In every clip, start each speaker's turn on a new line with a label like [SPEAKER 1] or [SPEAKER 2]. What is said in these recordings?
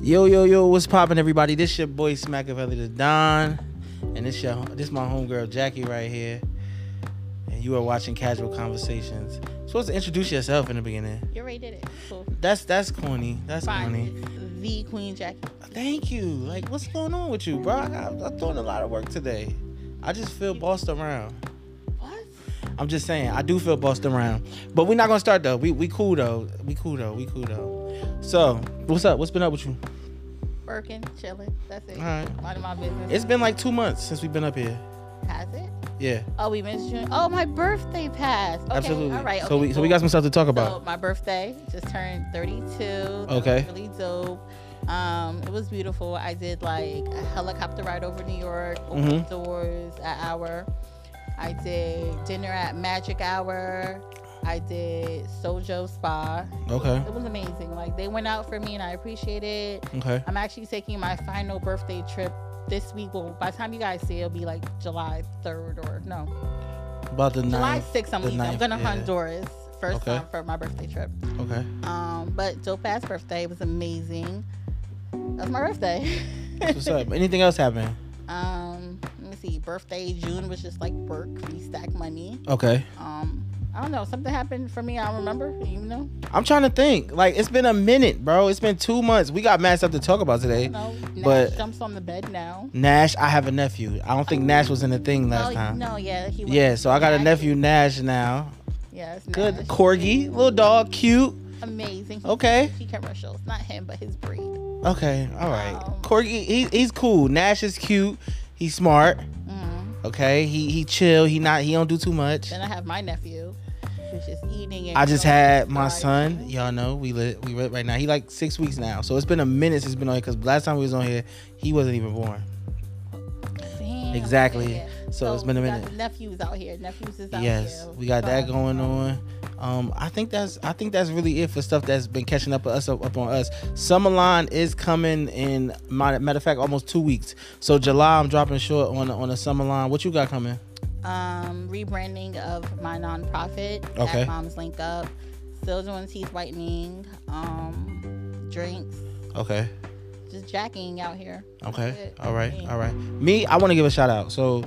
[SPEAKER 1] Yo, yo, yo, what's poppin', everybody? This your boy Smack of Heather the Don, and this your this my homegirl Jackie right here. And you are watching Casual Conversations. supposed to introduce yourself in the beginning.
[SPEAKER 2] You already did it. Cool.
[SPEAKER 1] That's that's corny. That's corny.
[SPEAKER 2] Fine. The Queen Jackie.
[SPEAKER 1] Thank you. Like, what's going on with you, bro? I got, I'm doing a lot of work today. I just feel bossed around.
[SPEAKER 2] What?
[SPEAKER 1] I'm just saying, I do feel bossed around. But we're not gonna start though. We we cool though. We cool though. We cool though. So, what's up? What's been up with you?
[SPEAKER 2] Working, chilling. That's it.
[SPEAKER 1] All right.
[SPEAKER 2] Mind my business.
[SPEAKER 1] It's been like two months since we've been up here.
[SPEAKER 2] Has it?
[SPEAKER 1] Yeah,
[SPEAKER 2] Oh, we mentioned. Oh, my birthday passed. Okay,
[SPEAKER 1] absolutely.
[SPEAKER 2] All right.
[SPEAKER 1] so
[SPEAKER 2] okay,
[SPEAKER 1] we so we got
[SPEAKER 2] cool.
[SPEAKER 1] some stuff to talk
[SPEAKER 2] So
[SPEAKER 1] about.
[SPEAKER 2] my birthday just turned 32. That was
[SPEAKER 1] Okay.
[SPEAKER 2] really dope. Um, it was beautiful. I did like a helicopter ride over New York, open
[SPEAKER 1] Mhm.
[SPEAKER 2] doors at hour. I did dinner at Magic Hour. I did Sojo Spa.
[SPEAKER 1] okay.
[SPEAKER 2] It was amazing. Like they went out for me, and I appreciate it.
[SPEAKER 1] Okay.
[SPEAKER 2] I'm actually taking my final birthday trip this week. Well, by the time you guys see, it, it'll be like July 3rd or no,
[SPEAKER 1] About the
[SPEAKER 2] July
[SPEAKER 1] ninth.
[SPEAKER 2] 6th. I'm
[SPEAKER 1] the
[SPEAKER 2] leaving. I'm
[SPEAKER 1] ninth,
[SPEAKER 2] going to
[SPEAKER 1] yeah.
[SPEAKER 2] Honduras first
[SPEAKER 1] Okay.
[SPEAKER 2] time for my birthday trip.
[SPEAKER 1] Okay.
[SPEAKER 2] Um, but dope ass birthday It was amazing. That's my birthday.
[SPEAKER 1] What's up? Anything else happened?
[SPEAKER 2] um, let me see. Birthday June was just like work, we stack money.
[SPEAKER 1] Okay.
[SPEAKER 2] Um, I don't know. Something happened for me. I don't remember. You know,
[SPEAKER 1] I'm trying to think. Like it's been a minute, bro. It's been two months. We got mad stuff to talk about
[SPEAKER 2] you
[SPEAKER 1] today.
[SPEAKER 2] know. Nash
[SPEAKER 1] But-
[SPEAKER 2] jumps on the bed now.
[SPEAKER 1] Nash, I have a nephew. I don't think Nash was in the thing last
[SPEAKER 2] oh
[SPEAKER 1] time.
[SPEAKER 2] no, yeah, he was-
[SPEAKER 1] Yeah, so I got a
[SPEAKER 2] Nash-
[SPEAKER 1] nephew, Nash, now.
[SPEAKER 2] Yes,
[SPEAKER 1] Good
[SPEAKER 2] Nash.
[SPEAKER 1] corgi, little dog, cute.
[SPEAKER 2] amazing. He
[SPEAKER 1] Okay.
[SPEAKER 2] He commercials, not him, but his breed.
[SPEAKER 1] Okay, all right.
[SPEAKER 2] Um,
[SPEAKER 1] corgi, he, he's cool. Nash is cute. He's smart.
[SPEAKER 2] Mm.
[SPEAKER 1] Okay, he he chill. He not he don't do too much.
[SPEAKER 2] Then I have my nephew, who's just eating. And
[SPEAKER 1] I just
[SPEAKER 2] going
[SPEAKER 1] had my
[SPEAKER 2] outside.
[SPEAKER 1] son. Y'all know we lit we lit right now. He like six weeks now, so it's been a minute since he's been on here. Cause last time we was on here, he wasn't even born.
[SPEAKER 2] Damn,
[SPEAKER 1] Exactly.
[SPEAKER 2] yeah.
[SPEAKER 1] So it's been a
[SPEAKER 2] we got
[SPEAKER 1] minute.
[SPEAKER 2] the nephews out here. Nephews is out
[SPEAKER 1] Yes,
[SPEAKER 2] here.
[SPEAKER 1] we got that
[SPEAKER 2] Son,
[SPEAKER 1] going
[SPEAKER 2] um,
[SPEAKER 1] on. Um, I think that's I think that's really it for stuff that's been catching up with us up, up on us. Summerline is coming in. My, matter of fact, almost two weeks. So July, I'm dropping short on on a Summerline. What you got coming?
[SPEAKER 2] Um, rebranding of my nonprofit
[SPEAKER 1] Okay.
[SPEAKER 2] at Moms Link Up. Still doing teeth whitening, um, drinks,
[SPEAKER 1] Okay.
[SPEAKER 2] just jacking out here. That's
[SPEAKER 1] Okay.
[SPEAKER 2] it.
[SPEAKER 1] All right.
[SPEAKER 2] Yeah.
[SPEAKER 1] All right. Me, I want to give a shout out. So,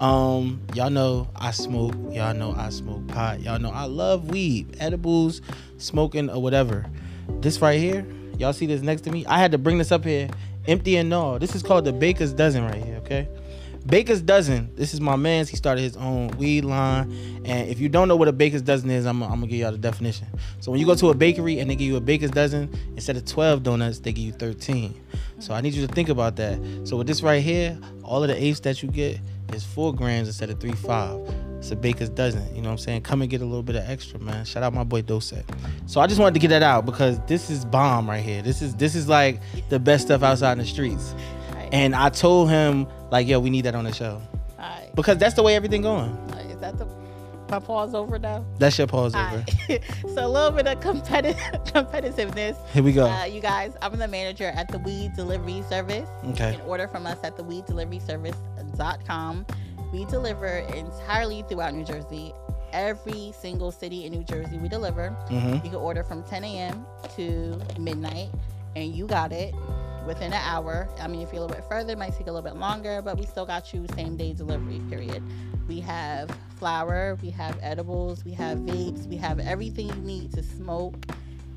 [SPEAKER 1] um, y'all know I smoke. Y'all know I smoke pot. Y'all know I love weed, edibles, smoking or whatever. This right here, y'all see this next to me? I had to bring this up here, empty and all. This is called the Baker's Dozen right here. Okay. Baker's Dozen. This is my man's. He started his own weed line. And if you don't know what a Baker's Dozen is, I'm, I'm gonna give y'all the definition. So when you go to a bakery and they give you a Baker's Dozen, instead of 12 donuts, they give you 13. So I need you to think about that. So with this right here, all of the eighths that you get is four grams instead of three five. It's a baker's dozen. You know what I'm saying? Come and get a little bit of extra, man. Shout out my boy Doset. So I just wanted to get that out because this is bomb right here. This is this is like the best stuff outside in the streets.
[SPEAKER 2] All right.
[SPEAKER 1] And I told him like, yo, we need that on the show
[SPEAKER 2] All right.
[SPEAKER 1] because that's the way everything going.
[SPEAKER 2] All right. Is that the my pause over now?
[SPEAKER 1] That shit pause
[SPEAKER 2] All
[SPEAKER 1] over.
[SPEAKER 2] right. so a little bit of competitive competitiveness.
[SPEAKER 1] Here we go.
[SPEAKER 2] Uh, you guys, I'm the manager at the Weed Delivery Service. You
[SPEAKER 1] Okay.
[SPEAKER 2] can order from us at the weeddeliveryservice.com. We deliver entirely throughout New Jersey. Every single city in New Jersey we deliver.
[SPEAKER 1] Mm-hmm.
[SPEAKER 2] You can order from 10 a.m. to midnight, and you got it within an hour. I mean, if you're a little bit further, it might take a little bit longer, but we still got you same day delivery, period. We have flour, we have edibles, we have vapes, we have everything you need to smoke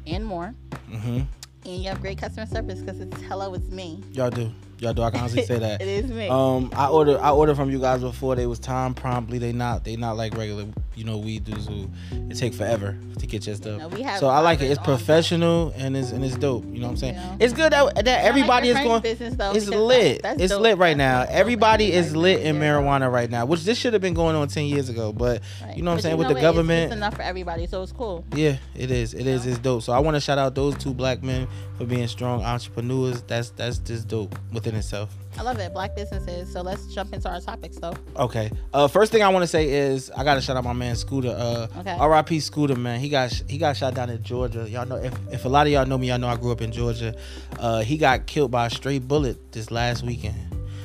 [SPEAKER 2] and more.
[SPEAKER 1] Mm-hmm.
[SPEAKER 2] And you have great customer service because it's hello, it's me.
[SPEAKER 1] Y'all do. Y'all do. I can honestly say that.
[SPEAKER 2] It is me.
[SPEAKER 1] Um, I ordered I ordered from you guys before. They was time promptly. They not they not like regular you know weed dudes who it take forever to get your stuff.
[SPEAKER 2] No, we have
[SPEAKER 1] so I like it.
[SPEAKER 2] ours
[SPEAKER 1] It's
[SPEAKER 2] on.
[SPEAKER 1] professional and it's and it's dope. You know what I'm saying?
[SPEAKER 2] Yeah.
[SPEAKER 1] It's good that, that
[SPEAKER 2] I like
[SPEAKER 1] everybody
[SPEAKER 2] your
[SPEAKER 1] is
[SPEAKER 2] friend's
[SPEAKER 1] going.
[SPEAKER 2] Business, though,
[SPEAKER 1] It's
[SPEAKER 2] because
[SPEAKER 1] lit.
[SPEAKER 2] that's- that's
[SPEAKER 1] it's
[SPEAKER 2] dope.
[SPEAKER 1] lit right
[SPEAKER 2] That's
[SPEAKER 1] now.
[SPEAKER 2] dope.
[SPEAKER 1] Everybody
[SPEAKER 2] That's
[SPEAKER 1] is
[SPEAKER 2] dope.
[SPEAKER 1] lit in
[SPEAKER 2] Yeah.
[SPEAKER 1] marijuana right now, which this should have been going on ten years ago. But
[SPEAKER 2] Right.
[SPEAKER 1] you know what I'm
[SPEAKER 2] But
[SPEAKER 1] saying, with
[SPEAKER 2] know
[SPEAKER 1] the
[SPEAKER 2] what? It's-
[SPEAKER 1] government-
[SPEAKER 2] It's enough for everybody, so it's cool.
[SPEAKER 1] yeah, it is. It is.
[SPEAKER 2] Yeah.
[SPEAKER 1] It's dope. So I want to shout out those two black men for being strong entrepreneurs. That's that's just dope within itself.
[SPEAKER 2] I love it. Black businesses. So let's jump into our topics, though.
[SPEAKER 1] Okay. Uh, first thing I want to say is I gotta shout out my man Scooter. Uh,
[SPEAKER 2] Okay.
[SPEAKER 1] R.I.P. Scooter, man. He got he got shot down in Georgia. Y'all know if, if a lot of y'all know me, y'all know I grew up in Georgia. Uh, he got killed by a stray bullet this last weekend.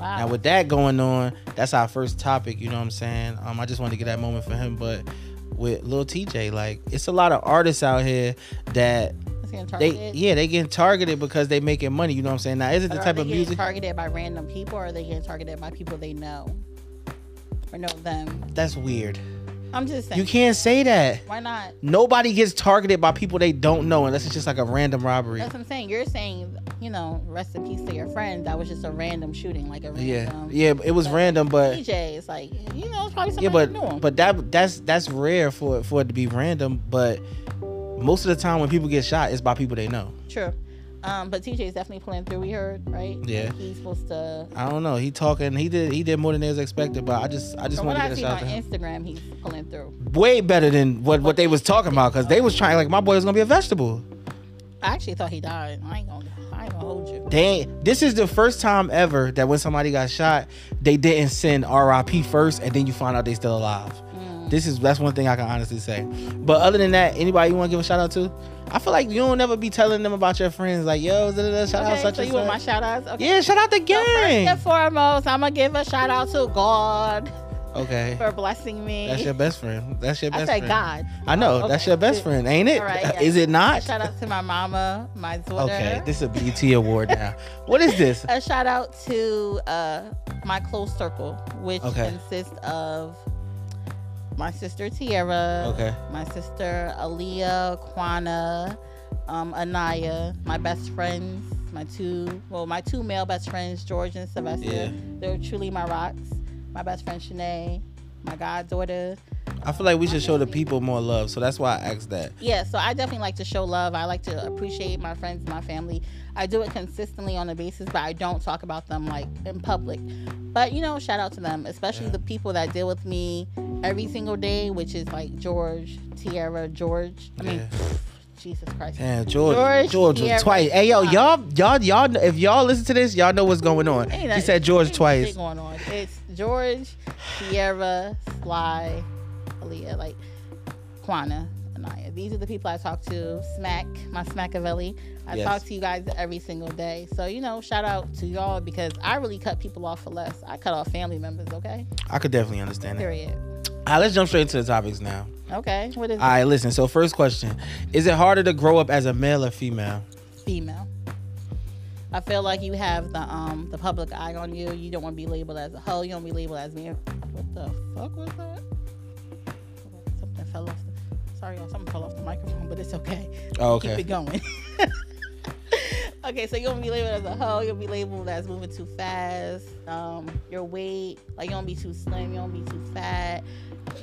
[SPEAKER 2] Wow.
[SPEAKER 1] Now with that going on, that's our first topic. You know what I'm saying? Um, I just wanted to get that moment for him, but with Lil TJ, like it's a lot of artists out here that
[SPEAKER 2] Is he in
[SPEAKER 1] They
[SPEAKER 2] Target?
[SPEAKER 1] yeah, they getting targeted because they making money. You know what I'm saying? Now is it the
[SPEAKER 2] Or are
[SPEAKER 1] type
[SPEAKER 2] they
[SPEAKER 1] of
[SPEAKER 2] getting
[SPEAKER 1] music
[SPEAKER 2] targeted by random people, or are they getting targeted by people they know or know them?
[SPEAKER 1] that's weird?
[SPEAKER 2] I'm just saying.
[SPEAKER 1] You can't say that.
[SPEAKER 2] Why not?
[SPEAKER 1] Nobody gets targeted by people they don't know unless it's just like a random robbery.
[SPEAKER 2] That's what I'm saying. You're saying, you know, rest in peace to your friend. That was just a random shooting, like a
[SPEAKER 1] Yeah,
[SPEAKER 2] random
[SPEAKER 1] yeah, it was
[SPEAKER 2] but
[SPEAKER 1] random, but
[SPEAKER 2] DJ. It's like, you know, it's probably somebody
[SPEAKER 1] yeah, but
[SPEAKER 2] who knew him.
[SPEAKER 1] but that that's that's rare for for it to be random. But most of the time when people get shot, it's by people they know.
[SPEAKER 2] True. Um, but TJ's definitely playing through. We heard, right?
[SPEAKER 1] Yeah.
[SPEAKER 2] Like, he's supposed to.
[SPEAKER 1] I don't know. He talking. He did. He did more than they was expected. But I just, I just
[SPEAKER 2] From what
[SPEAKER 1] wanted to
[SPEAKER 2] I
[SPEAKER 1] get a
[SPEAKER 2] see
[SPEAKER 1] shout out
[SPEAKER 2] on
[SPEAKER 1] to him.
[SPEAKER 2] Instagram, he's pulling through.
[SPEAKER 1] Way better than what what they was talking about because they was trying. Like my boy was gonna be a vegetable.
[SPEAKER 2] I actually thought he died. I ain't gonna, I ain't gonna hold you.
[SPEAKER 1] They ain't- this is the first time ever that when somebody got shot, they didn't send RIP first, and then you find out they still alive. This is that's one thing I can honestly say. But other than that, anybody you want to give a shout out to? I feel like you don't never be telling them about your friends. Like yo, da, da, da, shout out
[SPEAKER 2] Okay,
[SPEAKER 1] such
[SPEAKER 2] so
[SPEAKER 1] and
[SPEAKER 2] you want my
[SPEAKER 1] such.
[SPEAKER 2] shout outs? Okay.
[SPEAKER 1] Yeah, shout out the
[SPEAKER 2] So first
[SPEAKER 1] gang.
[SPEAKER 2] and foremost, I'm gonna give a shout out to God
[SPEAKER 1] Okay,
[SPEAKER 2] for blessing me.
[SPEAKER 1] that's your best friend. That's your
[SPEAKER 2] I
[SPEAKER 1] best
[SPEAKER 2] said
[SPEAKER 1] friend.
[SPEAKER 2] God.
[SPEAKER 1] I know
[SPEAKER 2] Okay.
[SPEAKER 1] that's your best friend, ain't it? Is
[SPEAKER 2] All right, yeah.
[SPEAKER 1] it
[SPEAKER 2] A
[SPEAKER 1] not?
[SPEAKER 2] shout out to my mama, my daughter.
[SPEAKER 1] Okay, this is a BET award now. What is this?
[SPEAKER 2] a shout out to uh, my close circle, which
[SPEAKER 1] Okay.
[SPEAKER 2] consists of my sister Tierra,
[SPEAKER 1] Okay.
[SPEAKER 2] my sister Aaliyah, Kwana, um, Anaya, my best friends, my two well, my two male best friends, George and Sylvester.
[SPEAKER 1] Yeah.
[SPEAKER 2] They're truly my rocks. My best friend Shanae, my goddaughter.
[SPEAKER 1] I feel like we should show the people more love, so that's why I asked that.
[SPEAKER 2] Yeah, so I definitely like to show love. I like to appreciate my friends, my family. I do it consistently on a basis, but I don't talk about them like in public. But you know, shout out to them, especially
[SPEAKER 1] Yeah.
[SPEAKER 2] the people that deal with me every single day, which is like George, Tierra, George. I mean,
[SPEAKER 1] Yeah.
[SPEAKER 2] Jesus Christ.
[SPEAKER 1] Damn, George, George,
[SPEAKER 2] George
[SPEAKER 1] was
[SPEAKER 2] Sierra.
[SPEAKER 1] twice. Hey yo,
[SPEAKER 2] Wow.
[SPEAKER 1] y'all, y'all, y'all. If y'all listen to this, y'all know what's going on.
[SPEAKER 2] Ain't
[SPEAKER 1] She
[SPEAKER 2] nothing-
[SPEAKER 1] said George
[SPEAKER 2] ain't shit
[SPEAKER 1] twice.
[SPEAKER 2] Going on. It's George, Sierra, Sly, Aaliyah, like Kwana, Anaya. These are the people I talk to. Smack, my Smackavelli. I
[SPEAKER 1] Yes.
[SPEAKER 2] talk to you guys every single day. So you know, shout out to y'all because I really cut people off for less. I cut off family members. Okay.
[SPEAKER 1] I could definitely understand that.
[SPEAKER 2] Period.
[SPEAKER 1] All right, let's jump straight into the topics now.
[SPEAKER 2] Okay. What is
[SPEAKER 1] All right, listen. So first question: Is it harder to grow up as a male or female?
[SPEAKER 2] female? I feel like you have the um the public eye on you. You don't want to be labeled as a hoe. You don't be labeled as being. What the fuck was that? Something fell off. The, sorry, y'all. Something fell off the microphone, but it's okay.
[SPEAKER 1] Oh,
[SPEAKER 2] Keep
[SPEAKER 1] okay.
[SPEAKER 2] it going. okay, so you don't be labeled as a hoe. You'll be labeled as moving too fast. Um, your weight, like you don't be too slim. You don't be too fat.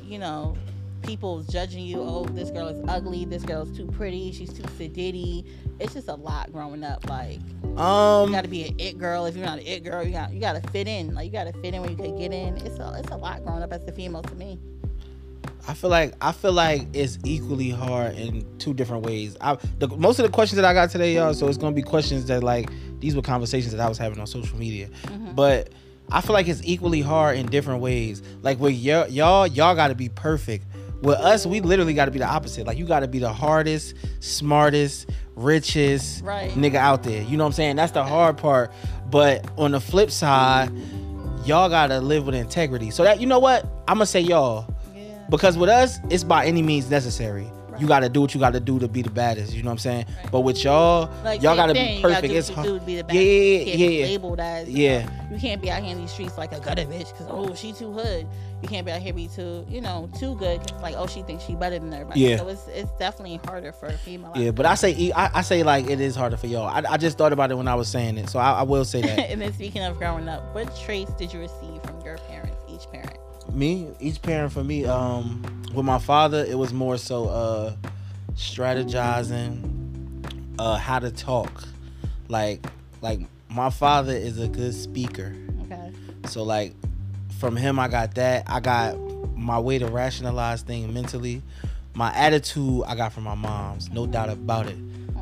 [SPEAKER 2] You know, people judging you. Oh, this girl is ugly. This girl's too pretty. She's too sedity. It's just a lot growing up. Like you
[SPEAKER 1] Um,
[SPEAKER 2] gotta be an it girl. If you're not an it girl, you got you gotta fit in. Like you gotta fit in where you could get in. It's a it's a lot growing up as a female to me.
[SPEAKER 1] I feel like I feel like it's equally hard in two different ways. I, the, most of the questions that I got today, y'all. So it's gonna be questions that like these were conversations that I was having on social media, but I feel like it's equally hard in different ways. Like with y- y'all, y'all gotta be perfect. With us, we literally gotta be the opposite. Like you gotta be the hardest, smartest, richest
[SPEAKER 2] Right.
[SPEAKER 1] nigga out there. You know what I'm saying? That's the hard part. But on the flip side, y'all gotta live with integrity. So that you know what? I'm gonna say y'all.
[SPEAKER 2] Yeah.
[SPEAKER 1] Because with us, it's by any means necessary. You
[SPEAKER 2] Right.
[SPEAKER 1] gotta do what you gotta do to be the baddest. You know what I'm saying?
[SPEAKER 2] Right.
[SPEAKER 1] But with y'all,
[SPEAKER 2] Like
[SPEAKER 1] y'all
[SPEAKER 2] same
[SPEAKER 1] gotta
[SPEAKER 2] thing,
[SPEAKER 1] be
[SPEAKER 2] you
[SPEAKER 1] perfect.
[SPEAKER 2] do
[SPEAKER 1] it's
[SPEAKER 2] what you
[SPEAKER 1] hard.
[SPEAKER 2] do to be the
[SPEAKER 1] Yeah,
[SPEAKER 2] best. You
[SPEAKER 1] yeah,
[SPEAKER 2] can't be
[SPEAKER 1] yeah.
[SPEAKER 2] labeled as you
[SPEAKER 1] Yeah.
[SPEAKER 2] know, you can't be out here in these streets like a gutter bitch because oh she too hood. You can't be out here be too you know too good 'cause, like oh she thinks she better than everybody.
[SPEAKER 1] Yeah.
[SPEAKER 2] So it's it's definitely harder for a female.
[SPEAKER 1] Yeah, but I say e- I, I say like it is harder for y'all. I, I just thought about it when I was saying it, so I, I will say that.
[SPEAKER 2] and then speaking of growing up, what traits did you receive from your parents? Each parent.
[SPEAKER 1] me, each parent for me, um, with my father, it was more so uh, strategizing, uh, how to talk, like like my father is a good speaker.
[SPEAKER 2] Okay.
[SPEAKER 1] So like from him I got that. I got my way to rationalize things mentally. My attitude I got from my mom's, no doubt about it.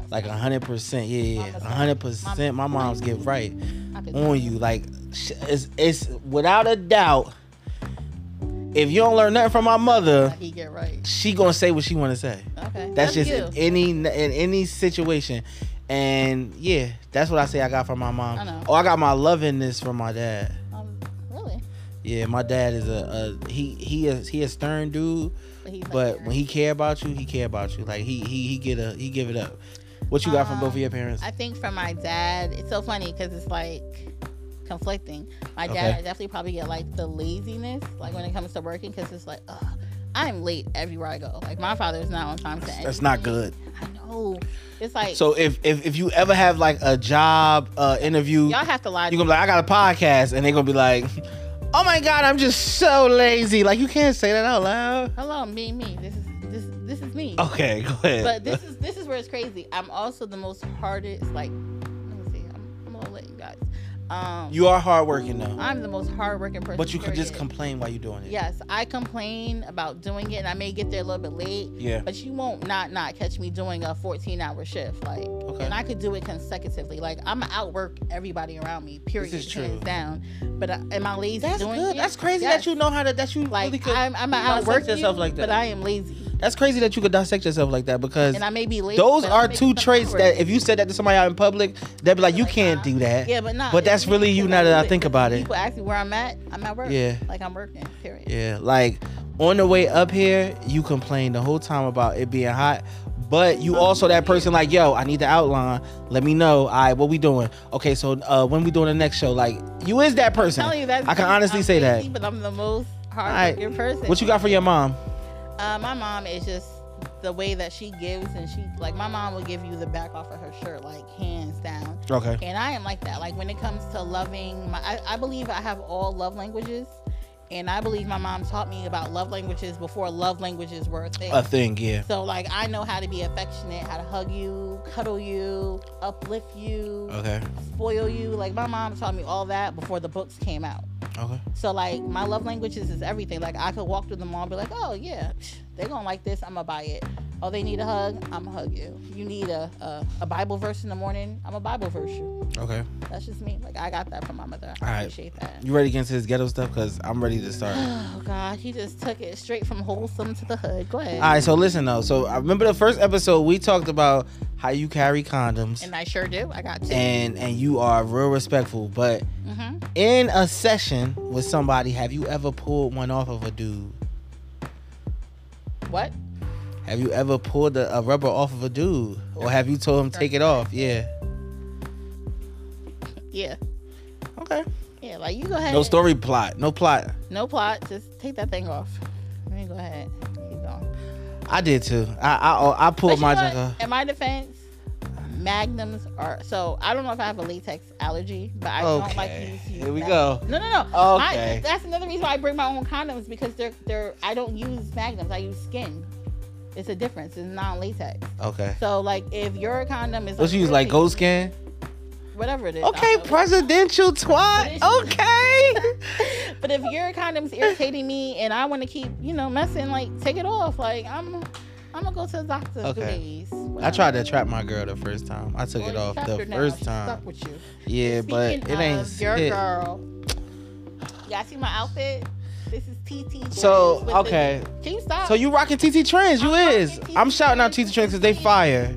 [SPEAKER 1] Like a hundred percent, yeah, yeah,
[SPEAKER 2] Mama's
[SPEAKER 1] a
[SPEAKER 2] got
[SPEAKER 1] hundred
[SPEAKER 2] it.
[SPEAKER 1] percent. My mom's
[SPEAKER 2] Mama's
[SPEAKER 1] get right
[SPEAKER 2] I could-
[SPEAKER 1] on you. Like sh- it's, it's without a doubt. If you don't learn nothing from my mother,
[SPEAKER 2] He get right.
[SPEAKER 1] she gonna say what she wanna say.
[SPEAKER 2] Okay.
[SPEAKER 1] That's just
[SPEAKER 2] you.
[SPEAKER 1] in any in any situation, and yeah, that's what I say I got from my mom.
[SPEAKER 2] I know.
[SPEAKER 1] Oh, I got my lovingness from my dad.
[SPEAKER 2] Um, really.
[SPEAKER 1] Yeah, my dad is a, a he he is he a stern dude,
[SPEAKER 2] But, he's like,
[SPEAKER 1] but when he care about you, he care about you. Like he he he get a he give it up. What you got from
[SPEAKER 2] Um,
[SPEAKER 1] both of your parents?
[SPEAKER 2] I think for my dad, it's so funny because it's like conflicting. My dad,
[SPEAKER 1] Okay.
[SPEAKER 2] I definitely probably get like the laziness, like when it comes to working, because it's like, ugh, I'm late everywhere I go. Like my father is not on time to
[SPEAKER 1] That's not
[SPEAKER 2] anything.
[SPEAKER 1] good.
[SPEAKER 2] I know. It's like
[SPEAKER 1] So if if, if you ever have like a job uh, interview,
[SPEAKER 2] y'all have to lie.
[SPEAKER 1] you're gonna be like, I got a podcast, and they're gonna be like, Oh my god, I'm just so lazy. Like you can't say that out loud.
[SPEAKER 2] Hello, me, me. This is this this is me.
[SPEAKER 1] Okay, go ahead.
[SPEAKER 2] But this is this is where it's crazy. I'm also the most hardest. Like, let me see. I'm, I'm gonna let you guys. Um,
[SPEAKER 1] you are hardworking though,
[SPEAKER 2] I'm the most hardworking person.
[SPEAKER 1] but you could just
[SPEAKER 2] period.
[SPEAKER 1] complain while you're doing it.
[SPEAKER 2] Yes, I complain about doing it, and I may get there a little bit late,
[SPEAKER 1] Yeah.
[SPEAKER 2] but you won't not not catch me doing a 14 hour shift. Like,
[SPEAKER 1] Okay.
[SPEAKER 2] and I could do it consecutively. Like, I'm outwork everybody around me. Period.
[SPEAKER 1] is true.
[SPEAKER 2] Hands down. But I, am I lazy
[SPEAKER 1] That's
[SPEAKER 2] doing
[SPEAKER 1] good.
[SPEAKER 2] it?
[SPEAKER 1] That's crazy
[SPEAKER 2] Yes.
[SPEAKER 1] that you know how to that you
[SPEAKER 2] Like,
[SPEAKER 1] really could.
[SPEAKER 2] I'm, I'm
[SPEAKER 1] you
[SPEAKER 2] out
[SPEAKER 1] dissect
[SPEAKER 2] outwork
[SPEAKER 1] yourself
[SPEAKER 2] you,
[SPEAKER 1] like that.
[SPEAKER 2] but I am lazy,
[SPEAKER 1] that's crazy that you could dissect yourself like that because
[SPEAKER 2] and I may be late.
[SPEAKER 1] those
[SPEAKER 2] but I'll
[SPEAKER 1] are
[SPEAKER 2] make
[SPEAKER 1] two
[SPEAKER 2] some
[SPEAKER 1] traits that
[SPEAKER 2] hours.
[SPEAKER 1] if you said that to somebody out in public, they'd be like, "You
[SPEAKER 2] Like,
[SPEAKER 1] can't
[SPEAKER 2] uh,
[SPEAKER 1] do that."
[SPEAKER 2] Yeah, but not.
[SPEAKER 1] But that's really you now that I think about it.
[SPEAKER 2] People ask me where I'm at. I'm at work.
[SPEAKER 1] Yeah.
[SPEAKER 2] Like I'm working. Period.
[SPEAKER 1] Yeah, like on the way up here, you complained the whole time about it being hot, but you also that person like, yo, I need the outline. Let me know. All right, what we doing? Okay, so uh, when we doing the next show? Like, you is that
[SPEAKER 2] I'm telling
[SPEAKER 1] person.
[SPEAKER 2] you that's
[SPEAKER 1] I can honestly
[SPEAKER 2] I'm
[SPEAKER 1] say
[SPEAKER 2] lazy,
[SPEAKER 1] that.
[SPEAKER 2] But I'm the most
[SPEAKER 1] right.
[SPEAKER 2] hardworking person.
[SPEAKER 1] What you got for your mom?
[SPEAKER 2] Uh, my mom is just the way that she gives, and she like my mom will give you the back off of her shirt, like hands down.
[SPEAKER 1] Okay.
[SPEAKER 2] And I am like that. Like when it comes to loving, my, I, I believe I have all love languages, and I believe my mom taught me about love languages before love languages were a thing.
[SPEAKER 1] A thing, yeah.
[SPEAKER 2] so like I know how to be affectionate, how to hug you, cuddle you, uplift you,
[SPEAKER 1] Okay.
[SPEAKER 2] spoil you. Like my mom taught me all that before the books came out.
[SPEAKER 1] Okay.
[SPEAKER 2] So like my love languages is everything. Like I could walk through the mall and be like, oh yeah, they gonna like this. I'ma buy it. Oh, they need a hug. I'ma hug you. You need a a, a Bible verse in the morning. I'm a Bible verse you.
[SPEAKER 1] Okay.
[SPEAKER 2] That's just me. Like I got that from my mother. I
[SPEAKER 1] All right.
[SPEAKER 2] appreciate that.
[SPEAKER 1] You ready to get into this ghetto stuff? Cause I'm ready to start.
[SPEAKER 2] Oh God, he just took it straight from wholesome to the hood. Go ahead.
[SPEAKER 1] All right. So listen though. So I remember the first episode we talked about how you carry condoms
[SPEAKER 2] and I sure do. I got two.
[SPEAKER 1] and and you are real respectful, but
[SPEAKER 2] hmm
[SPEAKER 1] in a session with somebody, have you ever pulled one off of a dude?
[SPEAKER 2] What?
[SPEAKER 1] Have you ever pulled a, a rubber off of a dude, or have you told him take it off? Yeah.
[SPEAKER 2] Yeah.
[SPEAKER 1] Okay.
[SPEAKER 2] Yeah. Like you go ahead.
[SPEAKER 1] No story plot. No plot.
[SPEAKER 2] No plot. Just take that thing off. Let me go ahead. Keep going.
[SPEAKER 1] I did too. I I, I
[SPEAKER 2] But
[SPEAKER 1] pulled
[SPEAKER 2] you
[SPEAKER 1] my
[SPEAKER 2] know
[SPEAKER 1] junk
[SPEAKER 2] what?
[SPEAKER 1] off.
[SPEAKER 2] In my defense, magnums are so I don't know if I have a latex allergy, but I don't like
[SPEAKER 1] Okay.
[SPEAKER 2] to use.
[SPEAKER 1] Here we
[SPEAKER 2] mag-
[SPEAKER 1] go.
[SPEAKER 2] No, no, no.
[SPEAKER 1] Okay.
[SPEAKER 2] I, that's another reason why I bring my own condoms because they're they're I don't use magnums. I use skin. It's a difference. It's non-latex.
[SPEAKER 1] Okay.
[SPEAKER 2] So like if your condom is
[SPEAKER 1] What you use like
[SPEAKER 2] really-
[SPEAKER 1] goat skin?
[SPEAKER 2] whatever it is. I
[SPEAKER 1] Okay,
[SPEAKER 2] don't know.
[SPEAKER 1] presidential twat. Okay.
[SPEAKER 2] But if your condom's irritating me and I want to keep you know messing, like take it off. Like I'm I'm gonna go to the doctor.
[SPEAKER 1] Okay.
[SPEAKER 2] Please.
[SPEAKER 1] I tried to trap my girl the first time. I took it off the first time.
[SPEAKER 2] with you.
[SPEAKER 1] Yeah, but it
[SPEAKER 2] Speaking
[SPEAKER 1] ain't.
[SPEAKER 2] of your
[SPEAKER 1] it-
[SPEAKER 2] girl. Y'all see my outfit? This is TT.
[SPEAKER 1] So,
[SPEAKER 2] With the-
[SPEAKER 1] okay.
[SPEAKER 2] can you stop?
[SPEAKER 1] So you rocking TT Trends? You
[SPEAKER 2] I'm
[SPEAKER 1] is.
[SPEAKER 2] rocking TT
[SPEAKER 1] I'm shouting out
[SPEAKER 2] Trends.
[SPEAKER 1] TT Trends because they fire.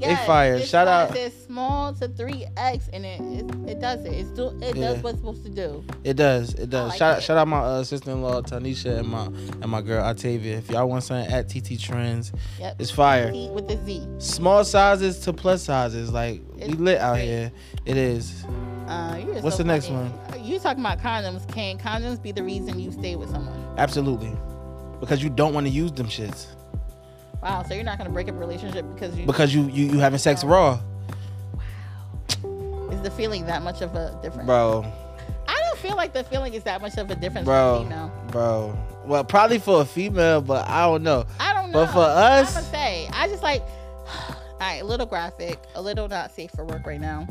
[SPEAKER 1] they fire.
[SPEAKER 2] this
[SPEAKER 1] Shout
[SPEAKER 2] one
[SPEAKER 1] out.
[SPEAKER 2] says small to three X, and it, it it does it. It's do it
[SPEAKER 1] Yeah.
[SPEAKER 2] does what's supposed to do.
[SPEAKER 1] It does. It does.
[SPEAKER 2] like
[SPEAKER 1] shout out,
[SPEAKER 2] it.
[SPEAKER 1] shout out my uh, sister-in-law Tanisha and my and my girl Octavia. If y'all want something at TT Trends,
[SPEAKER 2] Yep.
[SPEAKER 1] it's fire.
[SPEAKER 2] T with a Z.
[SPEAKER 1] Small sizes to plus sizes, like we
[SPEAKER 2] It's
[SPEAKER 1] lit out
[SPEAKER 2] great.
[SPEAKER 1] here. It is.
[SPEAKER 2] Uh, you're
[SPEAKER 1] What's
[SPEAKER 2] so
[SPEAKER 1] the next
[SPEAKER 2] funny. Uh, You talking about condoms? Can condoms be the reason you stay with someone?
[SPEAKER 1] Absolutely. Because you don't want to use them shits.
[SPEAKER 2] Wow. So you're not gonna break up a relationship because you
[SPEAKER 1] Because you you, you having sex raw,
[SPEAKER 2] is the feeling that much of a difference?
[SPEAKER 1] bro,
[SPEAKER 2] I don't feel like the feeling is that much of a difference.
[SPEAKER 1] bro,
[SPEAKER 2] for female.
[SPEAKER 1] bro. Well, probably for a female, but I don't know.
[SPEAKER 2] I don't know.
[SPEAKER 1] But for us-
[SPEAKER 2] I'm gonna say I just like. All right, a little graphic, a little not safe for work right now.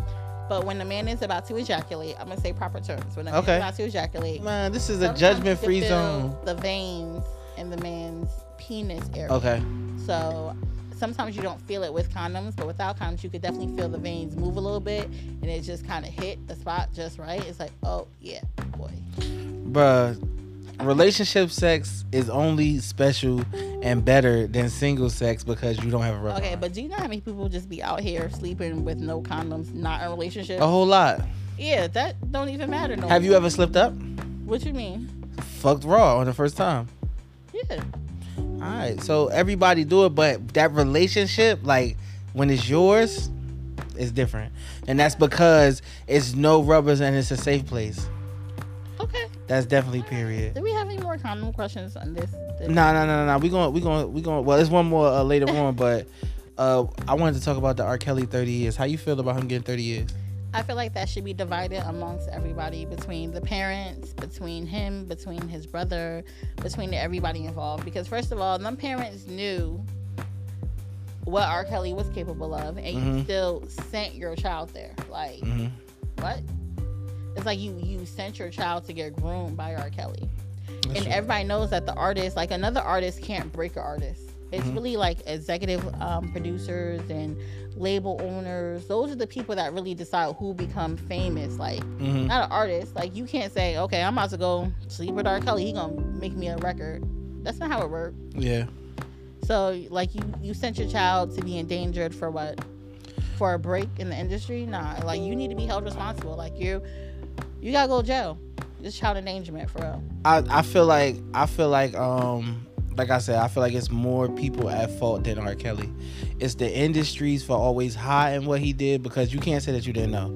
[SPEAKER 2] But when the man is about to ejaculate, I'm gonna say proper terms. When the
[SPEAKER 1] Okay.
[SPEAKER 2] man is about to ejaculate,
[SPEAKER 1] Man, this is a
[SPEAKER 2] sometimes
[SPEAKER 1] judgment-free
[SPEAKER 2] you can feel
[SPEAKER 1] zone.
[SPEAKER 2] The veins in the man's penis area.
[SPEAKER 1] Okay.
[SPEAKER 2] So sometimes you don't feel it with condoms, but without condoms, you could definitely feel the veins move a little bit, and it just kind of hit the spot just right. It's like, oh yeah, boy.
[SPEAKER 1] Bruh, relationship sex is only special and better than single sex because you don't have a rubber.
[SPEAKER 2] Okay,
[SPEAKER 1] on.
[SPEAKER 2] but do you know how many people just be out here sleeping with no condoms, not in relationships?
[SPEAKER 1] a whole lot.
[SPEAKER 2] Yeah, that don't even matter no
[SPEAKER 1] Have
[SPEAKER 2] more.
[SPEAKER 1] you ever slipped up?
[SPEAKER 2] What you mean?
[SPEAKER 1] Fucked raw on the first time.
[SPEAKER 2] Yeah.
[SPEAKER 1] All right, so everybody do it, but that relationship, like When it's yours, it's different, and that's because it's no rubbers and it's a safe place.
[SPEAKER 2] Okay.
[SPEAKER 1] That's definitely period.
[SPEAKER 2] Do we have any more comment questions on this? this-
[SPEAKER 1] No, no, no, no, no. We going, we going, we going. Well, there's one more uh, later on, but uh, I wanted to talk about the R. Kelly 30 years. How you feel about him getting 30 years?
[SPEAKER 2] I feel like that should be divided amongst everybody between the parents, between him, between his brother, between everybody involved. Because, first of all, them parents knew what R. Kelly was capable of, and you
[SPEAKER 1] Mhm.
[SPEAKER 2] still sent your child there. Like,
[SPEAKER 1] hmm
[SPEAKER 2] what? It's like you, you sent your child to get groomed by R. Kelly.
[SPEAKER 1] Mm-hmm.
[SPEAKER 2] and everybody knows that the artist, like another artist, can't break an artist. It's
[SPEAKER 1] Mhm.
[SPEAKER 2] really like executive um, producers and label owners. Those are the people that really decide who become famous. Like
[SPEAKER 1] hmm
[SPEAKER 2] not an artist. Like you can't say, okay, I'm about to go sleep with R. Kelly. He gonna make me a record. That's not how it works.
[SPEAKER 1] Yeah.
[SPEAKER 2] So like you, you sent your child to be endangered for what? For a break in the industry? Nah. Like you need to be held responsible. Like you, you gotta go to jail. It's child endangerment for real.
[SPEAKER 1] I, I feel like I feel like um like I said, I feel like it's more people at fault than R. Kelly. It's the industries for always high in what he did because you can't say that you didn't know.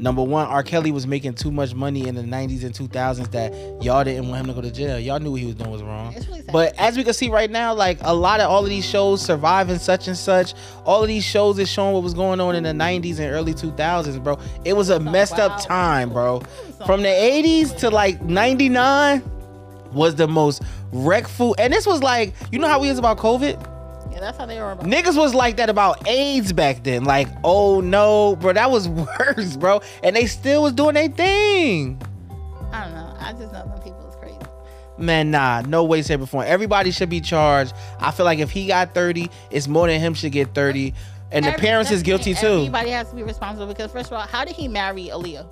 [SPEAKER 1] Number one, R. Kelly was making too much money in the '90s and 2000s that y'all didn't want him to go to jail. Y'all knew what he was doing was wrong.
[SPEAKER 2] It's really sad.
[SPEAKER 1] But as we can see right now, like a lot of all of these shows, surviving such and such, all of these shows is showing what was going on in the '90s and early 2000s, bro. It was a messed
[SPEAKER 2] wild
[SPEAKER 1] up time, bro.
[SPEAKER 2] So-
[SPEAKER 1] From the 80s to like 99 was the most wreckful. And this was like, you know how we was about COVID?
[SPEAKER 2] Yeah, that's how they were. About.
[SPEAKER 1] Niggas was like that about AIDS back then. Like, oh no, bro, that was worse, bro. And they still was doing their thing.
[SPEAKER 2] I don't know. I just know them people is crazy.
[SPEAKER 1] Man, nah, no way, say before. Everybody should be charged. I feel like if he got 30, it's more than him should get 30. And the
[SPEAKER 2] Every-
[SPEAKER 1] parents
[SPEAKER 2] that's
[SPEAKER 1] is
[SPEAKER 2] the thing.
[SPEAKER 1] guilty too.
[SPEAKER 2] Everybody has to be responsible because first of all, how did he marry Aaliyah?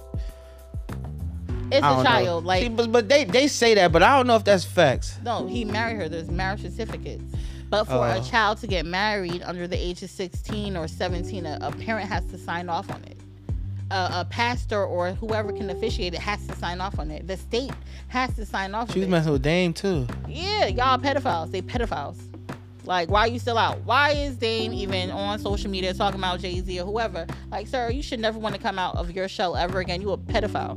[SPEAKER 2] It's a
[SPEAKER 1] I don't know.
[SPEAKER 2] child. Like
[SPEAKER 1] See, but, but they, they say that, but I don't know if that's facts.
[SPEAKER 2] no, he married her. There's marriage certificates. But for a
[SPEAKER 1] Oh.
[SPEAKER 2] child to get married under the age of 16 or 17, a, a parent has to sign off on it. A, a pastor or whoever can officiate it has to sign off on it. The state has to sign off.
[SPEAKER 1] She was
[SPEAKER 2] on it.
[SPEAKER 1] messing with Dame too.
[SPEAKER 2] Yeah, y'all pedophiles. They pedophiles. Like, why you still out? Why is Dame even on social media talking about Jay Z or whoever? Like, sir, you should never want to come out of your shell ever again. You a pedophile.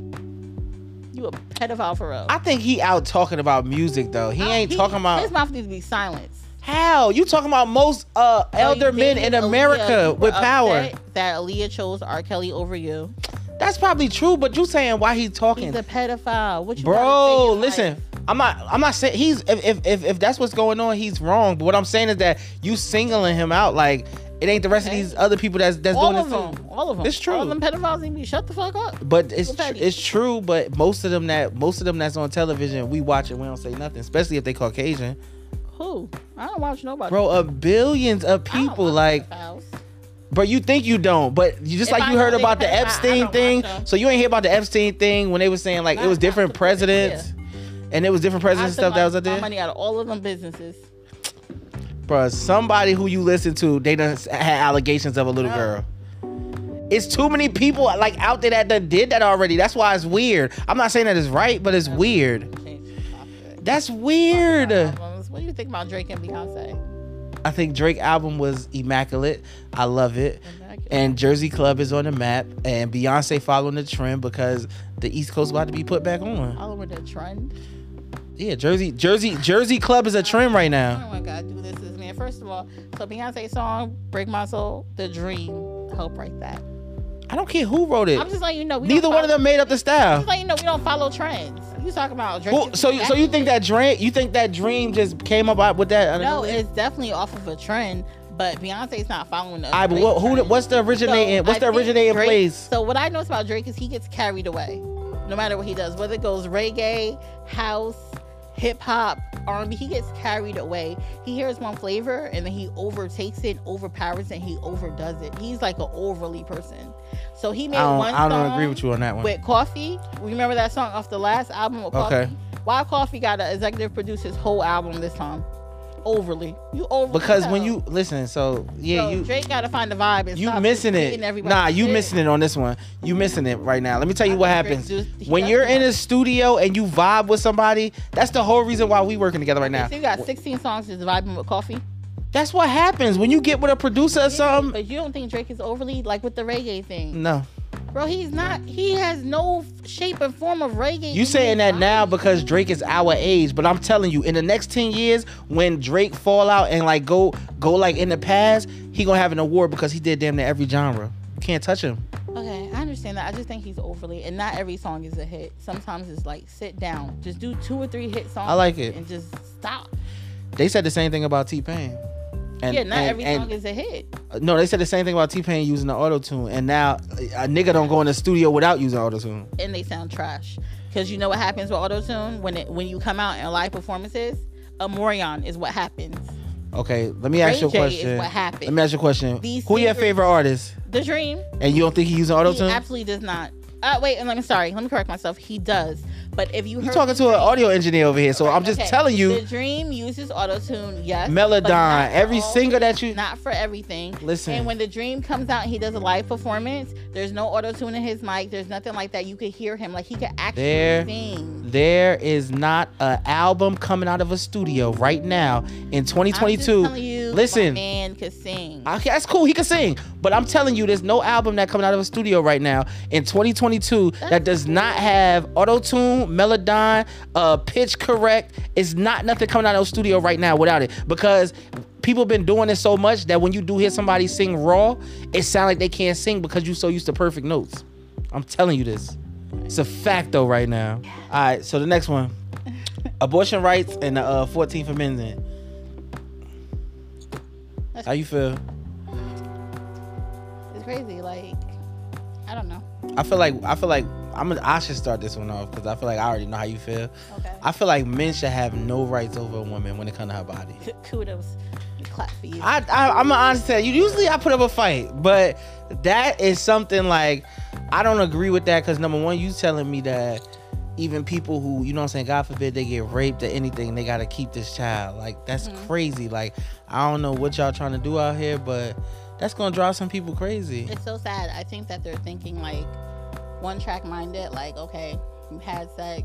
[SPEAKER 2] You a pedophile for real.
[SPEAKER 1] I think he out talking about music though.
[SPEAKER 2] Oh,
[SPEAKER 1] He ain't talking about
[SPEAKER 2] his mouth needs to be silenced.
[SPEAKER 1] How you talking about most uh, elder
[SPEAKER 2] Like,
[SPEAKER 1] men
[SPEAKER 2] Dame,
[SPEAKER 1] in
[SPEAKER 2] Aaliyah, you
[SPEAKER 1] America
[SPEAKER 2] were
[SPEAKER 1] with power?
[SPEAKER 2] upset That Aaliyah chose R. Kelly over you.
[SPEAKER 1] That's probably true, but you saying why he talking,
[SPEAKER 2] He's a pedophile. What you gotta say
[SPEAKER 1] bro?
[SPEAKER 2] is,
[SPEAKER 1] Listen,
[SPEAKER 2] like,
[SPEAKER 1] I'm not. I'm not saying he's if, if if if that's what's going on, he's wrong. But what I'm saying is that you singling him out like it ain't the rest
[SPEAKER 2] Okay.
[SPEAKER 1] of these other people that's that's
[SPEAKER 2] all
[SPEAKER 1] doing
[SPEAKER 2] of
[SPEAKER 1] this too.
[SPEAKER 2] them. All of them.
[SPEAKER 1] It's true.
[SPEAKER 2] All of them pedophiles need to be shut the fuck up.
[SPEAKER 1] But it's
[SPEAKER 2] Well,
[SPEAKER 1] tr-
[SPEAKER 2] Patty.
[SPEAKER 1] it's true. But most of them that most of them that's on television, we watch it. We don't say nothing, especially if they Caucasian,
[SPEAKER 2] Who? I don't watch nobody.
[SPEAKER 1] bro. Uh, billions of
[SPEAKER 2] I don't
[SPEAKER 1] people
[SPEAKER 2] watch
[SPEAKER 1] like.
[SPEAKER 2] pedophiles.
[SPEAKER 1] But you think you don't, but you just
[SPEAKER 2] If
[SPEAKER 1] like
[SPEAKER 2] I
[SPEAKER 1] you
[SPEAKER 2] know
[SPEAKER 1] heard
[SPEAKER 2] they
[SPEAKER 1] about the
[SPEAKER 2] pedophile, I
[SPEAKER 1] Epstein
[SPEAKER 2] don't
[SPEAKER 1] thing.
[SPEAKER 2] watch them.
[SPEAKER 1] So you ain't hear about the Epstein thing when they were saying like
[SPEAKER 2] Nah,
[SPEAKER 1] it was different
[SPEAKER 2] I took it, yeah.
[SPEAKER 1] presidents, and it was different
[SPEAKER 2] I
[SPEAKER 1] presidents and stuff
[SPEAKER 2] took
[SPEAKER 1] that was
[SPEAKER 2] my-
[SPEAKER 1] out
[SPEAKER 2] My
[SPEAKER 1] there.
[SPEAKER 2] money out of all of them businesses.
[SPEAKER 1] Bruh, somebody who you listen to, they done s- had allegations of a little
[SPEAKER 2] No.
[SPEAKER 1] girl. It's too many people like out there that done did that already. That's why it's weird. I'm not saying that it's right, but it's weird.
[SPEAKER 2] Change the topic.
[SPEAKER 1] That's weird.
[SPEAKER 2] Albums. What do you think about Drake and Beyonce?
[SPEAKER 1] I think Drake album was immaculate. I love it. And Jersey Club is on the map, and Beyonce following the trend because the East Coast about to be put back on.
[SPEAKER 2] all over the trend.
[SPEAKER 1] Yeah, Jersey, Jersey, Jersey Club is a trend right
[SPEAKER 2] I
[SPEAKER 1] now.
[SPEAKER 2] don't want God to do this to this man. First of all, so Beyonce song "Break My Soul," "The Dream," help write that.
[SPEAKER 1] I don't care who wrote
[SPEAKER 2] I'm
[SPEAKER 1] it.
[SPEAKER 2] just letting you know. We
[SPEAKER 1] Neither
[SPEAKER 2] don't
[SPEAKER 1] one of
[SPEAKER 2] follow-
[SPEAKER 1] them made up the
[SPEAKER 2] I'm
[SPEAKER 1] style.
[SPEAKER 2] just letting you know we don't follow trends. You talking about Drake?
[SPEAKER 1] Who, so, you- so you think that dream? You think that dream just came up out with that?
[SPEAKER 2] No, it's definitely off of a trend, but Beyonce's not following the.
[SPEAKER 1] I. But
[SPEAKER 2] Drake
[SPEAKER 1] what, who?
[SPEAKER 2] trend.
[SPEAKER 1] What's the
[SPEAKER 2] So,
[SPEAKER 1] originating?
[SPEAKER 2] I
[SPEAKER 1] what's the
[SPEAKER 2] think
[SPEAKER 1] originating
[SPEAKER 2] Drake-
[SPEAKER 1] place?
[SPEAKER 2] So what I notice about Drake is he gets carried away, no matter what he does, whether it goes reggae, house, hip hop, R&B. He gets carried away. He hears one flavor and then he overtakes it, overpowers it, and he overdoes it. He's like an overly person. So he made
[SPEAKER 1] I don't.
[SPEAKER 2] one
[SPEAKER 1] I
[SPEAKER 2] song
[SPEAKER 1] don't agree with you on that one.
[SPEAKER 2] with Coffee. Remember that song off the last album with Coffee?
[SPEAKER 1] Okay.
[SPEAKER 2] Why Coffee got to executive produce his whole album this time? Overly, you overly.
[SPEAKER 1] Because when
[SPEAKER 2] so.
[SPEAKER 1] you listen, so yeah,
[SPEAKER 2] So
[SPEAKER 1] you
[SPEAKER 2] Drake got to find the vibe and
[SPEAKER 1] You
[SPEAKER 2] stop
[SPEAKER 1] missing it.
[SPEAKER 2] hitting everybody.
[SPEAKER 1] Nah, you
[SPEAKER 2] Yeah.
[SPEAKER 1] missing it on this one. You missing it right now. Let me tell you
[SPEAKER 2] I
[SPEAKER 1] what
[SPEAKER 2] think Drake
[SPEAKER 1] happens.
[SPEAKER 2] just- he
[SPEAKER 1] when
[SPEAKER 2] does
[SPEAKER 1] you're in
[SPEAKER 2] that.
[SPEAKER 1] a studio and you vibe with somebody, that's the whole reason why we working together right now.
[SPEAKER 2] So you got 16 songs just vibing with coffee.
[SPEAKER 1] That's what happens when you get with a producer or something.
[SPEAKER 2] But you don't think Drake is overly like with the reggae thing,
[SPEAKER 1] No,
[SPEAKER 2] bro? He's not. He has no f- shape and form of reggae. in
[SPEAKER 1] you saying
[SPEAKER 2] his
[SPEAKER 1] that now
[SPEAKER 2] body.
[SPEAKER 1] because Drake is our age, but I'm telling you, in the next ten years, when Drake fall out and like go go like in the past, he gonna have an award because he did damn near every genre. You can't touch him.
[SPEAKER 2] Okay, I understand that. I just think he's overly, and not every song is a hit. Sometimes it's like sit down, just do two or three hit songs.
[SPEAKER 1] I like it.
[SPEAKER 2] and just stop.
[SPEAKER 1] They said the same thing about T Pain. And,
[SPEAKER 2] yeah, not
[SPEAKER 1] and-
[SPEAKER 2] every
[SPEAKER 1] and-
[SPEAKER 2] song is a hit.
[SPEAKER 1] No, they said the same thing about T Pain using the auto tune, and now a nigga don't go in the studio without using auto tune.
[SPEAKER 2] and they sound trash. Because you know what happens with autotune when it when you come out in live performances, a morion is what happens.
[SPEAKER 1] Okay, let me ask
[SPEAKER 2] Ray
[SPEAKER 1] you a
[SPEAKER 2] J is
[SPEAKER 1] question.
[SPEAKER 2] what happened.
[SPEAKER 1] Let me ask you a question.
[SPEAKER 2] These
[SPEAKER 1] Who your
[SPEAKER 2] singers-
[SPEAKER 1] favorite artist?
[SPEAKER 2] The dream,
[SPEAKER 1] And you don't think he using auto
[SPEAKER 2] he
[SPEAKER 1] tune?
[SPEAKER 2] absolutely does not. Uh, wait, and let me sorry, let me correct myself. He does, but if you
[SPEAKER 1] You
[SPEAKER 2] heard,
[SPEAKER 1] talking to an audio engineer over here, so I'm just
[SPEAKER 2] Okay,
[SPEAKER 1] telling
[SPEAKER 2] the
[SPEAKER 1] you,
[SPEAKER 2] dream uses autotune. Yes, but
[SPEAKER 1] Melodon,
[SPEAKER 2] not for
[SPEAKER 1] every
[SPEAKER 2] all-
[SPEAKER 1] singer that you
[SPEAKER 2] not for everything.
[SPEAKER 1] listen.
[SPEAKER 2] And when the dream comes out and he does a live performance, there's no auto tune in his mic. There's nothing like that. You could hear him. Like he could actually
[SPEAKER 1] There-
[SPEAKER 2] sing.
[SPEAKER 1] there is not an album coming out of a studio right now in
[SPEAKER 2] I'm
[SPEAKER 1] 2022.
[SPEAKER 2] just telling you, my
[SPEAKER 1] Listen,
[SPEAKER 2] man could sing.
[SPEAKER 1] Okay, that's cool. He can sing, but I'm telling you, there's no album that coming out of a studio right now in 2022 that
[SPEAKER 2] That's
[SPEAKER 1] does not have auto tune, melodon, uh, pitch correct. It's not nothing coming out of a studio right now without it because people been doing it so much that when you do hear somebody sing raw, it sounds like they can't sing because you so used to perfect notes. I'm telling you this. It's a fact though right now. All right, so the next one, abortion rights and the uh, 14th Amendment. How you feel?
[SPEAKER 2] It's crazy. Like, I don't know.
[SPEAKER 1] I feel like I feel like I'm gonna, I should start this one off because I feel like I already know how you feel.
[SPEAKER 2] Okay.
[SPEAKER 1] I feel like men should have no rights over a woman when it comes to her body.
[SPEAKER 2] Kudos. Clap for you.
[SPEAKER 1] I, I I'm gonna honest tell you. Usually I put up a fight, but that is something like I don't agree with that because number one, you telling me that even people who you know what I'm saying, God forbid they get raped or anything, they gotta keep this child. Like that's
[SPEAKER 2] Mhm.
[SPEAKER 1] crazy. Like I don't know what y'all trying to do out here, but that's gonna drive some people crazy.
[SPEAKER 2] it's so sad. I think that they're thinking like one track minded. Like, okay, you had sex,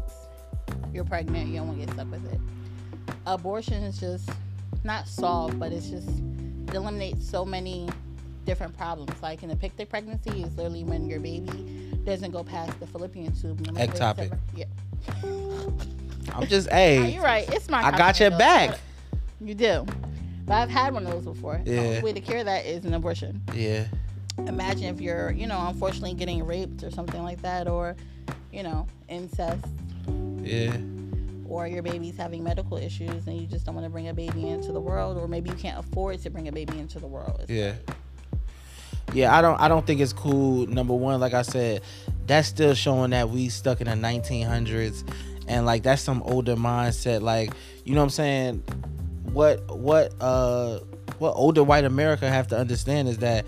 [SPEAKER 2] you're pregnant, you don't want to get stuck with it. Abortion is just not solved, but it's just it eliminates so many different problems. Like an epictic pregnancy is literally when your baby doesn't go past the fallopian tube. No matter-
[SPEAKER 1] Ectopic.
[SPEAKER 2] Yeah.
[SPEAKER 1] I'm just
[SPEAKER 2] No,
[SPEAKER 1] hey,
[SPEAKER 2] you're right. It's my.
[SPEAKER 1] I got your
[SPEAKER 2] compliment, though.
[SPEAKER 1] back.
[SPEAKER 2] You do. But I've had one of those before. The
[SPEAKER 1] Yeah.
[SPEAKER 2] only way to cure that is an abortion.
[SPEAKER 1] Yeah.
[SPEAKER 2] Imagine if you're, you know, unfortunately getting raped or something like that, or, you know, incest,
[SPEAKER 1] Yeah.
[SPEAKER 2] or your baby's having medical issues and you just don't want to bring a baby into the world, or maybe you can't afford to bring a baby into the world.
[SPEAKER 1] Yeah. Yeah, I don't I don't think it's cool. Number one, like I said, that's still showing that we stuck in the nineteen hundreds and like that's some older mindset. Like, you know what I'm saying? What what uh what older white America have to understand is that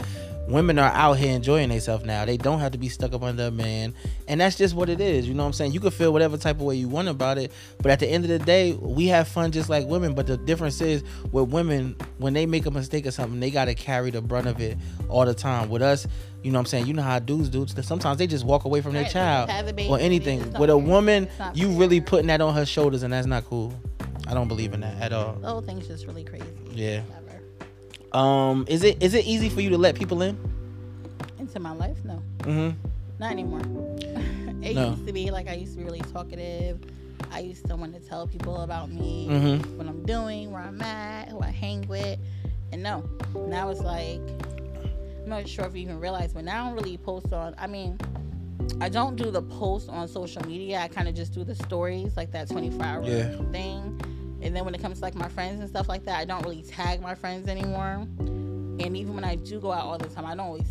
[SPEAKER 1] women are out here enjoying themselves now. They don't have to be stuck up under a man. And that's just what it is. You know what I'm saying? You can feel whatever type of way you want about it. But at the end of the day, we have fun just like women. But the difference is with women, when they make a mistake or something, they gotta carry the brunt of it all the time. With us, you know what I'm saying? You know how dudes do. Sometimes they just walk away from their
[SPEAKER 2] Right, they
[SPEAKER 1] child
[SPEAKER 2] just have the baby,
[SPEAKER 1] or
[SPEAKER 2] they
[SPEAKER 1] anything.
[SPEAKER 2] just
[SPEAKER 1] With a
[SPEAKER 2] don't care.
[SPEAKER 1] woman,
[SPEAKER 2] It's not
[SPEAKER 1] you really
[SPEAKER 2] fair.
[SPEAKER 1] putting that on her shoulders and that's not cool. I don't believe in that at all.
[SPEAKER 2] The whole thing's just really crazy.
[SPEAKER 1] Yeah.
[SPEAKER 2] Whatever.
[SPEAKER 1] Um, is it is it easy for you to let people in?
[SPEAKER 2] Into my life? No.
[SPEAKER 1] Mm-hmm.
[SPEAKER 2] Not anymore. it
[SPEAKER 1] No.
[SPEAKER 2] used to be like I used to be really talkative. I used to want to tell people about me.
[SPEAKER 1] Mm-hmm.
[SPEAKER 2] what I'm doing, where I'm at, who I hang with. And no, now it's like, I'm not sure if you even realize, but now I don't really post on, I mean, I don't do the post on social media. I kind of just do the stories, like that 24 hour
[SPEAKER 1] Yeah.
[SPEAKER 2] thing. And then when it comes to like my friends and stuff like that, I don't really tag my friends anymore. And even when I do go out all the time, I don't always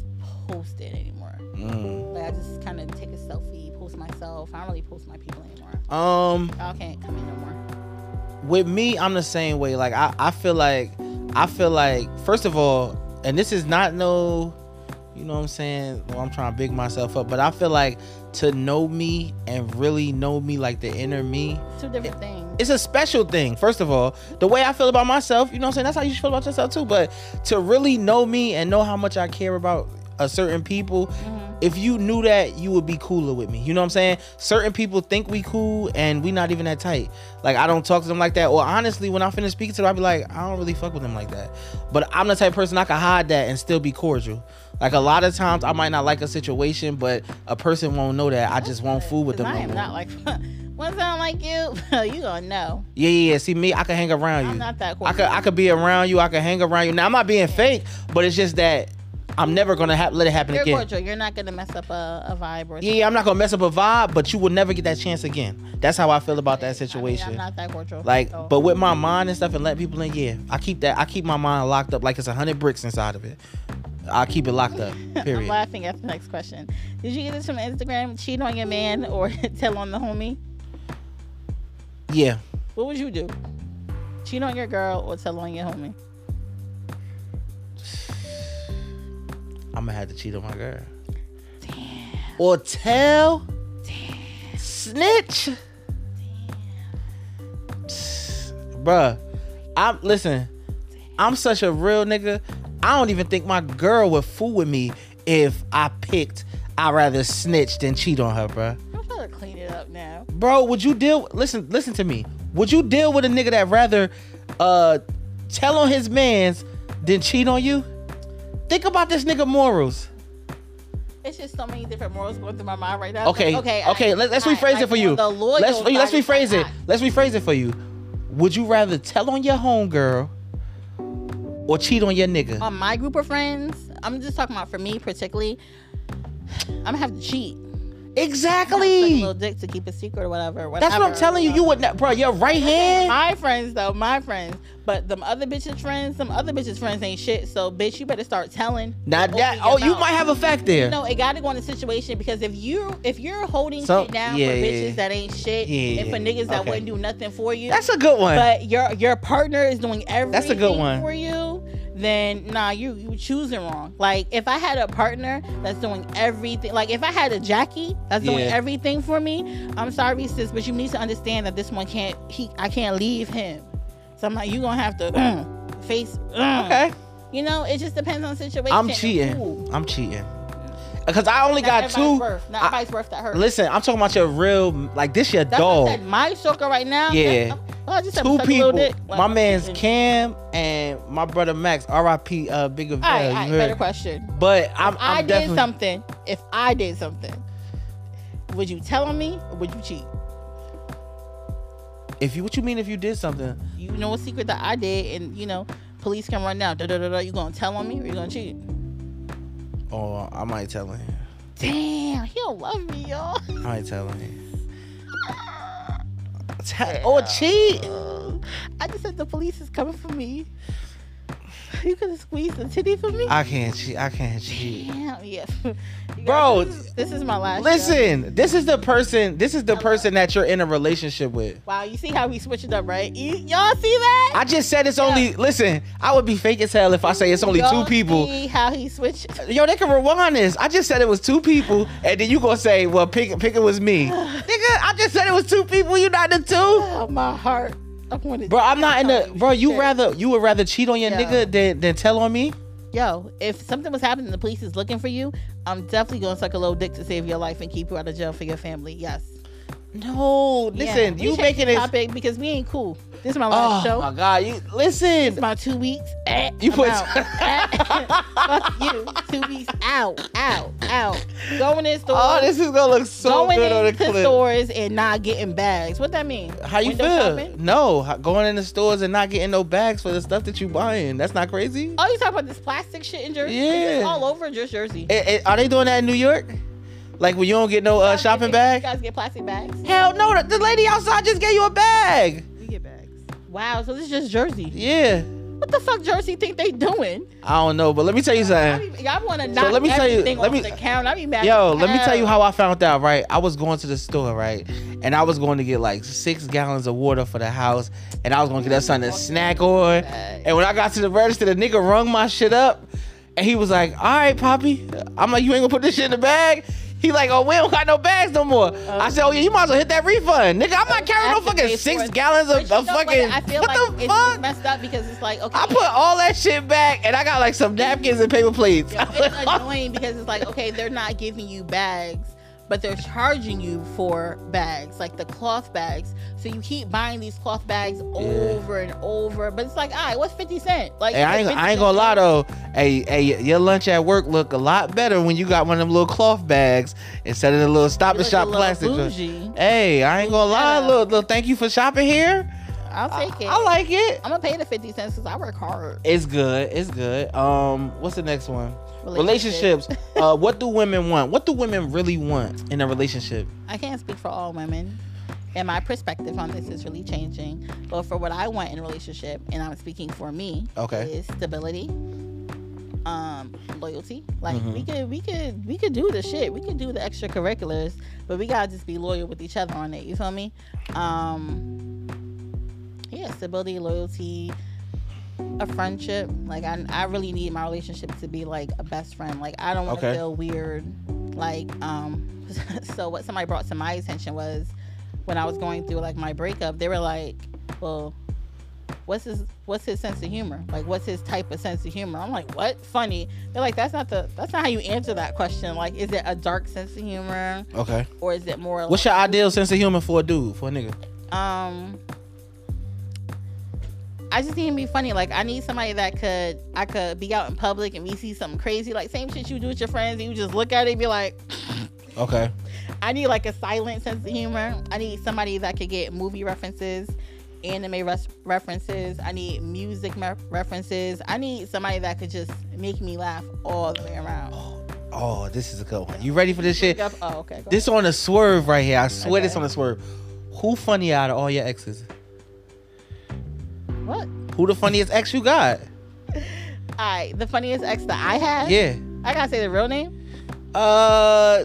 [SPEAKER 2] post it anymore.
[SPEAKER 1] Mm.
[SPEAKER 2] Like I just kind of take a selfie, post myself. I don't really post my people anymore.
[SPEAKER 1] Um,
[SPEAKER 2] Y'all can't come in no more.
[SPEAKER 1] with me, I'm the same way. Like I, I feel like I feel like first of all, and this is not no you know what I'm saying? Well, I'm trying to big myself up, but I feel like to know me and really know me like the inner me,
[SPEAKER 2] Two different things.
[SPEAKER 1] it's a special thing. First of all, the way I feel about myself, you know what I'm saying? That's how you should feel about yourself too. But to really know me and know how much I care about a certain people,
[SPEAKER 2] Mhm.
[SPEAKER 1] if you knew that, you would be cooler with me. You know what I'm saying? Certain people think we cool and we not even that tight. Like I don't talk to them like that. Or honestly, when I finish speaking to them, I be like, I don't really fuck with them like that. But I'm the type of person I can hide that and still be cordial. Like a lot of times I might not like a situation, but a person won't know that. I just won't fool with them.
[SPEAKER 2] I
[SPEAKER 1] no
[SPEAKER 2] am
[SPEAKER 1] more.
[SPEAKER 2] not like once I don't like you, you gonna know.
[SPEAKER 1] Yeah, yeah, yeah. See me, I can hang around you.
[SPEAKER 2] I'm not that
[SPEAKER 1] I
[SPEAKER 2] cordial.
[SPEAKER 1] could I could be around you. I could hang around you. Now I'm not being fake, but it's just that I'm never gonna ha- let it happen
[SPEAKER 2] You're
[SPEAKER 1] again.
[SPEAKER 2] cordial. You're not gonna mess up a, a vibe or
[SPEAKER 1] Yeah, yeah, I'm not gonna mess up a vibe, but you will never get that chance again. That's how I feel about that
[SPEAKER 2] something. I mean,
[SPEAKER 1] situation.
[SPEAKER 2] I'm not that cordial.
[SPEAKER 1] like,
[SPEAKER 2] so-
[SPEAKER 1] but with my mind and stuff and let people in, yeah, I keep that. I keep my mind locked up like it's a hundred bricks inside of it. I keep it locked up.
[SPEAKER 2] I'm
[SPEAKER 1] Period.
[SPEAKER 2] laughing at the next question. Did you get this from Instagram? Cheat on your man or tell on the homie?
[SPEAKER 1] yeah,
[SPEAKER 2] What would you do? Cheat on your girl or tell on your homie?
[SPEAKER 1] I'm gonna have to cheat on my girl. Or tell. Snitch. Bruh, I'm listen. I'm such a real nigga. I don't even think my girl would fool with me if I picked. I rather snitch than cheat on her, bruh.
[SPEAKER 2] I'm trying to clean it up now.
[SPEAKER 1] Bro, would you deal? Listen, listen to me. Would you deal with a nigga that rather uh tell on his man's than cheat on you? Think about this nigga morals.
[SPEAKER 2] It's just so many different morals going through my mind right now.
[SPEAKER 1] Okay.
[SPEAKER 2] Like,
[SPEAKER 1] Okay.
[SPEAKER 2] I-
[SPEAKER 1] Okay. let, let's
[SPEAKER 2] I-
[SPEAKER 1] rephrase
[SPEAKER 2] I
[SPEAKER 1] it for
[SPEAKER 2] want
[SPEAKER 1] you.
[SPEAKER 2] The loyal
[SPEAKER 1] let's let's
[SPEAKER 2] side of my
[SPEAKER 1] rephrase it.
[SPEAKER 2] act.
[SPEAKER 1] Let's rephrase it for you. Would you rather tell on your homegirl or cheat on your nigga?
[SPEAKER 2] On my group of friends, I'm just talking about for me particularly. I'm gonna have to cheat. Suck a
[SPEAKER 1] exactly.
[SPEAKER 2] little dick to keep a secret or whatever.
[SPEAKER 1] That's what I'm
[SPEAKER 2] whatever.
[SPEAKER 1] telling you. You would not, bro. Your right hand.
[SPEAKER 2] My friends though, my friends. But them other bitches' friends, some other bitches' friends ain't shit. So bitch, you better start telling.
[SPEAKER 1] Now
[SPEAKER 2] Open
[SPEAKER 1] that.
[SPEAKER 2] your
[SPEAKER 1] Oh, you
[SPEAKER 2] mouth.
[SPEAKER 1] might have a fact there.
[SPEAKER 2] No, it gotta go on the situation because if you if you're holding
[SPEAKER 1] So-
[SPEAKER 2] shit down
[SPEAKER 1] yeah,
[SPEAKER 2] for
[SPEAKER 1] yeah,
[SPEAKER 2] bitches
[SPEAKER 1] yeah.
[SPEAKER 2] that ain't shit
[SPEAKER 1] Yeah,
[SPEAKER 2] and
[SPEAKER 1] yeah,
[SPEAKER 2] for niggas that
[SPEAKER 1] okay.
[SPEAKER 2] wouldn't do nothing for you,
[SPEAKER 1] That's a good one.
[SPEAKER 2] but your your partner is doing everything
[SPEAKER 1] a good one.
[SPEAKER 2] for you, then nah, you you choosing wrong. Like if I had a partner that's doing everything, like if I had a Jackie that's doing
[SPEAKER 1] Yeah.
[SPEAKER 2] everything for me, I'm sorry sis, but you need to understand that this one can't he I can't leave him. So I'm like you gonna have to face. um,
[SPEAKER 1] okay.
[SPEAKER 2] You know, it just depends on situation.
[SPEAKER 1] I'm
[SPEAKER 2] and who.
[SPEAKER 1] cheating. I'm cheating. Cause I only
[SPEAKER 2] Not
[SPEAKER 1] got
[SPEAKER 2] everybody's
[SPEAKER 1] two.
[SPEAKER 2] Worth, not
[SPEAKER 1] I-
[SPEAKER 2] everybody's worth that hurt.
[SPEAKER 1] Listen, I'm talking about your real. Like this, your
[SPEAKER 2] that's
[SPEAKER 1] dog.
[SPEAKER 2] what I said. My circle right now.
[SPEAKER 1] Yeah.
[SPEAKER 2] Oh, I just have to
[SPEAKER 1] two
[SPEAKER 2] suck a
[SPEAKER 1] people.
[SPEAKER 2] little dick. Like,
[SPEAKER 1] my man's
[SPEAKER 2] mm.
[SPEAKER 1] Cam and my brother Max. R.I.P. Uh, Big of
[SPEAKER 2] All right,
[SPEAKER 1] L,
[SPEAKER 2] all
[SPEAKER 1] you
[SPEAKER 2] right.
[SPEAKER 1] heard?
[SPEAKER 2] Better question.
[SPEAKER 1] But I'm, I'm
[SPEAKER 2] I did
[SPEAKER 1] definitely.
[SPEAKER 2] something, if I did something, would you tell on me or would you cheat?
[SPEAKER 1] If you, what you mean? If you did something,
[SPEAKER 2] You know a secret that I did, and you know, police can run now. Da da da da. You gonna tell on me or you gonna cheat?
[SPEAKER 1] oh, I might tell him.
[SPEAKER 2] Damn, he don't love me, y'all.
[SPEAKER 1] I ain't telling him. Tell- Or cheat.
[SPEAKER 2] I just said the police is coming for me. You could have squeezed the titty for me.
[SPEAKER 1] I can't cheat. I can't cheat.
[SPEAKER 2] Damn, yeah. You guys,
[SPEAKER 1] Bro,
[SPEAKER 2] this is, this is my last. show.
[SPEAKER 1] Listen, this is the person. This is the
[SPEAKER 2] Hello.
[SPEAKER 1] person that you're in a relationship with.
[SPEAKER 2] Wow, you see how we switch it up, right? You, y'all see that?
[SPEAKER 1] I just said it's only. Listen, I would be fake as hell if I say it's only
[SPEAKER 2] Y'all
[SPEAKER 1] two people.
[SPEAKER 2] See how he switched?
[SPEAKER 1] Yo, they can rewind this. I just said it was two people, and then you gonna say, "Well, pick, pick it was me, nigga." I just said it was two people. You not the two,
[SPEAKER 2] Oh, my heart. I wanted.
[SPEAKER 1] bro. I'm not in the bro. You
[SPEAKER 2] rather.
[SPEAKER 1] rather you would rather cheat on your
[SPEAKER 2] Yeah.
[SPEAKER 1] nigga than than tell on me.
[SPEAKER 2] yo, if something was happening, and the police is looking for you. I'm definitely gonna suck a little dick to save your life and keep you out of jail for your family. Yes.
[SPEAKER 1] No, listen,
[SPEAKER 2] Yeah, we
[SPEAKER 1] you
[SPEAKER 2] changed
[SPEAKER 1] making
[SPEAKER 2] the
[SPEAKER 1] it.
[SPEAKER 2] topic because we ain't cool. This is my
[SPEAKER 1] Oh
[SPEAKER 2] last show.
[SPEAKER 1] my god, you
[SPEAKER 2] It's
[SPEAKER 1] listen.
[SPEAKER 2] about two weeks. Eh,
[SPEAKER 1] You
[SPEAKER 2] I'm
[SPEAKER 1] put-
[SPEAKER 2] out. Eh, fuck you. Two weeks out, out, out. Going in stores.
[SPEAKER 1] Oh, this is gonna look so
[SPEAKER 2] going
[SPEAKER 1] good on the
[SPEAKER 2] into
[SPEAKER 1] clip.
[SPEAKER 2] stores and not getting bags. What that mean?
[SPEAKER 1] How you
[SPEAKER 2] Window
[SPEAKER 1] feel?
[SPEAKER 2] shopping?
[SPEAKER 1] No, how- going in the stores and not getting no bags for the stuff that you buying. That's not crazy.
[SPEAKER 2] Oh, you talking about this plastic shit in Jersey?
[SPEAKER 1] Yeah.
[SPEAKER 2] It's all over just Jersey.
[SPEAKER 1] Eh, eh, are they doing that in New York? Like when you don't get no uh, shopping bag?
[SPEAKER 2] You guys get plastic bags?
[SPEAKER 1] Hell no, the, the lady outside just gave you a bag.
[SPEAKER 2] We get bags. Wow, so this is just Jersey.
[SPEAKER 1] Yeah.
[SPEAKER 2] What the fuck Jersey think they doing?
[SPEAKER 1] I don't know, but let me tell you
[SPEAKER 2] I
[SPEAKER 1] something.
[SPEAKER 2] be, y'all want to knock
[SPEAKER 1] let me tell you-
[SPEAKER 2] everything
[SPEAKER 1] let
[SPEAKER 2] off
[SPEAKER 1] me-
[SPEAKER 2] the count. I be mad.
[SPEAKER 1] Yo,
[SPEAKER 2] as
[SPEAKER 1] let me tell you
[SPEAKER 2] hell.
[SPEAKER 1] how I found out, right? I was going to the store, right? And I was going to get like six gallons of water for the house, and I was going to get us something to snack on. And when I got to the register, the nigga rung my shit up, and he was like, All right, Poppy. I'm like, You ain't gonna put this shit in the bag? He like, oh, we don't got no bags no more. I said, oh yeah, you might as well hit that refund, nigga. I'm not carrying no
[SPEAKER 2] Oh, That's the
[SPEAKER 1] fucking
[SPEAKER 2] day
[SPEAKER 1] six
[SPEAKER 2] for it.
[SPEAKER 1] gallons
[SPEAKER 2] But
[SPEAKER 1] of,
[SPEAKER 2] you
[SPEAKER 1] of
[SPEAKER 2] know what?
[SPEAKER 1] fucking.
[SPEAKER 2] I feel
[SPEAKER 1] what
[SPEAKER 2] like
[SPEAKER 1] the
[SPEAKER 2] it's
[SPEAKER 1] fuck?
[SPEAKER 2] messed up because it's like okay.
[SPEAKER 1] I put all that shit back, and I got like some napkins and paper plates.
[SPEAKER 2] Yeah, it's annoying because it's like okay they're not giving you bags but they're charging you for bags like the cloth bags so you keep buying these cloth bags over and over but it's like all right what's 50 cent like
[SPEAKER 1] Hey, I ain't, I ain't gonna lie though. Hey, hey, your lunch at work look a lot better when you got one of them little cloth bags instead of the little stop and shop plastic. joint.
[SPEAKER 2] bougie.
[SPEAKER 1] Hey, I ain't gonna lie.
[SPEAKER 2] Yeah.
[SPEAKER 1] Little, little thank you for shopping here.
[SPEAKER 2] i'll
[SPEAKER 1] I,
[SPEAKER 2] take it
[SPEAKER 1] I
[SPEAKER 2] I,
[SPEAKER 1] like it.
[SPEAKER 2] am gonna pay the 50 cents because i work hard
[SPEAKER 1] It's good. It's good. Um, what's the next one? Relationships. uh, what do women want? What do women really want in a relationship?
[SPEAKER 2] I can't speak for all women. And my perspective on this is really changing. But for what I want in a relationship, and I'm speaking for me,
[SPEAKER 1] Okay.
[SPEAKER 2] is stability, um, loyalty. Like
[SPEAKER 1] Mhm.
[SPEAKER 2] we could we could we could do the shit. We could do the extracurriculars, but we gotta just be loyal with each other on it. You feel me? Um Yeah, stability, loyalty, a friendship. Like I I really need my relationship to be like a best friend. Like I don't wanna
[SPEAKER 1] Okay.
[SPEAKER 2] feel weird. Like, um so what somebody brought to my attention was when I was going through like my breakup, they were like, Well, what's his what's his sense of humor? Like what's his type of sense of humor? I'm like, what? Funny. They're like, that's not the that's not how you answer that question. Like, is it a dark sense of humor
[SPEAKER 1] Okay.
[SPEAKER 2] or is it more
[SPEAKER 1] What's your ideal sense of humor for a dude, for a nigga?
[SPEAKER 2] um I just need him to be funny. Like I need somebody that could I could be out in public and we see something crazy, like same shit you do with your friends, and you just look at it and be like,
[SPEAKER 1] Okay.
[SPEAKER 2] I need like a silent sense of humor. I need somebody that could get movie references, anime res- references. I need music mer- references. I need somebody that could just make me laugh all the way around.
[SPEAKER 1] Oh, this is a good one. You ready for this shit?
[SPEAKER 2] Yep. Oh, okay. go
[SPEAKER 1] This on a swerve right here. I swear
[SPEAKER 2] Okay.
[SPEAKER 1] this on a swerve. Who funny out of all your exes?
[SPEAKER 2] ahead. what?
[SPEAKER 1] Who the funniest ex you got?
[SPEAKER 2] All right. The funniest ex that I had.
[SPEAKER 1] Yeah.
[SPEAKER 2] I gotta say the real name.
[SPEAKER 1] Uh,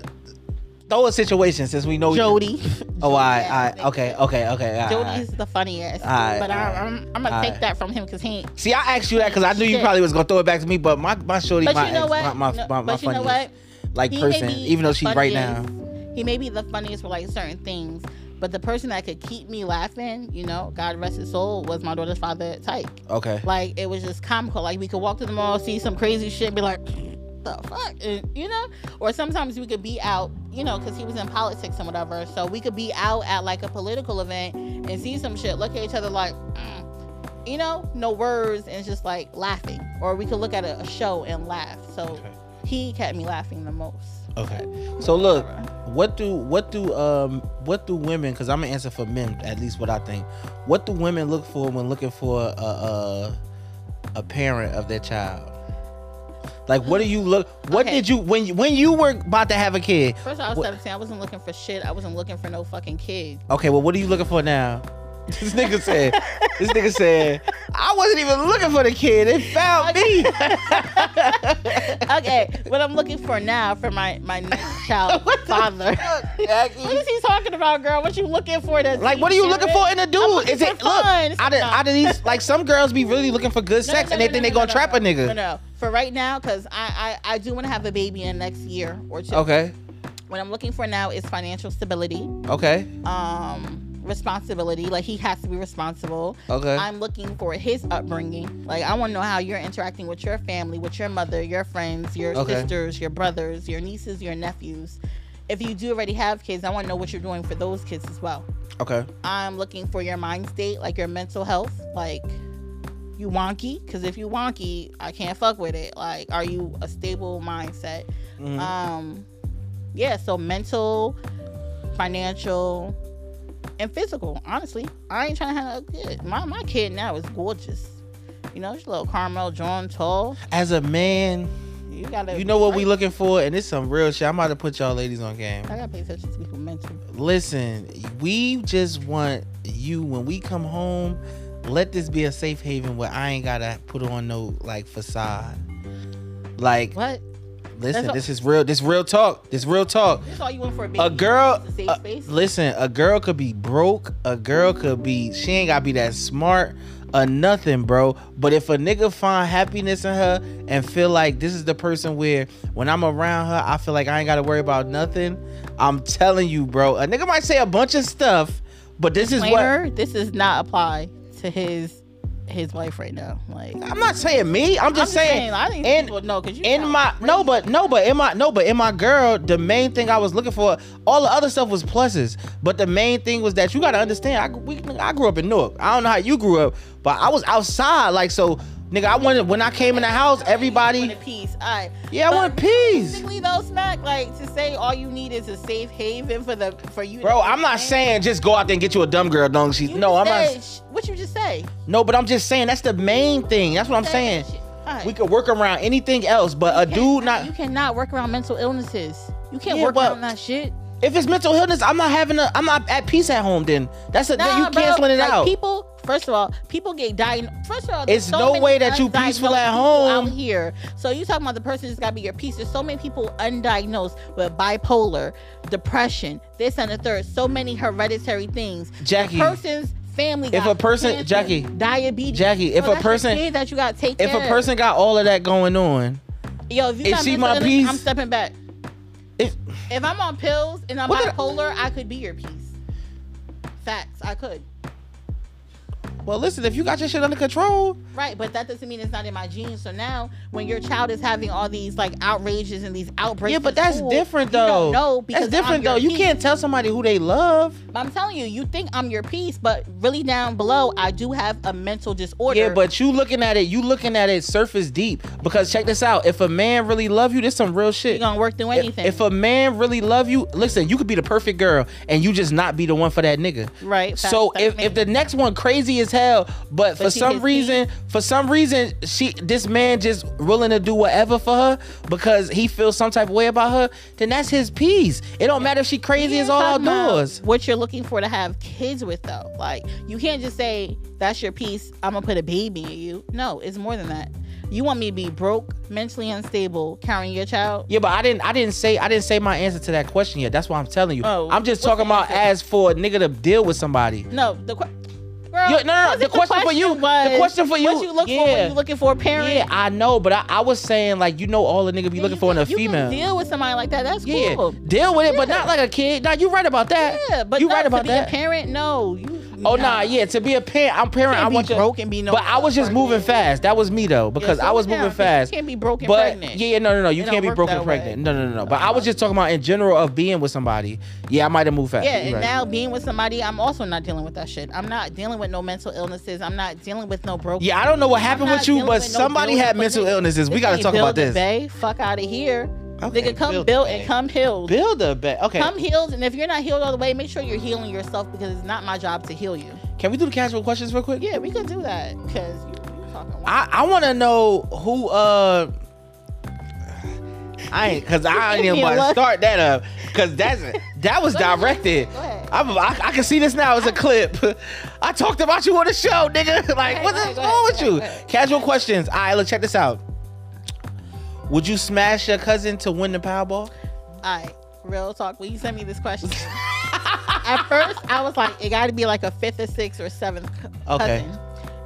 [SPEAKER 1] throw a situation since we know.
[SPEAKER 2] Jody.
[SPEAKER 1] Oh, I,
[SPEAKER 2] Jody
[SPEAKER 1] I,
[SPEAKER 2] Allen.
[SPEAKER 1] okay, okay, okay. all right.
[SPEAKER 2] Jody's the funniest.
[SPEAKER 1] Alright,
[SPEAKER 2] but
[SPEAKER 1] alright,
[SPEAKER 2] I, I'm, I'm gonna
[SPEAKER 1] alright.
[SPEAKER 2] take that from him because he ain't.
[SPEAKER 1] See, I asked you that because I knew you
[SPEAKER 2] Shit.
[SPEAKER 1] probably was gonna throw it back to me, but my my shorty,
[SPEAKER 2] But
[SPEAKER 1] my
[SPEAKER 2] you know
[SPEAKER 1] ex,
[SPEAKER 2] what?
[SPEAKER 1] my my,
[SPEAKER 2] No,
[SPEAKER 1] my, my
[SPEAKER 2] but you know
[SPEAKER 1] funniest,
[SPEAKER 2] what?
[SPEAKER 1] like
[SPEAKER 2] He may
[SPEAKER 1] person,
[SPEAKER 2] be
[SPEAKER 1] even though
[SPEAKER 2] the
[SPEAKER 1] she's right now.
[SPEAKER 2] funniest- He may be the funniest for like certain things, but the person that could keep me laughing, you know, God rest his soul, was my daughter's father, Tyke.
[SPEAKER 1] Okay.
[SPEAKER 2] Like it was just comical. Like we could walk to the mall, see some crazy shit, and be like, the fuck, and, you know. Or sometimes we could be out, you know, because he was in politics and whatever. So we could be out at like a political event and see some shit, look at each other like, mm, you know, no words, and it's just like laughing. Or we could look at a, a show and laugh. So he kept me laughing the most.
[SPEAKER 1] Okay. So look, what do what do um what do women? Because I'm gonna answer for men at least what I think. What do women look for when looking for a a, a parent of their child? Like, what do you look? What
[SPEAKER 2] Okay.
[SPEAKER 1] did you when you when you were about to have a kid?
[SPEAKER 2] First, I was
[SPEAKER 1] What-
[SPEAKER 2] 17. I wasn't looking for shit. I wasn't looking for no fucking kid.
[SPEAKER 1] Okay, well, what are you looking for now? This nigga said. this nigga said. I wasn't even looking for the kid. It found me.
[SPEAKER 2] Okay, what I'm looking for now for my my next child father. What
[SPEAKER 1] Jackie?
[SPEAKER 2] is he talking about, girl? What you looking for? That's
[SPEAKER 1] Like, what are you looking for in a dude?
[SPEAKER 2] looking
[SPEAKER 1] Is it
[SPEAKER 2] for
[SPEAKER 1] look?
[SPEAKER 2] fun.
[SPEAKER 1] Out of out of these, like, some girls be really looking for good
[SPEAKER 2] No,
[SPEAKER 1] sex,
[SPEAKER 2] no,
[SPEAKER 1] and they
[SPEAKER 2] no,
[SPEAKER 1] think
[SPEAKER 2] no,
[SPEAKER 1] they
[SPEAKER 2] no,
[SPEAKER 1] gonna
[SPEAKER 2] no,
[SPEAKER 1] trap
[SPEAKER 2] no.
[SPEAKER 1] a nigga.
[SPEAKER 2] No, no. For right now, because I, I I do want to have a baby in the next year or two.
[SPEAKER 1] Okay,
[SPEAKER 2] What I'm looking for now is financial stability,
[SPEAKER 1] okay,
[SPEAKER 2] um, responsibility. Like he has to be responsible.
[SPEAKER 1] okay.
[SPEAKER 2] I'm looking for his upbringing. Like I want to know how you're interacting with your family, with your mother, your friends, your
[SPEAKER 1] Okay.
[SPEAKER 2] sisters, your brothers, your nieces, your nephews. If you do already have kids, I want to know what you're doing for those kids as well.
[SPEAKER 1] okay.
[SPEAKER 2] I'm looking for your mind state, like your mental health, like you wonky. Because if you wonky, I can't fuck with it. Like, are you a stable mindset?
[SPEAKER 1] Mhm.
[SPEAKER 2] Um, yeah. So mental, financial, and physical. Honestly, I ain't trying to have a kid. My my kid now is gorgeous. You know, she's a little Carmel, drawn tall.
[SPEAKER 1] As a man,
[SPEAKER 2] You gotta.
[SPEAKER 1] you know what we looking for, and it's some real shit. I'm about to put y'all ladies on game.
[SPEAKER 2] I gotta pay attention to people mental.
[SPEAKER 1] Listen, we just want you when we come home. Let this be a safe haven where I ain't gotta put on no like facade. Like,
[SPEAKER 2] What?
[SPEAKER 1] listen,
[SPEAKER 2] That's a-
[SPEAKER 1] this is real. This real talk. This real talk.
[SPEAKER 2] This all you want for a baby?
[SPEAKER 1] A girl, uh,
[SPEAKER 2] It's a safe
[SPEAKER 1] a-
[SPEAKER 2] space.
[SPEAKER 1] listen, a girl could be broke. A girl could be. She ain't gotta be that smart. or nothing, bro. But if a nigga find happiness in her and feel like this is the person where when I'm around her, I feel like I ain't gotta worry about nothing. I'm telling you, bro. A nigga might say a bunch of stuff, but this is what
[SPEAKER 2] Later, this does not apply to his his wife right now. Like
[SPEAKER 1] I'm not saying me. I'm just, saying,
[SPEAKER 2] I think
[SPEAKER 1] in-
[SPEAKER 2] people know because you
[SPEAKER 1] in
[SPEAKER 2] sound
[SPEAKER 1] my
[SPEAKER 2] crazy.
[SPEAKER 1] no but no but in my no but in my girl the main thing i was looking for all the other stuff was pluses but the main thing was that you got to understand i we, i grew up in newark i don't know how you grew up but i was outside like so nigga i wanted when i came in the house
[SPEAKER 2] You
[SPEAKER 1] everybody
[SPEAKER 2] want a peace. All right.
[SPEAKER 1] yeah i
[SPEAKER 2] But
[SPEAKER 1] want peace
[SPEAKER 2] Basically, though, smack like to say all you need is a safe haven for the for you. to
[SPEAKER 1] bro
[SPEAKER 2] do
[SPEAKER 1] i'm not
[SPEAKER 2] things.
[SPEAKER 1] saying just go out there and get you a dumb girl dong she
[SPEAKER 2] You
[SPEAKER 1] no i'm
[SPEAKER 2] just
[SPEAKER 1] not
[SPEAKER 2] said sh- What you just say?
[SPEAKER 1] no but i'm just saying that's the main thing that's what i'm
[SPEAKER 2] Say
[SPEAKER 1] saying
[SPEAKER 2] shit. All right.
[SPEAKER 1] we could work around anything else but a
[SPEAKER 2] You
[SPEAKER 1] dude
[SPEAKER 2] can't-
[SPEAKER 1] not
[SPEAKER 2] You cannot work around mental illnesses. You can't
[SPEAKER 1] Yeah,
[SPEAKER 2] work
[SPEAKER 1] but-
[SPEAKER 2] around that shit.
[SPEAKER 1] if it's mental illness i'm not having a i'm not at peace at home then that's a
[SPEAKER 2] Nah,
[SPEAKER 1] you
[SPEAKER 2] bro.
[SPEAKER 1] canceling it
[SPEAKER 2] Like,
[SPEAKER 1] out
[SPEAKER 2] People, first of all, people get diagnosed. First of all,
[SPEAKER 1] It's
[SPEAKER 2] there's so
[SPEAKER 1] no
[SPEAKER 2] many
[SPEAKER 1] way that you peaceful
[SPEAKER 2] undiagnosed
[SPEAKER 1] at
[SPEAKER 2] people
[SPEAKER 1] home.
[SPEAKER 2] out here. So you talking about the person that's got to be your piece? There's so many people undiagnosed with bipolar, depression, this and the third. So many hereditary things.
[SPEAKER 1] Jackie.
[SPEAKER 2] person's family.
[SPEAKER 1] If
[SPEAKER 2] got
[SPEAKER 1] a person-
[SPEAKER 2] cancer,
[SPEAKER 1] Jackie.
[SPEAKER 2] diabetes.
[SPEAKER 1] Jackie, if
[SPEAKER 2] So
[SPEAKER 1] a
[SPEAKER 2] that's your
[SPEAKER 1] person-
[SPEAKER 2] kid that you got to take
[SPEAKER 1] if
[SPEAKER 2] care
[SPEAKER 1] a
[SPEAKER 2] of.
[SPEAKER 1] person got all of that going on,
[SPEAKER 2] yo, if you
[SPEAKER 1] is
[SPEAKER 2] got
[SPEAKER 1] she
[SPEAKER 2] mental
[SPEAKER 1] my
[SPEAKER 2] illness,
[SPEAKER 1] piece?
[SPEAKER 2] I'm stepping back.
[SPEAKER 1] if
[SPEAKER 2] If I'm on pills and I'm
[SPEAKER 1] What the-
[SPEAKER 2] bipolar, I could be your piece. Facts, I could.
[SPEAKER 1] well, listen, if you got your shit under control,
[SPEAKER 2] Right, but that doesn't mean it's not in my genes. So now, when your child is having all these like outrages and these outbreaks,
[SPEAKER 1] yeah, but
[SPEAKER 2] in
[SPEAKER 1] that's
[SPEAKER 2] school,
[SPEAKER 1] different
[SPEAKER 2] you
[SPEAKER 1] though.
[SPEAKER 2] don't know because
[SPEAKER 1] that's different
[SPEAKER 2] I'm your
[SPEAKER 1] though. You
[SPEAKER 2] piece.
[SPEAKER 1] can't tell somebody who they love.
[SPEAKER 2] But I'm telling you, you think I'm your piece, but really down below, I do have a mental disorder.
[SPEAKER 1] Yeah, but you looking at it, you looking at it surface deep. Because check this out, if a man really love you, this some real shit.
[SPEAKER 2] you gonna work through
[SPEAKER 1] If-
[SPEAKER 2] anything.
[SPEAKER 1] If, a man really love you, listen, you could be the perfect girl and you just not be the one for that nigga.
[SPEAKER 2] Right, facts,
[SPEAKER 1] So
[SPEAKER 2] like
[SPEAKER 1] if,
[SPEAKER 2] me.
[SPEAKER 1] if the next one crazy as hell, but, for
[SPEAKER 2] she
[SPEAKER 1] some
[SPEAKER 2] his
[SPEAKER 1] reason, for some reason, she this man just willing to do whatever for her because he feels some type of way about her, then that's his peace. It don't matter if she crazy as
[SPEAKER 2] You're
[SPEAKER 1] all
[SPEAKER 2] talking about
[SPEAKER 1] outdoors.
[SPEAKER 2] What you're looking for to have kids with, though, like you can't just say that's your piece. I'm gonna put a baby in you. No, it's more than that. You want me to be broke, mentally unstable, carrying your child?
[SPEAKER 1] Yeah, but I didn't I didn't say I didn't say my answer to that question yet. That's why I'm telling you.
[SPEAKER 2] Oh,
[SPEAKER 1] I'm just
[SPEAKER 2] what's
[SPEAKER 1] talking
[SPEAKER 2] the
[SPEAKER 1] about
[SPEAKER 2] answer?
[SPEAKER 1] as for a nigga to deal with somebody.
[SPEAKER 2] No, the que- girl.
[SPEAKER 1] Yeah, no, no, no,
[SPEAKER 2] wasn't
[SPEAKER 1] the question for you- the question for you-
[SPEAKER 2] What you look for
[SPEAKER 1] yeah.
[SPEAKER 2] when you looking for a parent?
[SPEAKER 1] Yeah, I know, but I, I was saying like you know all a nigga be
[SPEAKER 2] Yeah,
[SPEAKER 1] looking
[SPEAKER 2] you
[SPEAKER 1] for in
[SPEAKER 2] can-
[SPEAKER 1] a
[SPEAKER 2] you can
[SPEAKER 1] female.
[SPEAKER 2] deal with somebody like that. That's
[SPEAKER 1] Yeah,
[SPEAKER 2] cool.
[SPEAKER 1] deal with it, but
[SPEAKER 2] Yeah.
[SPEAKER 1] not like a kid. Nah, you right about that.
[SPEAKER 2] Yeah, but
[SPEAKER 1] you
[SPEAKER 2] not
[SPEAKER 1] right
[SPEAKER 2] to
[SPEAKER 1] about
[SPEAKER 2] be
[SPEAKER 1] that.
[SPEAKER 2] a parent. No, you.
[SPEAKER 1] Oh nah, yeah. To be a parent, I'm parent. I
[SPEAKER 2] I
[SPEAKER 1] want
[SPEAKER 2] be
[SPEAKER 1] you.
[SPEAKER 2] broke and be no.
[SPEAKER 1] but I was just moving fast. That was me though, because I was moving fast.
[SPEAKER 2] You can't be broken
[SPEAKER 1] but
[SPEAKER 2] pregnant.
[SPEAKER 1] yeah, yeah, no, no, no. You
[SPEAKER 2] It
[SPEAKER 1] can't
[SPEAKER 2] don't
[SPEAKER 1] be
[SPEAKER 2] work
[SPEAKER 1] broken
[SPEAKER 2] that way.
[SPEAKER 1] pregnant. No, no, no, no. But
[SPEAKER 2] No,
[SPEAKER 1] I was
[SPEAKER 2] no.
[SPEAKER 1] just talking about in general of being with somebody. Yeah, I might have moved fast.
[SPEAKER 2] Yeah,
[SPEAKER 1] You
[SPEAKER 2] and
[SPEAKER 1] right.
[SPEAKER 2] now being with somebody, I'm also not dealing with that shit. I'm not dealing with no mental illnesses. I'm not dealing with no broken.
[SPEAKER 1] Yeah, I don't know what happened
[SPEAKER 2] not
[SPEAKER 1] with you,
[SPEAKER 2] dealing
[SPEAKER 1] but
[SPEAKER 2] with no
[SPEAKER 1] somebody
[SPEAKER 2] bills
[SPEAKER 1] had
[SPEAKER 2] for
[SPEAKER 1] mental
[SPEAKER 2] niggas.
[SPEAKER 1] illnesses. We
[SPEAKER 2] This
[SPEAKER 1] gotta
[SPEAKER 2] ain't
[SPEAKER 1] talk
[SPEAKER 2] Build
[SPEAKER 1] about
[SPEAKER 2] a
[SPEAKER 1] this.
[SPEAKER 2] Bay, fuck out of here.
[SPEAKER 1] Okay,
[SPEAKER 2] Nigga, come
[SPEAKER 1] Build a
[SPEAKER 2] built
[SPEAKER 1] Bay.
[SPEAKER 2] and come healed.
[SPEAKER 1] Build a bed. Okay.
[SPEAKER 2] Come healed, and if you're not healed all the way, make sure you're healing yourself because it's not my job to heal you.
[SPEAKER 1] Can we do the casual questions real quick?
[SPEAKER 2] Yeah, we could do that because you, you talking. wild.
[SPEAKER 1] I, I want to know who uh I ain't cause I ain't even
[SPEAKER 2] Yeah,
[SPEAKER 1] about to
[SPEAKER 2] look.
[SPEAKER 1] start that up cause that's that was
[SPEAKER 2] Go ahead.
[SPEAKER 1] directed.
[SPEAKER 2] Go ahead.
[SPEAKER 1] I'm, I, I can see this now as a clip. I talked about you on the show, nigga. Like
[SPEAKER 2] ahead,
[SPEAKER 1] what's
[SPEAKER 2] go ahead, go
[SPEAKER 1] wrong with
[SPEAKER 2] ahead,
[SPEAKER 1] you?
[SPEAKER 2] go ahead.
[SPEAKER 1] Casual questions. All right, look, check this out. Would you smash your cousin to win the Powerball?
[SPEAKER 2] All right, real talk. When you sent me this question, at first I was like, it got to be like a fifth or sixth or seventh c-
[SPEAKER 1] Okay.
[SPEAKER 2] cousin.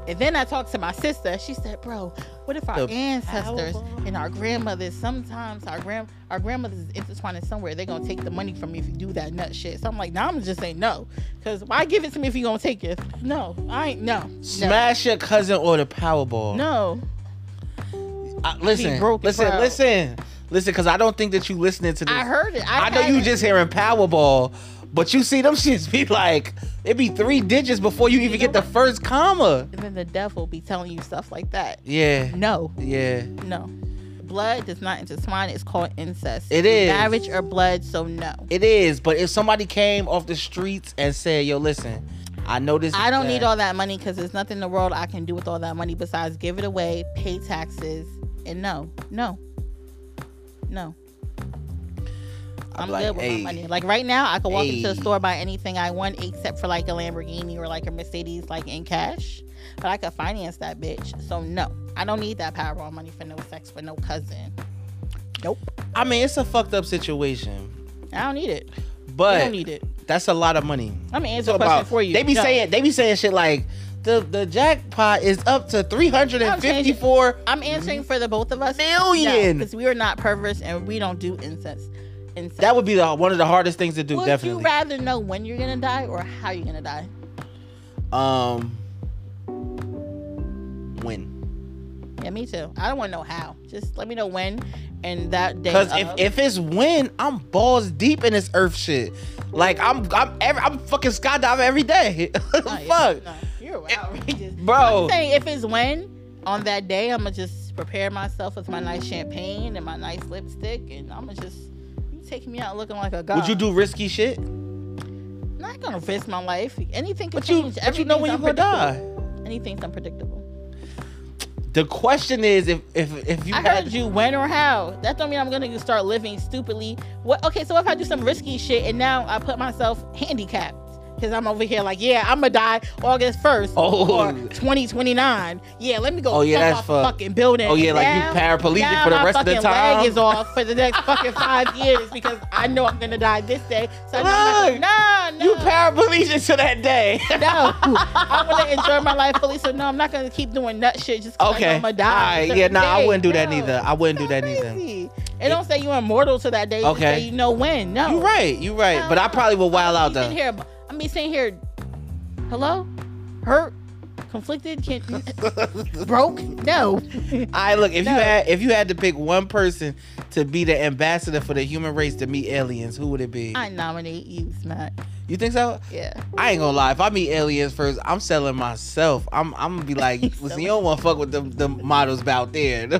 [SPEAKER 2] And then I talked to my sister. She said, "Bro, what if our
[SPEAKER 1] The
[SPEAKER 2] ancestors
[SPEAKER 1] Powerball.
[SPEAKER 2] and our grandmothers? Sometimes our grand our grandmothers is intertwined in somewhere. They're gonna take the money from you if you do that nut shit." So I'm like, "Nah, I'm just saying no, cause why give it to me if you gonna take it? No, I ain't no no,
[SPEAKER 1] Smash your cousin or the Powerball?
[SPEAKER 2] no."
[SPEAKER 1] I- listen,
[SPEAKER 2] broke and
[SPEAKER 1] listen,
[SPEAKER 2] proud.
[SPEAKER 1] listen, listen, because I don't think that you listening to this.
[SPEAKER 2] I heard it. I,
[SPEAKER 1] I know
[SPEAKER 2] had
[SPEAKER 1] you
[SPEAKER 2] it.
[SPEAKER 1] just hearing Powerball, but you see them shits be like it be three digits before you even get the first comma.
[SPEAKER 2] And then the devil be telling you stuff like that.
[SPEAKER 1] Yeah,
[SPEAKER 2] No,
[SPEAKER 1] yeah.
[SPEAKER 2] no. Blood does not intertwine. It's called incest.
[SPEAKER 1] It
[SPEAKER 2] You're
[SPEAKER 1] is.
[SPEAKER 2] marriage or blood. So no.
[SPEAKER 1] It is, but if somebody came off the streets and said, "Yo, listen, I know this,"
[SPEAKER 2] I don't need all that money because there's nothing in the world I can do with all that money besides give it away, pay taxes, and no, no, no. I'm
[SPEAKER 1] like,
[SPEAKER 2] good with
[SPEAKER 1] "Hey."
[SPEAKER 2] my money. Like right now, I could walk into
[SPEAKER 1] Hey.
[SPEAKER 2] the store buy anything I want except for like a Lamborghini or like a Mercedes, like in cash. But I could finance that bitch. So no, I don't need that Powerball money for no sex for no cousin. Nope,
[SPEAKER 1] I mean, it's a fucked up situation,
[SPEAKER 2] I don't need it. I
[SPEAKER 1] but
[SPEAKER 2] don't need it.
[SPEAKER 1] that's a lot of money.
[SPEAKER 2] I'm gonna answer
[SPEAKER 1] So
[SPEAKER 2] a question
[SPEAKER 1] about
[SPEAKER 2] for you.
[SPEAKER 1] they be
[SPEAKER 2] No.
[SPEAKER 1] saying they be saying shit like, The the jackpot is up to three hundred and fifty four.
[SPEAKER 2] I'm answering for the both of us.
[SPEAKER 1] Million.
[SPEAKER 2] Because we are not perverse and we don't do incest. Incest.
[SPEAKER 1] That would be the, one of the hardest things to do.
[SPEAKER 2] Would
[SPEAKER 1] definitely.
[SPEAKER 2] you rather know when you're gonna die or how you're gonna die?
[SPEAKER 1] um. When?
[SPEAKER 2] Yeah, me too. I don't want to know how. Just let me know when and that day.
[SPEAKER 1] Because
[SPEAKER 2] of.
[SPEAKER 1] if, if it's when, I'm balls deep in this earth shit. Like I'm I'm every, I'm fucking skydiving every day.
[SPEAKER 2] No, yeah,
[SPEAKER 1] Fuck. Eh,
[SPEAKER 2] no, you're outrageous,
[SPEAKER 1] Bro.
[SPEAKER 2] I'm saying if it's when on that day, I'm gonna just prepare myself with my nice champagne and my nice lipstick, and I'm gonna just you take me out looking like a god.
[SPEAKER 1] Would you do risky shit?
[SPEAKER 2] Not gonna risk my life. Anything can
[SPEAKER 1] But you
[SPEAKER 2] change.
[SPEAKER 1] but you know when you're
[SPEAKER 2] Everything's
[SPEAKER 1] gonna die.
[SPEAKER 2] unpredictable. Anything's unpredictable.
[SPEAKER 1] The question is if if if you
[SPEAKER 2] I
[SPEAKER 1] had
[SPEAKER 2] heard you when or how. That don't mean I'm gonna start living stupidly. What? Okay, so if I do some risky shit and now I put myself handicapped because I'm over here like, yeah, I'm gonna die August first
[SPEAKER 1] Oh.
[SPEAKER 2] or 2029. Yeah, let me go.
[SPEAKER 1] Oh, yeah,
[SPEAKER 2] jump
[SPEAKER 1] that's
[SPEAKER 2] off
[SPEAKER 1] fuck.
[SPEAKER 2] the fucking building.
[SPEAKER 1] Oh, yeah, like you
[SPEAKER 2] Now-
[SPEAKER 1] paraplegic
[SPEAKER 2] now
[SPEAKER 1] for the
[SPEAKER 2] my
[SPEAKER 1] rest of the
[SPEAKER 2] fucking
[SPEAKER 1] time.
[SPEAKER 2] Leg is off for the next fucking five years because I know I'm gonna die this day. So
[SPEAKER 1] Look,
[SPEAKER 2] I'm not gonna, no, no.
[SPEAKER 1] you paraplegic to that day.
[SPEAKER 2] no, I want to enjoy my life fully. So no, I'm not gonna keep doing nut shit just because
[SPEAKER 1] okay.
[SPEAKER 2] I'm gonna die.
[SPEAKER 1] Alright, Yeah, no, I wouldn't do that
[SPEAKER 2] neither.
[SPEAKER 1] neither. I wouldn't do that neither.
[SPEAKER 2] Crazy. It don't say you're immortal to that day.
[SPEAKER 1] Okay.
[SPEAKER 2] Okay. Say you know when. No.
[SPEAKER 1] You right, you right. But I probably would wild out
[SPEAKER 2] Uh, I'm sitting
[SPEAKER 1] though.
[SPEAKER 2] here. I mean, sitting here. Hello, hurt, conflicted, can't, broke. No.
[SPEAKER 1] I look if
[SPEAKER 2] No.
[SPEAKER 1] you had if you had to pick one person to be the ambassador for the human race to meet aliens, who would it be?
[SPEAKER 2] I nominate you, Smack.
[SPEAKER 1] You think so?
[SPEAKER 2] Yeah.
[SPEAKER 1] I ain't gonna lie. If I meet aliens first, I'm selling myself. I'm I'm gonna be like, listen, you don't want to fuck with them them models out there.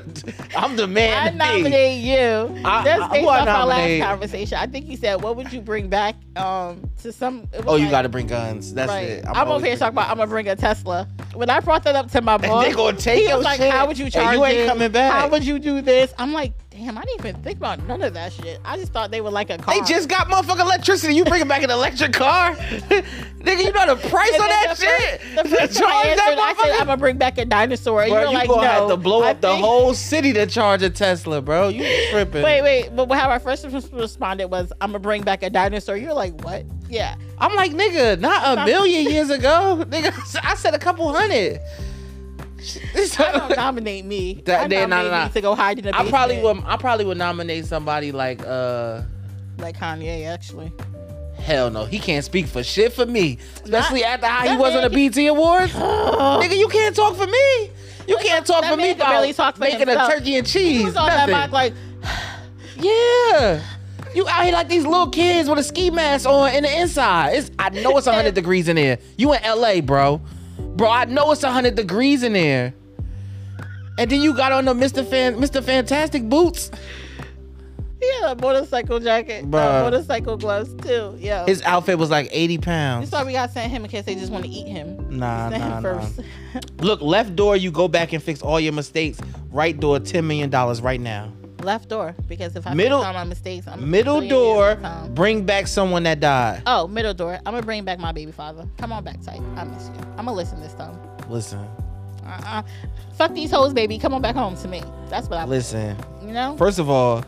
[SPEAKER 1] I'm the man.
[SPEAKER 2] I
[SPEAKER 1] to be.
[SPEAKER 2] nominate you.
[SPEAKER 1] I-
[SPEAKER 2] That's
[SPEAKER 1] I-
[SPEAKER 2] based
[SPEAKER 1] who I
[SPEAKER 2] off our
[SPEAKER 1] nominate?
[SPEAKER 2] last conversation. I think you said, "What would you bring back um, to some?" it was
[SPEAKER 1] Oh, you
[SPEAKER 2] like-
[SPEAKER 1] gotta bring guns. That's
[SPEAKER 2] right.
[SPEAKER 1] it.
[SPEAKER 2] I'm, over here talking about I'm gonna bring a Tesla. When I brought that up to my boss,
[SPEAKER 1] they gonna take
[SPEAKER 2] he
[SPEAKER 1] your
[SPEAKER 2] was like,
[SPEAKER 1] shit,
[SPEAKER 2] "How would you
[SPEAKER 1] and
[SPEAKER 2] charge
[SPEAKER 1] you ain't
[SPEAKER 2] it?
[SPEAKER 1] coming back."
[SPEAKER 2] How would you do this?" I'm like, "Damn, I didn't even think about none of that shit. I just thought they were like a car."
[SPEAKER 1] They just got motherfucking electricity. You bringing back an electric car? Nigga, you know the price
[SPEAKER 2] And
[SPEAKER 1] on
[SPEAKER 2] then
[SPEAKER 1] that
[SPEAKER 2] the first-
[SPEAKER 1] shit.
[SPEAKER 2] The first time I,
[SPEAKER 1] Charge
[SPEAKER 2] answered,
[SPEAKER 1] that
[SPEAKER 2] I said,
[SPEAKER 1] motherfucker.
[SPEAKER 2] "I'm gonna bring back a dinosaur." And
[SPEAKER 1] Bro,
[SPEAKER 2] you're
[SPEAKER 1] you
[SPEAKER 2] like,
[SPEAKER 1] gonna
[SPEAKER 2] "No."
[SPEAKER 1] have to blow
[SPEAKER 2] I
[SPEAKER 1] up the
[SPEAKER 2] think-
[SPEAKER 1] whole city to charge a Tesla, bro. You tripping?
[SPEAKER 2] Wait, wait. But how I first res- responded was, "I'm gonna bring back a dinosaur." You're like, "What?" Yeah.
[SPEAKER 1] I'm like, nigga, not a
[SPEAKER 2] Stop.
[SPEAKER 1] million years ago. Nigga, I said a couple hundred.
[SPEAKER 2] I don't nominate me.
[SPEAKER 1] That-
[SPEAKER 2] I
[SPEAKER 1] they- nah,
[SPEAKER 2] nominate
[SPEAKER 1] nah, nah.
[SPEAKER 2] me to go hide in the
[SPEAKER 1] I
[SPEAKER 2] basement.
[SPEAKER 1] probably would. I probably would nominate somebody like uh.
[SPEAKER 2] like Kanye actually.
[SPEAKER 1] Hell no, he can't speak for shit for me. Especially after how he
[SPEAKER 2] that
[SPEAKER 1] was on the
[SPEAKER 2] man
[SPEAKER 1] BT Awards. Nigga, you can't talk for me. You can't talk
[SPEAKER 2] that
[SPEAKER 1] for me
[SPEAKER 2] man can
[SPEAKER 1] about
[SPEAKER 2] barely talk for
[SPEAKER 1] making
[SPEAKER 2] himself.
[SPEAKER 1] a turkey and
[SPEAKER 2] He
[SPEAKER 1] cheese.
[SPEAKER 2] was on that
[SPEAKER 1] nothing.
[SPEAKER 2] mic like.
[SPEAKER 1] yeah. You out here like these little kids with a ski mask on in the inside. It's I know it's 100 degrees in here. You in LA, bro. Bro, I know it's 100 degrees in there. And then you got on the Mr. Fan Mr. Fantastic boots.
[SPEAKER 2] Yeah, a motorcycle jacket,
[SPEAKER 1] Bruh.
[SPEAKER 2] uh, motorcycle gloves too. Yeah.
[SPEAKER 1] His outfit was like 80
[SPEAKER 2] That's
[SPEAKER 1] pounds.
[SPEAKER 2] why we got sent him in case they just want to eat him.
[SPEAKER 1] Nah,
[SPEAKER 2] Send
[SPEAKER 1] nah,
[SPEAKER 2] him
[SPEAKER 1] nah.
[SPEAKER 2] first.
[SPEAKER 1] Look, left door, you go back and fix all your mistakes. Right door, ten million dollars right now.
[SPEAKER 2] Left door because if I
[SPEAKER 1] Middle-
[SPEAKER 2] middle, all my mistakes, I'm a
[SPEAKER 1] Middle
[SPEAKER 2] billionaire
[SPEAKER 1] door,
[SPEAKER 2] sometime.
[SPEAKER 1] bring back someone that died.
[SPEAKER 2] Oh, middle door. I'm gonna bring back my baby father. Come on back, tight. I miss you. I'm gonna listen this time.
[SPEAKER 1] Listen,
[SPEAKER 2] Uh-uh. Fuck these hoes, baby. Come on back home to me. That's what I.
[SPEAKER 1] listen.
[SPEAKER 2] You know.
[SPEAKER 1] First of all,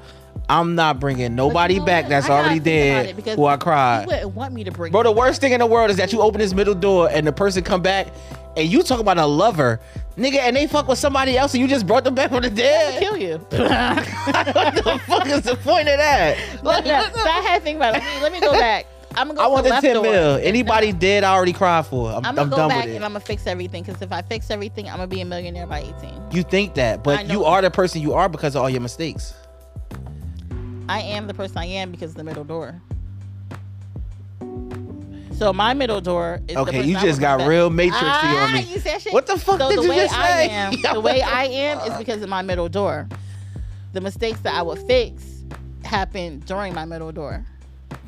[SPEAKER 1] I'm not bringing nobody
[SPEAKER 2] know
[SPEAKER 1] back
[SPEAKER 2] what?
[SPEAKER 1] that's
[SPEAKER 2] I gotta
[SPEAKER 1] already
[SPEAKER 2] think about
[SPEAKER 1] dead
[SPEAKER 2] it because
[SPEAKER 1] who I
[SPEAKER 2] you
[SPEAKER 1] cried.
[SPEAKER 2] wouldn't want me to bring.
[SPEAKER 1] Bro, the worst thing in the world is that you open this middle door and the person come back and you talk about a lover, nigga, and they fuck with somebody else and you just brought them back from the
[SPEAKER 2] I'll
[SPEAKER 1] dead.
[SPEAKER 2] kill you.
[SPEAKER 1] what the fuck is the point of that? Like,
[SPEAKER 2] Yeah, so I had to think about it. Let me, let me go back. I'm gonna go.
[SPEAKER 1] I
[SPEAKER 2] to
[SPEAKER 1] want the
[SPEAKER 2] left
[SPEAKER 1] 10
[SPEAKER 2] door.
[SPEAKER 1] mil. Anybody dead, I already cried for. I'm,
[SPEAKER 2] I'm
[SPEAKER 1] I'm,
[SPEAKER 2] gonna go
[SPEAKER 1] done
[SPEAKER 2] back
[SPEAKER 1] with it.
[SPEAKER 2] and I'm gonna fix everything because if I fix everything, I'm gonna be a millionaire by 18.
[SPEAKER 1] You think that,
[SPEAKER 2] I
[SPEAKER 1] but
[SPEAKER 2] know.
[SPEAKER 1] you are the person you are because of all your mistakes.
[SPEAKER 2] I am the person I am because of the middle door. So my middle door is. the
[SPEAKER 1] Okay,
[SPEAKER 2] person
[SPEAKER 1] you
[SPEAKER 2] I
[SPEAKER 1] just
[SPEAKER 2] was
[SPEAKER 1] got
[SPEAKER 2] back-
[SPEAKER 1] real matrixy
[SPEAKER 2] ah,
[SPEAKER 1] on me.
[SPEAKER 2] You said shit.
[SPEAKER 1] What the fuck
[SPEAKER 2] so
[SPEAKER 1] did
[SPEAKER 2] the
[SPEAKER 1] you
[SPEAKER 2] way
[SPEAKER 1] just
[SPEAKER 2] I
[SPEAKER 1] say?
[SPEAKER 2] am,
[SPEAKER 1] Yeah,
[SPEAKER 2] the
[SPEAKER 1] what
[SPEAKER 2] way
[SPEAKER 1] the
[SPEAKER 2] I am is
[SPEAKER 1] fuck?
[SPEAKER 2] because of my middle door. The mistakes that I would fix happened during my middle door.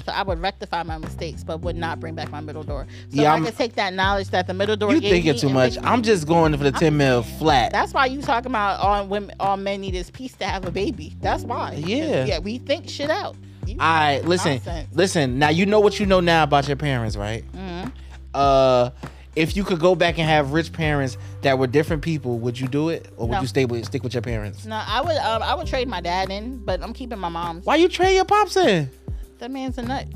[SPEAKER 2] So I would rectify my mistakes, but would not bring back my middle door. So
[SPEAKER 1] Yeah,
[SPEAKER 2] if
[SPEAKER 1] I'm-
[SPEAKER 2] I could take that knowledge that the middle door.
[SPEAKER 1] You
[SPEAKER 2] gave
[SPEAKER 1] thinking
[SPEAKER 2] me
[SPEAKER 1] too
[SPEAKER 2] and
[SPEAKER 1] much.
[SPEAKER 2] fix
[SPEAKER 1] I'm just going for the 10 mil
[SPEAKER 2] saying.
[SPEAKER 1] flat.
[SPEAKER 2] That's why you talking about all women, all men need is peace to have a baby. That's why.
[SPEAKER 1] Yeah.
[SPEAKER 2] Yeah, we think shit out. You,
[SPEAKER 1] All right, listen,
[SPEAKER 2] Nonsense.
[SPEAKER 1] listen. Now you know what you know now about your parents, right?
[SPEAKER 2] Mhm.
[SPEAKER 1] Uh, if you could go back and have rich parents that were different people, would you do it, or would
[SPEAKER 2] No.
[SPEAKER 1] you stay with stick with your parents?
[SPEAKER 2] No, I would. Um, I would trade my dad in, but I'm keeping my mom's.
[SPEAKER 1] Why you trade your pops in?
[SPEAKER 2] That man's a nut.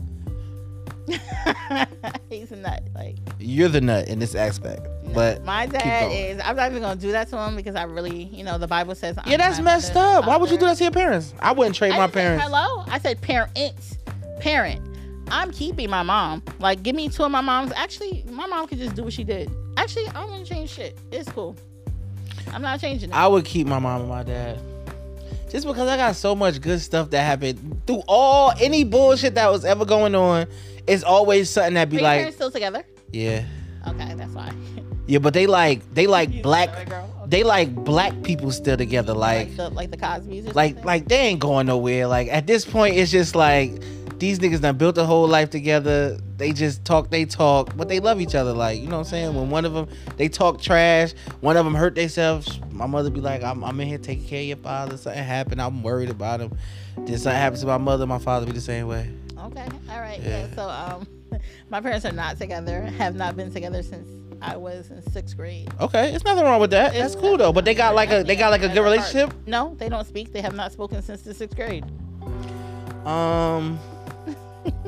[SPEAKER 2] He's a nut. Like
[SPEAKER 1] You're the nut in this aspect,
[SPEAKER 2] no.
[SPEAKER 1] but
[SPEAKER 2] my dad
[SPEAKER 1] going.
[SPEAKER 2] is. I'm not even gonna do that to him because I really, you know, the Bible says. I'm
[SPEAKER 1] yeah, that's
[SPEAKER 2] not
[SPEAKER 1] messed
[SPEAKER 2] the
[SPEAKER 1] up. Why would you do
[SPEAKER 2] father.
[SPEAKER 1] that to your parents? I wouldn't trade
[SPEAKER 2] I
[SPEAKER 1] my
[SPEAKER 2] didn't say
[SPEAKER 1] parents.
[SPEAKER 2] Hello, I said parents, parent. I'm keeping my mom. Like, give me two of my moms. Actually, my mom could just do what she did. Actually, I'm gonna change shit. It's cool. I'm not changing it.
[SPEAKER 1] I would keep my mom and my dad. Just because I got so much good stuff that happened through all any bullshit that was ever going on, it's always something that
[SPEAKER 2] Are
[SPEAKER 1] be
[SPEAKER 2] your
[SPEAKER 1] like,
[SPEAKER 2] parents still together?
[SPEAKER 1] yeah,
[SPEAKER 2] Okay, that's why.
[SPEAKER 1] yeah, but they like they like
[SPEAKER 2] You
[SPEAKER 1] black,
[SPEAKER 2] sorry, girl. Okay.
[SPEAKER 1] they like black people still together, like
[SPEAKER 2] like the like the Cosby's. Or
[SPEAKER 1] like
[SPEAKER 2] something?
[SPEAKER 1] like they ain't going nowhere. Like at this point, it's just like these niggas done built a whole life together. They just talk, they talk, but they love each other. Like you know what I'm saying? When one of them they talk trash, one of them hurt themselves. My mother be like, I'm, I'm in here taking care of your father. Something happened. I'm worried about him. Then something happens to my mother. My father be the same way.
[SPEAKER 2] Okay. All right.
[SPEAKER 1] Yeah.
[SPEAKER 2] Yeah. so um, my parents are not together. Have not been together since I was in sixth grade.
[SPEAKER 1] Okay, it's nothing wrong with that. That's cool though. But they got like a they got like a good relationship.
[SPEAKER 2] No, they don't speak. They have not spoken since the sixth grade.
[SPEAKER 1] Um.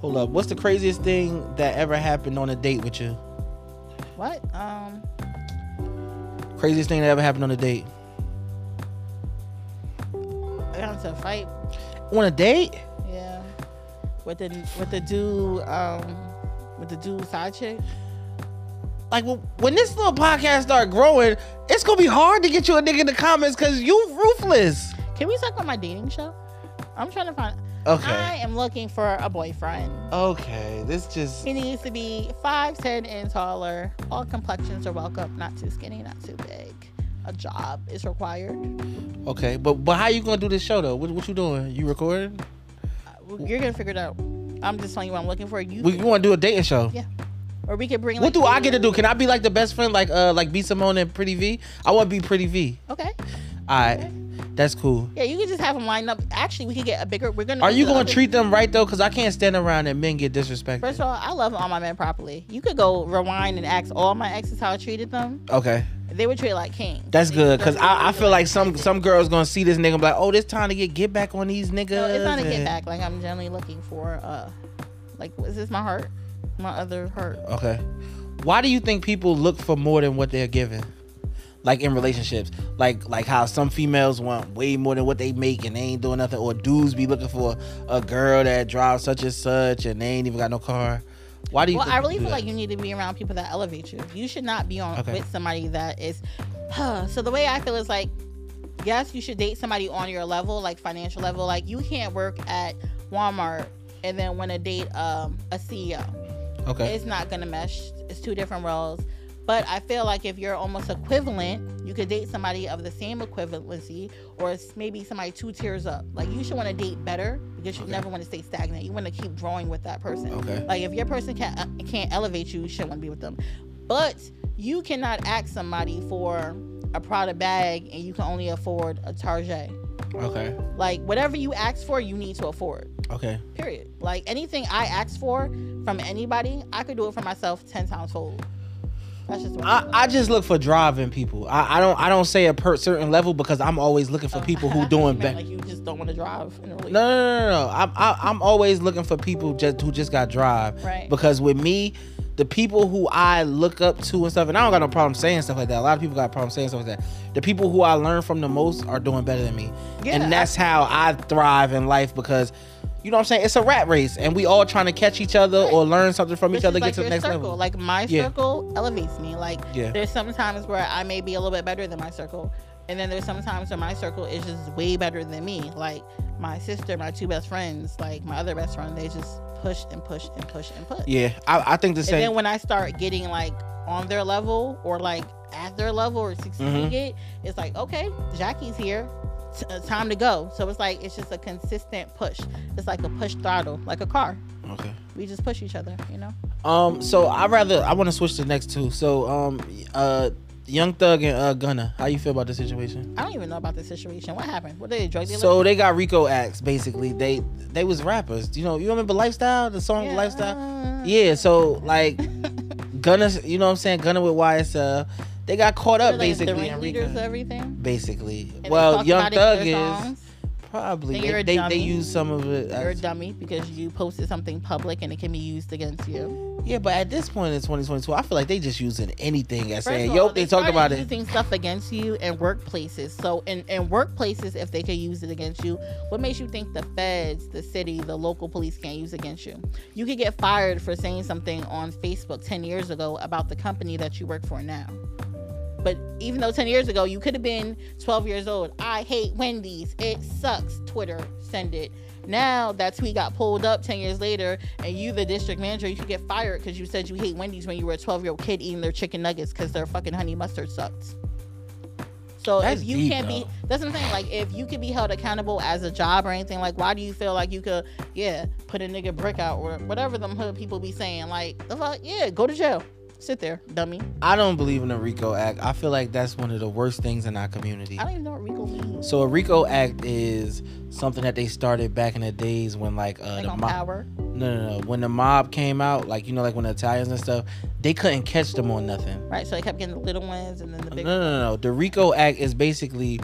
[SPEAKER 1] Hold up. What's the craziest thing that ever happened on a date with you?
[SPEAKER 2] What? Um,
[SPEAKER 1] Craziest thing that ever happened on a date?
[SPEAKER 2] I got into a fight.
[SPEAKER 1] On a date?
[SPEAKER 2] Yeah. With the with the dude um with the dude side chick.
[SPEAKER 1] Like wh- when this little podcast start growing, it's gonna be hard to get you a nigga in the comments because you ruthless.
[SPEAKER 2] Can we talk about my dating show? I'm trying to find. I
[SPEAKER 1] Okay.
[SPEAKER 2] am looking for a boyfriend.
[SPEAKER 1] Okay. This just
[SPEAKER 2] He needs to be five ten and taller. All complexions are welcome. Not too skinny, not too big. A job is required.
[SPEAKER 1] okay. But but how you gonna do this show though? What, what you doing? You recording?
[SPEAKER 2] Uh, You're gonna figure it out. I'm just telling you what I'm looking for. You
[SPEAKER 1] We you want to do a dating show?
[SPEAKER 2] Yeah. or we could bring.
[SPEAKER 1] What
[SPEAKER 2] like,
[SPEAKER 1] do I get to
[SPEAKER 2] two-
[SPEAKER 1] do? Can I be like the best friend, like uh, like B Simone and Pretty V? I want to be Pretty V.
[SPEAKER 2] Okay.
[SPEAKER 1] All right, that's cool.
[SPEAKER 2] Yeah, you could just have them line up. Actually, we could get a bigger. We're gonna.
[SPEAKER 1] Are
[SPEAKER 2] do
[SPEAKER 1] you
[SPEAKER 2] the
[SPEAKER 1] gonna
[SPEAKER 2] other-
[SPEAKER 1] treat them right though? Cause I can't stand around and men get disrespected.
[SPEAKER 2] First of all, I love all my men properly. You could go rewind and ask all my exes how I treated them.
[SPEAKER 1] okay.
[SPEAKER 2] They were treated like kings.
[SPEAKER 1] That's
[SPEAKER 2] They-
[SPEAKER 1] good because
[SPEAKER 2] they-
[SPEAKER 1] I, I feel like some some girls gonna see this nigga and be like, oh, this time to get get back on these niggas.
[SPEAKER 2] No, it's not a get
[SPEAKER 1] and-
[SPEAKER 2] back. Like I'm generally looking for. uh Like, is this my heart? My other heart.
[SPEAKER 1] Okay. Why do you think people look for more than what they're given? Like in relationships, like like how some females want way more than what they make and they ain't doing nothing, or dudes be looking for a girl that drives such and such and they ain't even got no car. Why do you?
[SPEAKER 2] Well,
[SPEAKER 1] think
[SPEAKER 2] I
[SPEAKER 1] people
[SPEAKER 2] really
[SPEAKER 1] do
[SPEAKER 2] feel
[SPEAKER 1] that?
[SPEAKER 2] like you need to be around people that elevate you. You should not be on
[SPEAKER 1] Okay.
[SPEAKER 2] with somebody that is. So the way I feel is like, yes, you should date somebody on your level, like financial level. Like you can't work at Walmart and then want to date um, a CEO.
[SPEAKER 1] okay,
[SPEAKER 2] It's not gonna mesh. It's two different roles. But I feel like if you're almost equivalent, you could date somebody of the same equivalency, or it's maybe somebody two tiers up. Like you should want to date better because you
[SPEAKER 1] Okay.
[SPEAKER 2] never want to stay stagnant. You want to keep growing with that person.
[SPEAKER 1] okay,
[SPEAKER 2] Like if your person can't uh, can't elevate you, you shouldn't want to be with them. But you cannot ask somebody for a Prada bag and you can only afford a Target.
[SPEAKER 1] okay,
[SPEAKER 2] Like whatever you ask for, you need to afford.
[SPEAKER 1] okay.
[SPEAKER 2] Period. Like anything I ask for from anybody, I could do it for myself ten times fold. That's just what I,
[SPEAKER 1] I, I just look for driving people. I, I don't I don't say a per certain level because I'm always looking for
[SPEAKER 2] Oh.
[SPEAKER 1] people
[SPEAKER 2] I
[SPEAKER 1] who
[SPEAKER 2] thought
[SPEAKER 1] doing
[SPEAKER 2] you meant,
[SPEAKER 1] better.
[SPEAKER 2] Like you just don't want to drive. In a
[SPEAKER 1] No,
[SPEAKER 2] relationship.
[SPEAKER 1] no, no, no, no. I'm I, I'm always looking for people just who just got drive.
[SPEAKER 2] Right.
[SPEAKER 1] Because with me, the people who I look up to and stuff, and I don't got no problem saying stuff like that. A lot of people got problems saying stuff like that. The people who I learn from the most are doing better than me,
[SPEAKER 2] Yeah,
[SPEAKER 1] and that's how I thrive in life because. You know what I'm saying? It's a rat race, and we all trying to catch each other or learn something from each
[SPEAKER 2] This
[SPEAKER 1] other,
[SPEAKER 2] is
[SPEAKER 1] get
[SPEAKER 2] like
[SPEAKER 1] to the
[SPEAKER 2] your
[SPEAKER 1] next
[SPEAKER 2] circle.
[SPEAKER 1] level.
[SPEAKER 2] Like my
[SPEAKER 1] Yeah.
[SPEAKER 2] circle elevates me. Like
[SPEAKER 1] Yeah.
[SPEAKER 2] there's some times where I may be a little bit better than my circle, and then there's some times where my circle is just way better than me. Like my sister, my two best friends, like my other best friend, they just push and push and push and push.
[SPEAKER 1] yeah, I, I think the
[SPEAKER 2] And then
[SPEAKER 1] same.
[SPEAKER 2] when I start getting like on their level or like at their level or succeeding
[SPEAKER 1] Mm-hmm.
[SPEAKER 2] it, it's like, okay, Jackie's here. T- uh, time to go. So it's like it's just a consistent push. It's like a push throttle, like a car.
[SPEAKER 1] okay.
[SPEAKER 2] We just push each other, you know?
[SPEAKER 1] Um, so I rather I want to switch to the next two. So um, uh, Young Thug and uh Gunna, how you feel about the situation?
[SPEAKER 2] I don't even know about this situation. What happened? What did they drug dealer?
[SPEAKER 1] So they got Rico acts basically. They they was rappers. You know, you remember Lifestyle, the song
[SPEAKER 2] Yeah.
[SPEAKER 1] Lifestyle. Yeah. So like Gunna, you know what I'm saying? Gunna with YSL, they got caught
[SPEAKER 2] They're
[SPEAKER 1] up
[SPEAKER 2] like the
[SPEAKER 1] basically. in
[SPEAKER 2] ringleaders of
[SPEAKER 1] Rico.
[SPEAKER 2] everything.
[SPEAKER 1] Basically,
[SPEAKER 2] And they
[SPEAKER 1] well,
[SPEAKER 2] talk
[SPEAKER 1] Young
[SPEAKER 2] about it in
[SPEAKER 1] Thug
[SPEAKER 2] their
[SPEAKER 1] is
[SPEAKER 2] songs.
[SPEAKER 1] Probably
[SPEAKER 2] Then
[SPEAKER 1] they,
[SPEAKER 2] you're a
[SPEAKER 1] they, they
[SPEAKER 2] dummy.
[SPEAKER 1] use some of it.
[SPEAKER 2] You're a
[SPEAKER 1] as-
[SPEAKER 2] dummy because you posted something public and it can be used against you.
[SPEAKER 1] yeah, but at this point in 2022, I feel like they just using anything as
[SPEAKER 2] First
[SPEAKER 1] saying,
[SPEAKER 2] of
[SPEAKER 1] "Yo,
[SPEAKER 2] all,
[SPEAKER 1] they, talked
[SPEAKER 2] started
[SPEAKER 1] about it."
[SPEAKER 2] Using stuff against you in workplaces. So in, in workplaces, if they could use it against you, what makes you think the feds, the city, the local police can't use against you? You could get fired for saying something on Facebook 10 years ago about the company that you work for now. But even though 10 years ago, you could have been 12 years old. I hate Wendy's. It sucks. Twitter, send it. Now that tweet got pulled up 10 years later, and you, the district manager, you could get fired because you said you hate Wendy's when you were a 12 year old kid eating their chicken nuggets because their fucking honey mustard sucked. So
[SPEAKER 1] That's
[SPEAKER 2] if you
[SPEAKER 1] deep,
[SPEAKER 2] can't be,
[SPEAKER 1] though.
[SPEAKER 2] that's what I'm saying. Like if you could be held accountable as a job or anything, like why do you feel like you could, yeah, put a nigga brick out or whatever them hood people be saying? Like the fuck, yeah, go to jail, sit there, dummy.
[SPEAKER 1] I don't believe in a RICO Act. I feel like that's one of the worst things in our community.
[SPEAKER 2] I don't even know what Rico means.
[SPEAKER 1] So a RICO Act is something that they started back in the days when like uh,
[SPEAKER 2] Like
[SPEAKER 1] the
[SPEAKER 2] on
[SPEAKER 1] mob.
[SPEAKER 2] power.
[SPEAKER 1] No, no, no. When the mob came out, like you know, like when the Italians and stuff, they couldn't catch them on nothing.
[SPEAKER 2] Right, so they kept getting the little ones and then the
[SPEAKER 1] No,
[SPEAKER 2] big
[SPEAKER 1] no, no, no. The RICO Act is basically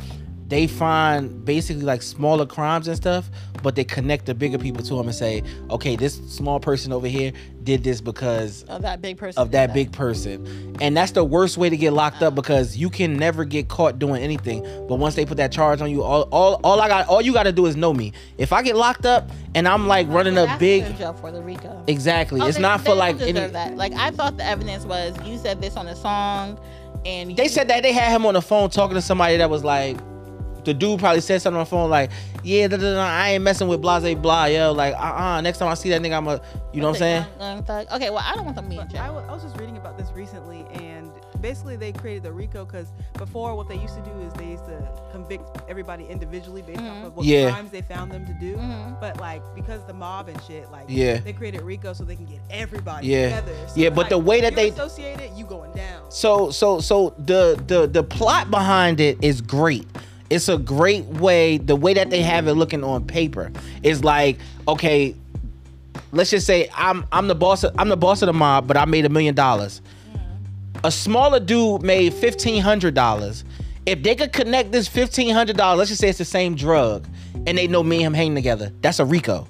[SPEAKER 1] they find basically like smaller crimes and stuff, but they connect the bigger people to them and say, okay, this small person over here did this because
[SPEAKER 2] of that big person.
[SPEAKER 1] of
[SPEAKER 2] did
[SPEAKER 1] that big person. And that's the worst way to get locked up
[SPEAKER 2] Uh.
[SPEAKER 1] because you can never get caught doing anything. But once they put that charge on you, all all, all I got all you gotta do is know me. If I get locked up and I'm like running
[SPEAKER 2] That's
[SPEAKER 1] a
[SPEAKER 2] what
[SPEAKER 1] big
[SPEAKER 2] they're in jail for the Rico.
[SPEAKER 1] Exactly.
[SPEAKER 2] Oh,
[SPEAKER 1] it's
[SPEAKER 2] they-
[SPEAKER 1] not
[SPEAKER 2] they
[SPEAKER 1] for like
[SPEAKER 2] don't
[SPEAKER 1] any
[SPEAKER 2] deserve that. Like I thought the evidence was you said this on a song, and you,
[SPEAKER 1] They said that they had him on the phone talking to somebody that was like, the dude probably said something on the phone like, yeah, da, da, da, I ain't messing with blase blah, yo. Like, uh uh next time I see that nigga, I'm a, you know what I'm saying?
[SPEAKER 2] Young Thug. Okay, well I don't want them being in
[SPEAKER 3] But I
[SPEAKER 2] jail.
[SPEAKER 3] wa- I was just reading about this recently, and basically they created the RICO because before what they used to do is they used to convict everybody individually based
[SPEAKER 2] Mhm.
[SPEAKER 3] off of what
[SPEAKER 1] Yeah.
[SPEAKER 3] crimes they found them to do.
[SPEAKER 2] Mhm.
[SPEAKER 3] But like because the mob and shit, like
[SPEAKER 1] Yeah.
[SPEAKER 3] they created RICO so they can get everybody
[SPEAKER 1] Yeah.
[SPEAKER 3] together. So
[SPEAKER 1] Yeah,
[SPEAKER 3] it's
[SPEAKER 1] but
[SPEAKER 3] like,
[SPEAKER 1] the way that
[SPEAKER 3] you're
[SPEAKER 1] they-
[SPEAKER 3] associated, you going down.
[SPEAKER 1] So so so the the the plot behind it is great. It's a great way the way that they have it looking on paper is like okay, let's just say I'm I'm the boss of, I'm the boss of the mob, but I made a million dollars. A smaller dude made fifteen hundred dollars. If they could connect this fifteen hundred dollars, let's just say it's the same drug, and they know me and him hanging together, that's a Rico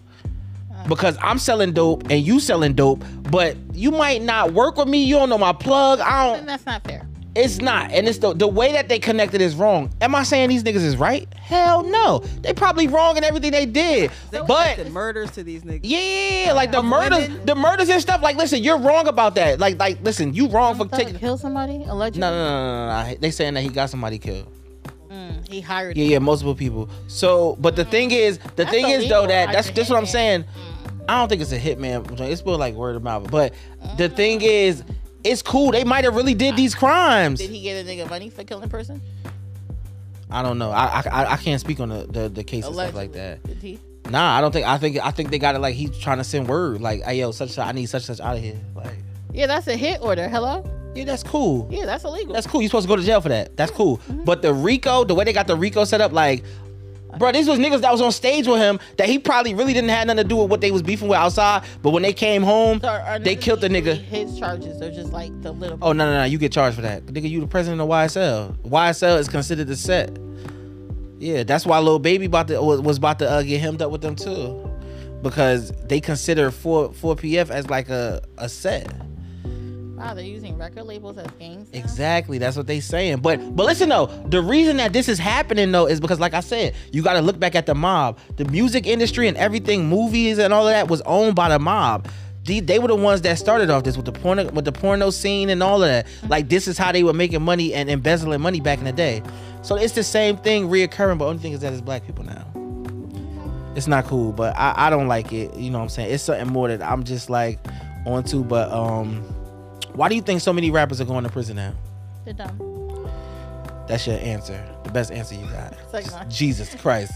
[SPEAKER 1] because I'm selling dope and you selling dope, but you might not work with me. You don't know my plug. I
[SPEAKER 2] Then
[SPEAKER 1] don't.
[SPEAKER 2] that's not fair.
[SPEAKER 1] It's not, and it's the the way that they connected is wrong. Am I saying these niggas is right? Hell no. They probably wrong in everything they did,
[SPEAKER 3] They
[SPEAKER 1] but.
[SPEAKER 3] connected murders to these niggas.
[SPEAKER 1] Yeah, yeah, yeah, like the murders,
[SPEAKER 3] women?
[SPEAKER 1] the murders and stuff. Like, listen, you're wrong about that. Like, like, listen, you wrong for
[SPEAKER 2] Young Thug
[SPEAKER 1] taking.
[SPEAKER 2] kill somebody allegedly.
[SPEAKER 1] No, no, no, no, no, no. They saying that he got somebody killed.
[SPEAKER 2] Mm, he hired.
[SPEAKER 1] Yeah, yeah, multiple people. So, but the thing is, the
[SPEAKER 2] That's
[SPEAKER 1] thing is though
[SPEAKER 2] illegal,
[SPEAKER 1] that
[SPEAKER 2] like
[SPEAKER 1] that's
[SPEAKER 2] the
[SPEAKER 1] that's what I'm
[SPEAKER 2] hitman.
[SPEAKER 1] saying. I don't think it's a hitman. joint. It's more like word of mouth. But the thing is, it's cool. They might have really did these crimes.
[SPEAKER 2] Did he get a nigga money for killing a person?
[SPEAKER 1] I don't know. I I- I, I can't speak on the the, the case and stuff like
[SPEAKER 2] Allegedly.
[SPEAKER 1] that.
[SPEAKER 2] Did he?
[SPEAKER 1] Nah, I don't think. I think I think they got it. Like he's trying to send word. Like, hey yo, such I need such such out of here. Like,
[SPEAKER 2] Yeah, that's a hit order. Hello.
[SPEAKER 1] yeah, that's cool.
[SPEAKER 2] Yeah, that's illegal.
[SPEAKER 1] That's cool. You're supposed to go to jail for that. That's cool.
[SPEAKER 2] Mm-hmm.
[SPEAKER 1] But the Rico, the way they got the Rico set up, like, bro, these was niggas that was on stage with him that he probably really didn't have nothing to do with what they was beefing with outside. But when they came home,
[SPEAKER 2] So are- are
[SPEAKER 1] they
[SPEAKER 2] none of
[SPEAKER 1] killed the
[SPEAKER 2] these
[SPEAKER 1] nigga.
[SPEAKER 2] really His charges are just like the little.
[SPEAKER 1] Oh no no no! You get charged for that, nigga. You the president of YSL. YSL is considered the set. Yeah, that's why little baby about to was, was about to uh, get hemmed up with them too, because they consider four four PF as like a a set.
[SPEAKER 2] Wow, Ah, they're using record labels as gangs. now?
[SPEAKER 1] Exactly, that's what they saying. But but listen though, the reason that this is happening though is because like I said, you got to look back at the mob. The music industry and everything, movies and all of that was owned by the mob. They, they were the ones that started off this with the porno with the porno scene and all of that. Like this is how they were making money and embezzling money back in the day. So it's the same thing reoccurring, but only thing is that it's black people now. It's not cool, but I, I don't like it. You know what I'm saying? It's something more that I'm just like onto. But um, why do you think so many rappers are going to prison now?
[SPEAKER 2] They're dumb.
[SPEAKER 1] That's your answer. The best answer you got.
[SPEAKER 2] like
[SPEAKER 1] Just
[SPEAKER 2] mine.
[SPEAKER 1] Jesus Christ.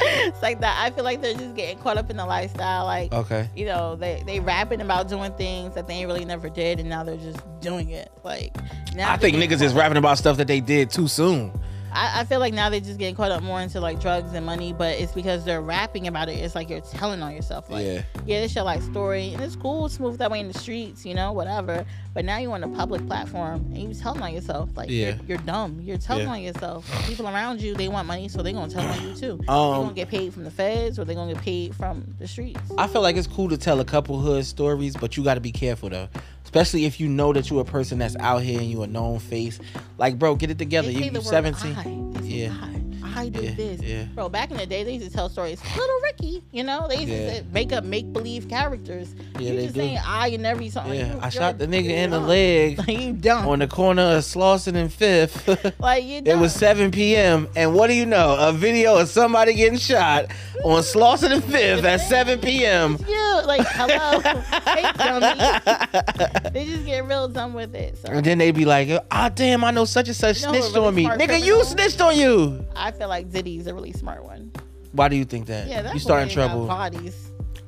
[SPEAKER 2] it's like that. I feel like they're just getting caught up in the lifestyle. Like,
[SPEAKER 1] Okay.
[SPEAKER 2] you know, they they rapping about doing things that they ain't really never did, and now they're just doing it. Like, now
[SPEAKER 1] I think
[SPEAKER 2] they're
[SPEAKER 1] niggas
[SPEAKER 2] getting
[SPEAKER 1] is
[SPEAKER 2] caught up.
[SPEAKER 1] rapping about stuff that they did too soon.
[SPEAKER 2] I, I feel like now they're just getting caught up more into like drugs and money, but it's because they're rapping about it. It's like you're telling on yourself. Like,
[SPEAKER 4] yeah.
[SPEAKER 2] yeah, this your life story, and it's cool, it's smooth that way in the streets, you know, whatever. But now you're on a public platform and you telling on yourself, like
[SPEAKER 1] Yeah.
[SPEAKER 2] you're, you're dumb. You're telling
[SPEAKER 1] Yeah.
[SPEAKER 2] on yourself. People around you, they want money, so they're gonna tell on you too. they're gonna
[SPEAKER 1] Um,
[SPEAKER 2] get paid from the feds, or they're gonna get paid from the streets.
[SPEAKER 1] I feel like it's cool to tell a couple hood stories, but you got to be careful though, especially if you know that you're a person that's out here and you a known face. Like, bro, get it together.
[SPEAKER 2] They
[SPEAKER 1] You,
[SPEAKER 2] say the
[SPEAKER 1] you
[SPEAKER 2] word
[SPEAKER 1] 17.
[SPEAKER 2] I. They say,
[SPEAKER 1] Yeah.
[SPEAKER 2] I, I did
[SPEAKER 1] Yeah,
[SPEAKER 2] this.
[SPEAKER 1] yeah.
[SPEAKER 2] Bro, back in the day, they used to tell stories. Little Ricky, you know, they used
[SPEAKER 1] Yeah.
[SPEAKER 2] to to make up make believe characters.
[SPEAKER 1] Yeah,
[SPEAKER 2] you
[SPEAKER 1] they
[SPEAKER 2] just
[SPEAKER 1] do.
[SPEAKER 2] saying I and every something. like,
[SPEAKER 1] Yeah,
[SPEAKER 2] you-
[SPEAKER 1] I
[SPEAKER 2] you're
[SPEAKER 1] shot the nigga in the
[SPEAKER 2] dumb.
[SPEAKER 1] leg
[SPEAKER 2] Like, you dumb.
[SPEAKER 1] on the corner of Slauson and Fifth.
[SPEAKER 2] like you
[SPEAKER 1] It
[SPEAKER 2] dumb.
[SPEAKER 1] was 7 p.m. and what do you know? A video of somebody getting shot on Slauson and Fifth at 7 p.m.
[SPEAKER 2] you like hello. hey, dummy. They just get real dumb with it. So
[SPEAKER 1] And then they be like, "Ah, damn! I know such and such
[SPEAKER 2] You know who a
[SPEAKER 1] snitched
[SPEAKER 2] really
[SPEAKER 1] on me,
[SPEAKER 2] smart
[SPEAKER 1] nigga.
[SPEAKER 2] criminal?
[SPEAKER 1] You snitched on you.
[SPEAKER 2] I feel like Diddy's a really smart one.
[SPEAKER 1] Why do you think that?
[SPEAKER 2] Yeah, that's
[SPEAKER 1] you start in
[SPEAKER 2] Got
[SPEAKER 1] trouble.
[SPEAKER 2] bodies.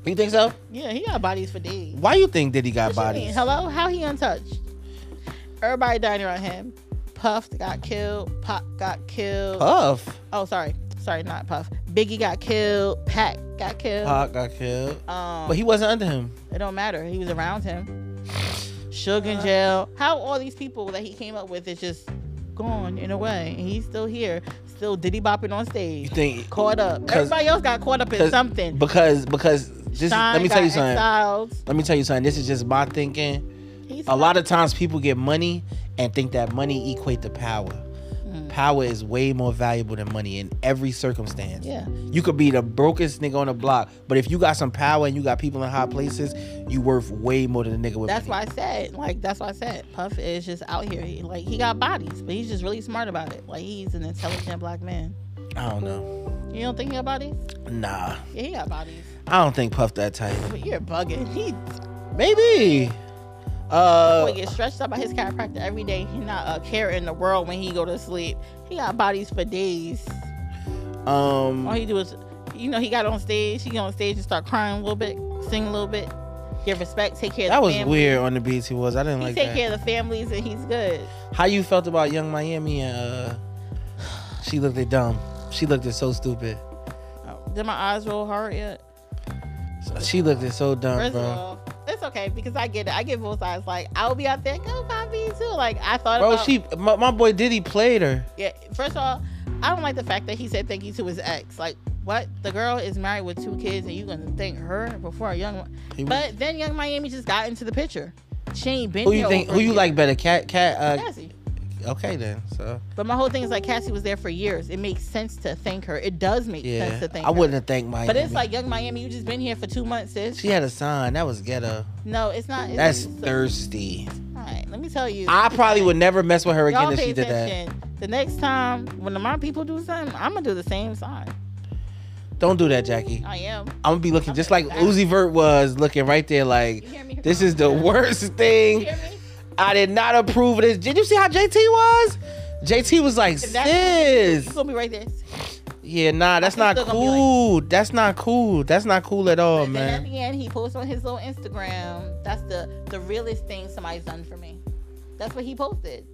[SPEAKER 1] You think so?
[SPEAKER 2] Yeah, he got bodies for days.
[SPEAKER 1] Why you think Diddy got
[SPEAKER 2] What you mean?
[SPEAKER 1] bodies?
[SPEAKER 2] Hello, how he untouched? Everybody dying around him. Puff got killed. Pop got killed.
[SPEAKER 1] Puff.
[SPEAKER 2] Oh, sorry, sorry, not Puff. Biggie got killed. Pac got killed.
[SPEAKER 1] Pac got killed,
[SPEAKER 2] Um,
[SPEAKER 1] Uh, but he wasn't under him.
[SPEAKER 2] it don't matter. He was around him. Suge in jail. How all these people that he came up with is just gone in a way, and he's still here, still diddy bopping on
[SPEAKER 1] You
[SPEAKER 2] stage,
[SPEAKER 1] think?
[SPEAKER 2] caught up.
[SPEAKER 1] 'cause-
[SPEAKER 2] Everybody else got caught up in
[SPEAKER 1] 'cause-
[SPEAKER 2] something.
[SPEAKER 1] Because because this.
[SPEAKER 2] Shine
[SPEAKER 1] let me tell
[SPEAKER 2] got
[SPEAKER 1] you something.
[SPEAKER 2] exiled.
[SPEAKER 1] Let me tell you something. This is just my thinking.
[SPEAKER 2] He's
[SPEAKER 1] A lot of times people get money and think that money equate to power.
[SPEAKER 2] Mm.
[SPEAKER 1] Power is way more valuable than money in every circumstance.
[SPEAKER 2] Yeah.
[SPEAKER 1] You could be the brokest nigga on the block, but if you got some power and you got people in high places, you worth way more than the nigga with
[SPEAKER 2] That's
[SPEAKER 1] money.
[SPEAKER 2] why I said, like, that's why I said Puff is just out here. He, like, he got bodies, but he's just really smart about it. Like, he's an intelligent black man.
[SPEAKER 1] I don't know.
[SPEAKER 2] You don't think he got bodies?
[SPEAKER 1] Nah.
[SPEAKER 2] Yeah, he got bodies.
[SPEAKER 1] I don't think Puff that tight.
[SPEAKER 2] But you're bugging. He
[SPEAKER 1] Maybe. Uh
[SPEAKER 2] boy gets stretched out by his chiropractor every day. He not a care in the world when he go to sleep. He got bodies for days. All
[SPEAKER 1] um
[SPEAKER 2] Oh, he do is, you know, he got on stage. He get on stage and start crying a little bit, sing a little bit, give respect, take care.
[SPEAKER 1] that
[SPEAKER 2] of the
[SPEAKER 1] was
[SPEAKER 2] family.
[SPEAKER 1] weird on the beats he was. I didn't
[SPEAKER 2] He
[SPEAKER 1] like
[SPEAKER 2] take
[SPEAKER 1] that.
[SPEAKER 2] care of the families and he's good.
[SPEAKER 1] How you felt about Young Miami and uh she looked at dumb. She looked at so stupid.
[SPEAKER 2] Oh, did my eyes roll hard yet?
[SPEAKER 1] She looked at so dumb,
[SPEAKER 2] First
[SPEAKER 1] bro.
[SPEAKER 2] of all, it's okay because I get it. I get both sides. Like I'll be out there, go Bobby too. Like I thought
[SPEAKER 1] Bro,
[SPEAKER 2] about.
[SPEAKER 1] she my, my boy Diddy played her.
[SPEAKER 2] yeah. First of all, I don't like the fact that he said thank you to his ex. Like what? The girl is married with two kids, and you gonna thank her before a young. one?
[SPEAKER 1] He was-
[SPEAKER 2] But then Young Miami just got into the picture. She ain't been.
[SPEAKER 1] who you
[SPEAKER 2] here
[SPEAKER 1] think
[SPEAKER 2] over
[SPEAKER 1] who
[SPEAKER 2] a
[SPEAKER 1] you
[SPEAKER 2] year.
[SPEAKER 1] like better? Cat cat uh
[SPEAKER 2] Cassie.
[SPEAKER 1] okay then. So
[SPEAKER 2] But my whole thing is like Cassie was there for years. It makes sense to thank her. It does make sense
[SPEAKER 1] yeah.
[SPEAKER 2] to thank
[SPEAKER 1] I
[SPEAKER 2] her.
[SPEAKER 1] wouldn't have thanked Miami.
[SPEAKER 2] But it's like Young Miami, you just been here for two months, sis.
[SPEAKER 1] she had a sign. That was ghetto.
[SPEAKER 2] No, it's not. It's
[SPEAKER 1] That's
[SPEAKER 2] it's-
[SPEAKER 1] thirsty.
[SPEAKER 2] All right, let me tell you.
[SPEAKER 1] I probably would never mess with her again
[SPEAKER 2] Y'all
[SPEAKER 1] if
[SPEAKER 2] pay
[SPEAKER 1] she did that.
[SPEAKER 2] attention. The next time when my people do something, I'm gonna do the same sign.
[SPEAKER 1] Don't do that, Jackie.
[SPEAKER 2] I am.
[SPEAKER 1] I'm gonna be looking
[SPEAKER 2] I'm
[SPEAKER 1] just like
[SPEAKER 2] embarrassed.
[SPEAKER 1] Uzi Vert was looking right there, like
[SPEAKER 2] You hear me?
[SPEAKER 1] this is the worst
[SPEAKER 2] You
[SPEAKER 1] thing.
[SPEAKER 2] hear me?
[SPEAKER 1] I did not approve of this. Did you see how JT was? JT was like,
[SPEAKER 2] If that's- You
[SPEAKER 1] sis. Oh,
[SPEAKER 2] gonna be right there.
[SPEAKER 1] Yeah, nah, that's
[SPEAKER 2] My
[SPEAKER 1] not
[SPEAKER 2] sister gonna be like-
[SPEAKER 1] cool. that's not cool. That's not cool at all,
[SPEAKER 2] and then at
[SPEAKER 1] man.
[SPEAKER 2] the end, he posts on his little Instagram. That's the the realest thing somebody's done for me. That's what he posted.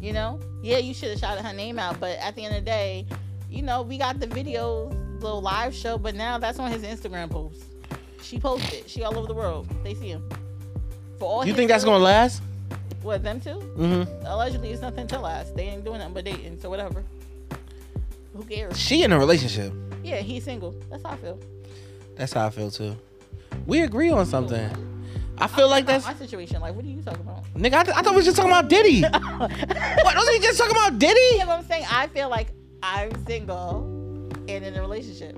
[SPEAKER 2] You know? Yeah, you should have shouted her name out, but at the end of the day, you know, we got the videos, little live show, but now that's on his Instagram post. She posted. She all over the world. They see him. For all
[SPEAKER 1] You
[SPEAKER 2] his
[SPEAKER 1] think that's
[SPEAKER 2] little-
[SPEAKER 1] gonna last?
[SPEAKER 2] What them two?
[SPEAKER 1] hmm
[SPEAKER 2] allegedly it's nothing to last. They ain't doing nothing but dating, so whatever. Who cares?
[SPEAKER 1] She in a relationship.
[SPEAKER 2] Yeah, he's single. That's how I feel.
[SPEAKER 1] That's how I feel too. We agree on something. I feel like
[SPEAKER 2] That's
[SPEAKER 1] that's
[SPEAKER 2] not my situation. Like, what are you talking about?
[SPEAKER 1] nigga. I, th- I thought we was just talking about Diddy. what? Wasn't we just talking about
[SPEAKER 2] You
[SPEAKER 1] Diddy?
[SPEAKER 2] know what I'm saying? I feel like I'm single and in a relationship.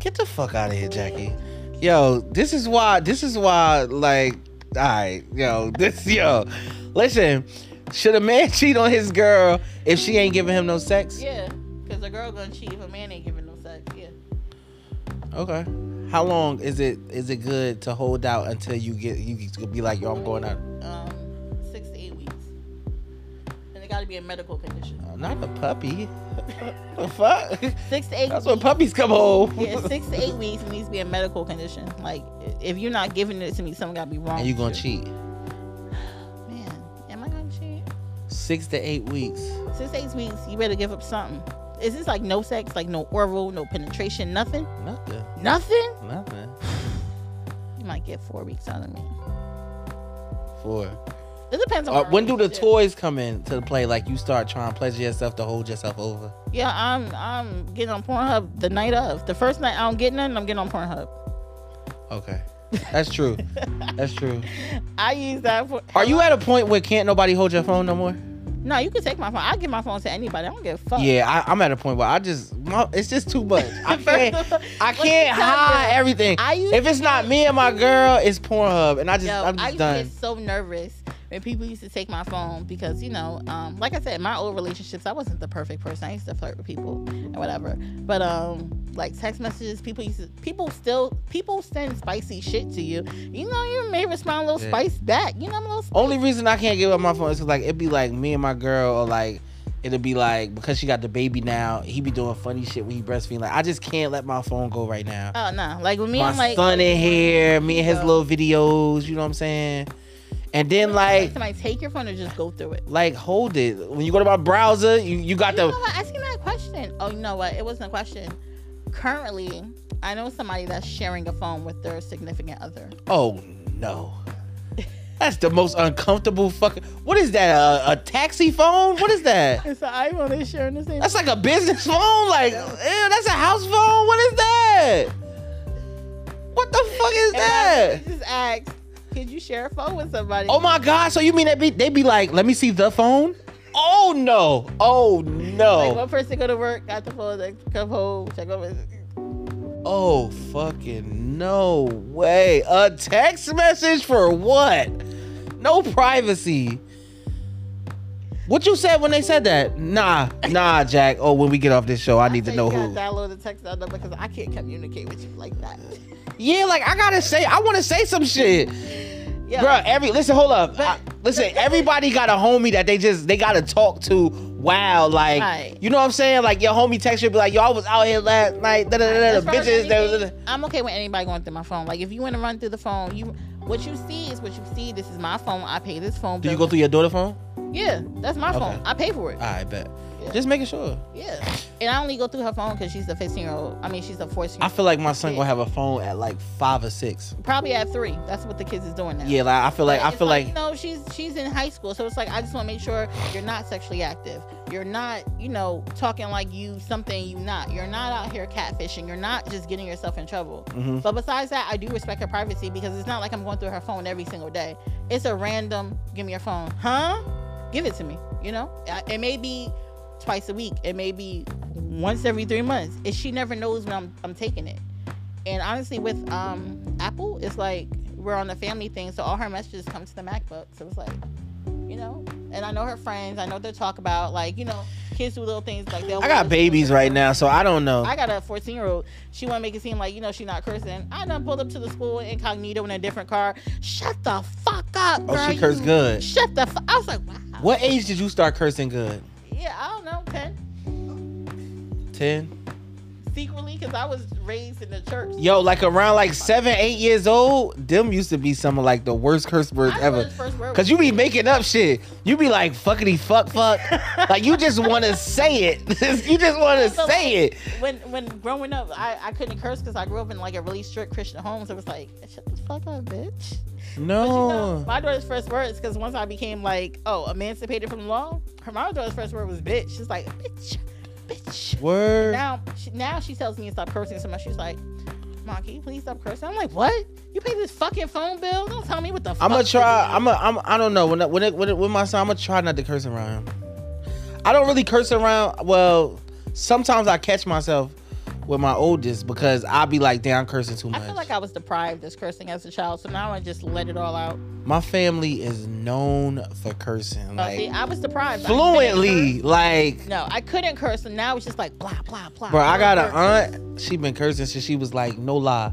[SPEAKER 1] Get the fuck out of here, Jackie. Yo, this is why. This is why. Like, all right, yo, this yo. Listen, should a man cheat on his girl if she ain't giving him no sex?
[SPEAKER 2] Yeah, because a girl gonna cheat if a man ain't giving no sex. Yeah.
[SPEAKER 1] Okay. How long is it is it good to hold out until you get you could be like yo I'm going out?
[SPEAKER 2] Um, six to eight weeks. And it gotta be a medical condition.
[SPEAKER 1] Not a puppy. the fuck?
[SPEAKER 2] Six to eight.
[SPEAKER 1] That's when
[SPEAKER 2] weeks.
[SPEAKER 1] puppies come home.
[SPEAKER 2] Yeah, six to eight weeks it needs to be a medical condition. Like, if you're not giving it to me, something gotta be wrong.
[SPEAKER 1] and you
[SPEAKER 2] with
[SPEAKER 1] gonna cheat?
[SPEAKER 2] Man, am I gonna cheat?
[SPEAKER 1] six to eight weeks.
[SPEAKER 2] Since eight weeks, you better give up something. Is this like no sex, like no oral, no penetration, nothing?
[SPEAKER 1] Nothing.
[SPEAKER 2] Nothing?
[SPEAKER 1] Nothing.
[SPEAKER 2] You might get four weeks out of me.
[SPEAKER 1] Four.
[SPEAKER 2] It depends on
[SPEAKER 1] Uh,
[SPEAKER 2] our
[SPEAKER 1] when do the
[SPEAKER 2] relationship.
[SPEAKER 1] toys come in to the play? Like you start trying to pleasure yourself to hold yourself over.
[SPEAKER 2] Yeah, I'm I'm getting on Pornhub the night of. The first night I don't get nothing, I'm getting on Pornhub.
[SPEAKER 1] Okay, that's true. that's true.
[SPEAKER 2] I use that for.
[SPEAKER 1] Are you at a point where can't nobody hold your phone no more?
[SPEAKER 2] No, you can take my phone. I give my phone to anybody. I don't give a fuck.
[SPEAKER 1] Yeah, I, I'm at a point where I just my, it's just too much. I
[SPEAKER 2] First
[SPEAKER 1] can't
[SPEAKER 2] of all,
[SPEAKER 1] I
[SPEAKER 2] what you
[SPEAKER 1] can't
[SPEAKER 2] talking
[SPEAKER 1] hide
[SPEAKER 2] about?
[SPEAKER 1] everything.
[SPEAKER 2] I used
[SPEAKER 1] If it's not me and my girl, it's Pornhub, and I just
[SPEAKER 2] Yo,
[SPEAKER 1] I'm
[SPEAKER 2] I
[SPEAKER 1] just
[SPEAKER 2] used to
[SPEAKER 1] done.
[SPEAKER 2] get so nervous when people used to take my phone because you know, um, like I said, in my old relationships, I wasn't the perfect person. I used to flirt with people and whatever, but um, like text messages, people used to, people still people send spicy shit to you. You know, you may respond a little
[SPEAKER 1] Yeah.
[SPEAKER 2] spice back. You know, I'm a little. Spice.
[SPEAKER 1] Only reason I can't give up my phone is 'cause, like it'd be like me and my girl, or like it'll be like because she got the baby now, he be doing funny shit when he breastfeeding. Like I just can't let my phone go right now.
[SPEAKER 2] Oh no! Like with me,
[SPEAKER 1] my
[SPEAKER 2] I'm like
[SPEAKER 1] son in here, me and his
[SPEAKER 2] Yeah.
[SPEAKER 1] little videos. You know what I'm saying? And then
[SPEAKER 2] like
[SPEAKER 1] like
[SPEAKER 2] somebody take your phone and just go through it.
[SPEAKER 1] like hold it. When you go to my browser, you you got
[SPEAKER 2] You
[SPEAKER 1] the
[SPEAKER 2] know what? Ask him that question. Oh, you know what? It wasn't a question. Currently, I know somebody that's sharing a phone with their significant other.
[SPEAKER 1] oh no. That's the most uncomfortable fucking. What is that? A, a taxi phone? What is that?
[SPEAKER 2] It's an iPhone. They're sharing the same.
[SPEAKER 1] That's like a business phone. Like, ew, that's a house phone. What is that? What the fuck is
[SPEAKER 2] And I
[SPEAKER 1] that?
[SPEAKER 2] Just ask, could you share a phone with somebody?
[SPEAKER 1] Oh my god! So you mean they be they be like, let me see the phone? Oh no! Oh
[SPEAKER 2] Like
[SPEAKER 1] no!
[SPEAKER 2] one person go to work, got the phone, like, come home, check over.
[SPEAKER 1] Oh fucking no way! A text message for what? No privacy. What you said when they said that? Nah, nah, Jack. Oh, when we get off this show, I need to
[SPEAKER 2] said,
[SPEAKER 1] know
[SPEAKER 2] you gotta
[SPEAKER 1] who.
[SPEAKER 2] Download the text number because I can't communicate with you like that.
[SPEAKER 1] Yeah, like I gotta say, I want to say some shit.
[SPEAKER 2] Yeah.
[SPEAKER 1] Bruh, every listen, hold up.
[SPEAKER 2] But-
[SPEAKER 1] I- listen, everybody got a homie that they just they gotta talk to. Wow, like
[SPEAKER 2] Right.
[SPEAKER 1] you know what I'm saying? Like your homie text you be like, yo, I was out here last night. Da da da da.
[SPEAKER 2] As
[SPEAKER 1] da,
[SPEAKER 2] far as
[SPEAKER 1] Bitches. Da, da, da.
[SPEAKER 2] anything, I'm okay with anybody going through my phone. Like if you want to run through the phone, you what you see is what you see. This is my phone. I pay this phone.
[SPEAKER 1] Do you
[SPEAKER 2] bill.
[SPEAKER 1] go through your daughter phone?
[SPEAKER 2] Yeah, that's my
[SPEAKER 1] Okay.
[SPEAKER 2] phone. I pay for it.
[SPEAKER 1] I bet.
[SPEAKER 2] Yeah.
[SPEAKER 1] Just making sure.
[SPEAKER 2] yeah, and I only go through her phone because she's a 15 year old. I mean, she's a 14.
[SPEAKER 1] I feel like my son gonna have a phone at like five or six.
[SPEAKER 2] Probably at three. That's what the kids is doing now.
[SPEAKER 1] Yeah, like I feel like I
[SPEAKER 2] It's
[SPEAKER 1] feel like,
[SPEAKER 2] you know she's she's in high school, so it's like I just want to make sure you're not sexually active. You're not you know talking like you something you not. You're not out here catfishing. You're not just getting yourself in trouble.
[SPEAKER 1] Mhm.
[SPEAKER 2] But besides that, I do respect her privacy because it's not like I'm going through her phone every single day. It's a random give me your phone, huh? Give it to me. You know, I- it may be twice a week. It may be once every three months. And she never knows when I'm I'm taking it. And honestly, with um Apple, it's like we're on the family thing, so all her messages come to the MacBook. So it's like, you know. And I know her friends. I know what they talk about like you know, kids do little things like they'll.
[SPEAKER 1] I got babies right now, so I don't know.
[SPEAKER 2] I got a 14 year old. She want to make it seem like you know she not cursing. I done pulled up to the school incognito in a different car. Shut the fuck up, girl.
[SPEAKER 1] Oh, she cursed
[SPEAKER 2] you-
[SPEAKER 1] good.
[SPEAKER 2] Shut the. Fu- I was like, wow.
[SPEAKER 1] What age did you start cursing good?
[SPEAKER 2] Yeah, I don't know, Ken.
[SPEAKER 1] Ten.
[SPEAKER 2] Secretly, because I was raised in the church.
[SPEAKER 1] Yo, like around like seven, eight years old, them used to be some of like the worst curse words
[SPEAKER 2] I know
[SPEAKER 1] ever.
[SPEAKER 2] his first word
[SPEAKER 1] Cause
[SPEAKER 2] was-
[SPEAKER 1] you be making up shit. You be like fuckity fuck fuck. like you just wanna say it. you just wanna
[SPEAKER 2] So,
[SPEAKER 1] say it.
[SPEAKER 2] when when growing up, I, I couldn't curse because I grew up in like a really strict Christian home. So it was like, shut the fuck up, bitch. But you know,
[SPEAKER 1] No.
[SPEAKER 2] my daughter's first words because once I became like, oh, emancipated from the law, her my daughter's first word was bitch. She's like, bitch, bitch.
[SPEAKER 1] Word.
[SPEAKER 2] Now she, now she tells me to stop cursing so much. She's like, Mom, can you please stop cursing? I'm like, what? You pay this fucking phone bill? Don't tell me what the.
[SPEAKER 1] I'ma
[SPEAKER 2] fuck to
[SPEAKER 1] try
[SPEAKER 2] do."
[SPEAKER 1] I'm a I'm I don't know. When I- when it, when, it, when my son, I'ma try not to curse around him. I don't really curse around well, sometimes I catch myself with my oldest because I'll be like, damn, I'm cursing too much.
[SPEAKER 2] I feel like I was deprived of cursing as a child, so now I just let it all out.
[SPEAKER 1] my family is known for cursing.
[SPEAKER 2] But see,
[SPEAKER 1] Like
[SPEAKER 2] I was deprived. I couldn't curse.
[SPEAKER 1] fluently. Like
[SPEAKER 2] No, I couldn't curse, and now it's just like blah blah blah.
[SPEAKER 1] Bro, I got an
[SPEAKER 2] a
[SPEAKER 1] aunt. She been cursing since she was like, no lie,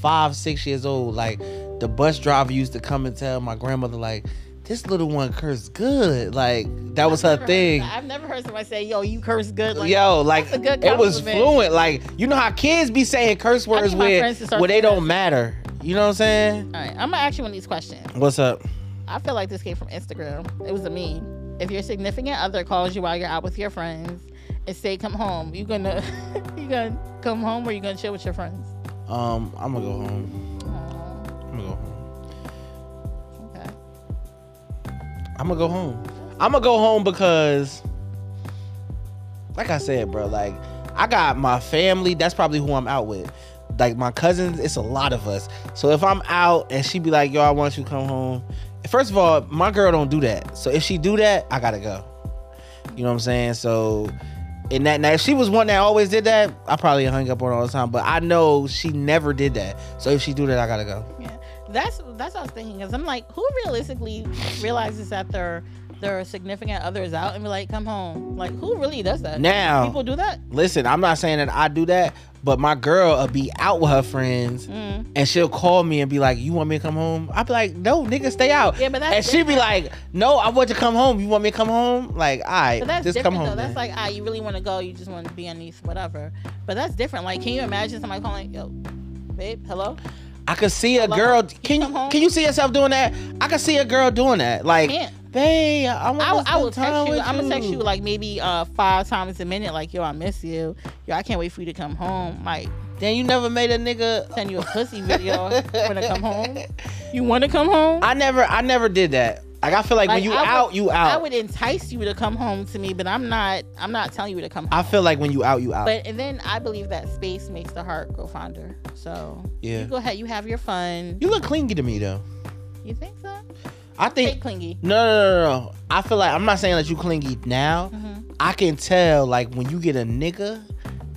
[SPEAKER 1] five, six years old. Like the bus driver used to come and tell my grandmother, like, this little one cursed good. Like that was her thing.
[SPEAKER 2] I've never heard somebody say, "Yo, you curse good." Like,
[SPEAKER 1] Yo, like
[SPEAKER 2] a good
[SPEAKER 1] it was
[SPEAKER 2] compliment.
[SPEAKER 1] fluent. Like you know how kids be saying curse words
[SPEAKER 2] my
[SPEAKER 1] where
[SPEAKER 2] friends to start
[SPEAKER 1] where they
[SPEAKER 2] doing
[SPEAKER 1] don't matter. You know what I'm saying?
[SPEAKER 2] All right, I'm gonna ask you one of these questions.
[SPEAKER 1] What's up?
[SPEAKER 2] I feel like this came from Instagram. It was a meme. If your significant other calls you while you're out with your friends and say come home, you gonna you gonna come home or you gonna chill with your friends?
[SPEAKER 1] Um, I'm gonna go home.
[SPEAKER 2] Oh,
[SPEAKER 1] I'm gonna go home.
[SPEAKER 2] okay.
[SPEAKER 1] I'm gonna go home. I'm gonna go home because, like I said, bro, like I got my family. That's probably who I'm out with. Like my cousins, it's a lot of us. So if I'm out and she be like, "Yo, I want you to come home," first of all, my girl don't do that. So if she do that, I gotta go. You know what I'm saying? So in that now, if she was one that always did that, I probably hung up on her all the time. But I know she never did that. So if she do that, I gotta go.
[SPEAKER 2] Yeah, that's that's what I was thinking. Cause I'm like, who realistically realizes that their their significant other is out and be like, come home? Like, who really does that?
[SPEAKER 1] Now
[SPEAKER 2] people do that.
[SPEAKER 1] listen, I'm not saying that I do that, but my girl will be out with her friends
[SPEAKER 2] Mm.
[SPEAKER 1] and she'll call me and be like, You want me to come home? I'll be like, No, nigga, stay out.
[SPEAKER 2] Yeah, but that's
[SPEAKER 1] and she'll be like, No, I want to come home. You want me to come home? Like, all right,
[SPEAKER 2] But that's
[SPEAKER 1] just come
[SPEAKER 2] different
[SPEAKER 1] home.
[SPEAKER 2] though. That's
[SPEAKER 1] then."
[SPEAKER 2] like, ah, you really want to go? You just want to be on these whatever. But that's different. Like, can you imagine somebody calling, yo, babe, hello?
[SPEAKER 1] I could see a
[SPEAKER 2] Hello?
[SPEAKER 1] girl.
[SPEAKER 2] Can you
[SPEAKER 1] Can you
[SPEAKER 2] come home?
[SPEAKER 1] can you see yourself doing that? I could see a girl doing that. Like,
[SPEAKER 2] Can't.
[SPEAKER 1] babe, I want
[SPEAKER 2] I, will-
[SPEAKER 1] to
[SPEAKER 2] I
[SPEAKER 1] spend
[SPEAKER 2] will
[SPEAKER 1] time
[SPEAKER 2] text you.
[SPEAKER 1] with
[SPEAKER 2] I'm gonna text you
[SPEAKER 1] you.
[SPEAKER 2] like maybe uh five times a minute. Like, yo, I miss you. Yo, I can't wait for you to come home. Like,
[SPEAKER 1] Then you never made a nigga.
[SPEAKER 2] send you a pussy video when I come home. You want to come home?
[SPEAKER 1] I never, I never did that. Like, I feel like, when
[SPEAKER 2] Like,
[SPEAKER 1] you
[SPEAKER 2] I would-
[SPEAKER 1] out, you out.
[SPEAKER 2] I would entice you to come home to me, but I'm not. I'm not telling you to come. home.
[SPEAKER 1] I feel like when you out, you out.
[SPEAKER 2] But and then I believe that space makes the heart grow fonder. So
[SPEAKER 1] Yeah.
[SPEAKER 2] you go ahead. You have your fun.
[SPEAKER 1] you look clingy to me though.
[SPEAKER 2] You think so?
[SPEAKER 1] I think
[SPEAKER 2] Stay clingy.
[SPEAKER 1] No, no, no, no. I feel like I'm not saying that you clingy now.
[SPEAKER 2] Mhm.
[SPEAKER 1] I can tell, like when you get a nigga,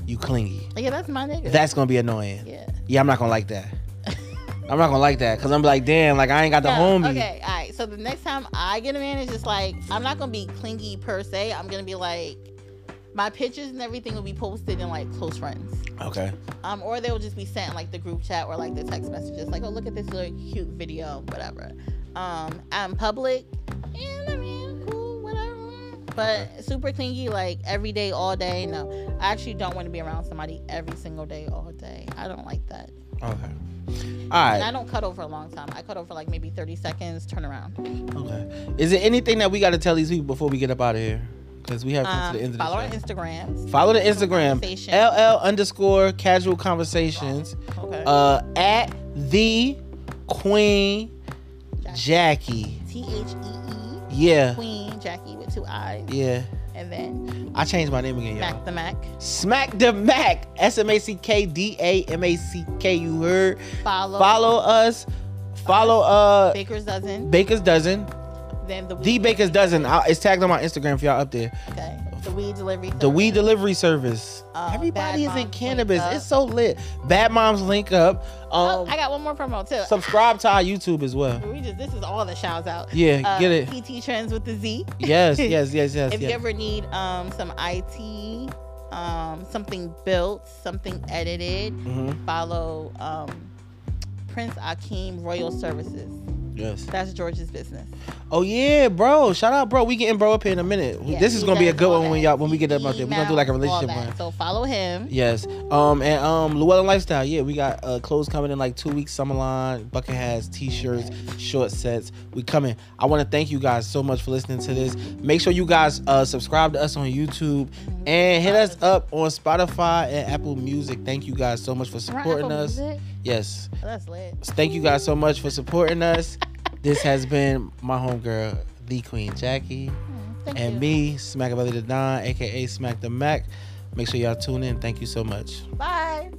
[SPEAKER 1] you clingy.
[SPEAKER 2] Yeah, that's my nigga.
[SPEAKER 1] That's gonna be annoying. Yeah,
[SPEAKER 2] yeah.
[SPEAKER 1] I'm not gonna like that. I'm not gonna like that because I'm like, damn, like I ain't got the
[SPEAKER 2] No,
[SPEAKER 1] homie.
[SPEAKER 2] Okay. All right. So the next time I get a man, it's just like I'm not gonna be clingy per se. I'm gonna be like. My pictures and everything will be posted in like close friends,
[SPEAKER 1] Okay.
[SPEAKER 2] um, or they will just be sent in, like the group chat or like the text messages, like oh look at this little cute video, whatever. Um, I'm public, and I mean cool, whatever. But super clingy, like every day, all day. No, I actually don't want to be around somebody every single day, all day. I don't like that.
[SPEAKER 1] Okay. All
[SPEAKER 2] And I
[SPEAKER 1] right.
[SPEAKER 2] don't cut over a long time. I cut over like maybe 30 seconds, turn around.
[SPEAKER 1] Okay. Is there anything that we got to tell these people before we get up out of here? Because we have come
[SPEAKER 2] Um,
[SPEAKER 1] to the end of
[SPEAKER 2] follow our
[SPEAKER 1] the show.
[SPEAKER 2] Instagrams.
[SPEAKER 1] Follow the Instagram.
[SPEAKER 2] Conversation.
[SPEAKER 1] LL underscore casual conversations.
[SPEAKER 2] Okay.
[SPEAKER 1] Uh, at the Queen Jackie.
[SPEAKER 2] T H E E
[SPEAKER 1] Yeah.
[SPEAKER 2] Queen Jackie with two eyes.
[SPEAKER 1] Yeah.
[SPEAKER 2] And then
[SPEAKER 1] I changed my name again, y'all.
[SPEAKER 2] Mac the Mac.
[SPEAKER 1] Smack the Mac. S M A C K D A M A C K. You heard.
[SPEAKER 2] Follow,
[SPEAKER 1] Follow us. Follow uh
[SPEAKER 2] Baker's Dozen.
[SPEAKER 1] Baker's Dozen.
[SPEAKER 2] then the
[SPEAKER 1] The Baker's Dozen. I, it's tagged on my Instagram if y'all up there.
[SPEAKER 2] Okay. The weed delivery.
[SPEAKER 1] The weed
[SPEAKER 2] service.
[SPEAKER 1] delivery service.
[SPEAKER 2] Uh,
[SPEAKER 1] Everybody
[SPEAKER 2] Bad
[SPEAKER 1] is in
[SPEAKER 2] Moms
[SPEAKER 1] cannabis.
[SPEAKER 2] Link Up.
[SPEAKER 1] It's so lit. Bad moms link up.
[SPEAKER 2] Oh,
[SPEAKER 1] Um,
[SPEAKER 2] I got one more promo too.
[SPEAKER 1] subscribe to our YouTube as well.
[SPEAKER 2] we just this is all the shouts out.
[SPEAKER 1] Yeah, get it.
[SPEAKER 2] PT Trends with the Z.
[SPEAKER 1] Yes, yes, yes, yes.
[SPEAKER 2] Uh, if you
[SPEAKER 1] yes.
[SPEAKER 2] ever need um some IT, um something built, something edited,
[SPEAKER 1] Mhm.
[SPEAKER 2] follow um Prince Akeem Royal Services.
[SPEAKER 1] Yes.
[SPEAKER 2] That's George's business.
[SPEAKER 1] Oh yeah, bro. Shout out, bro. We getting bro up here in a minute.
[SPEAKER 2] Yeah,
[SPEAKER 1] this is
[SPEAKER 2] he
[SPEAKER 1] gonna be a
[SPEAKER 2] does
[SPEAKER 1] good
[SPEAKER 2] all
[SPEAKER 1] one when
[SPEAKER 2] that.
[SPEAKER 1] y'all when we get up
[SPEAKER 2] He
[SPEAKER 1] out there. We're gonna do
[SPEAKER 2] emails,
[SPEAKER 1] like a
[SPEAKER 2] all
[SPEAKER 1] relationship
[SPEAKER 2] that.
[SPEAKER 1] one.
[SPEAKER 2] So follow him.
[SPEAKER 1] Yes. Um and um Llewellyn Lifestyle. Yeah, we got uh clothes coming in like two weeks. Summer line, bucket hats, t-shirts, short sets. We coming. I want to thank you guys so much for listening to this. Make sure you guys uh subscribe to us on YouTube and hit us up on Spotify and Apple Music. Thank you guys so much for
[SPEAKER 2] Right,
[SPEAKER 1] supporting
[SPEAKER 2] Apple
[SPEAKER 1] us.
[SPEAKER 2] Music?
[SPEAKER 1] Yes.
[SPEAKER 2] Oh, That's lit.
[SPEAKER 1] Thank you guys so much for supporting us. This has been my homegirl, the Queen Jackie,
[SPEAKER 2] Mm, Thank
[SPEAKER 1] and
[SPEAKER 2] you.
[SPEAKER 1] me, Smack Belly the Don, aka Smack the Mac. Make sure y'all tune in. Thank you so much.
[SPEAKER 2] Bye.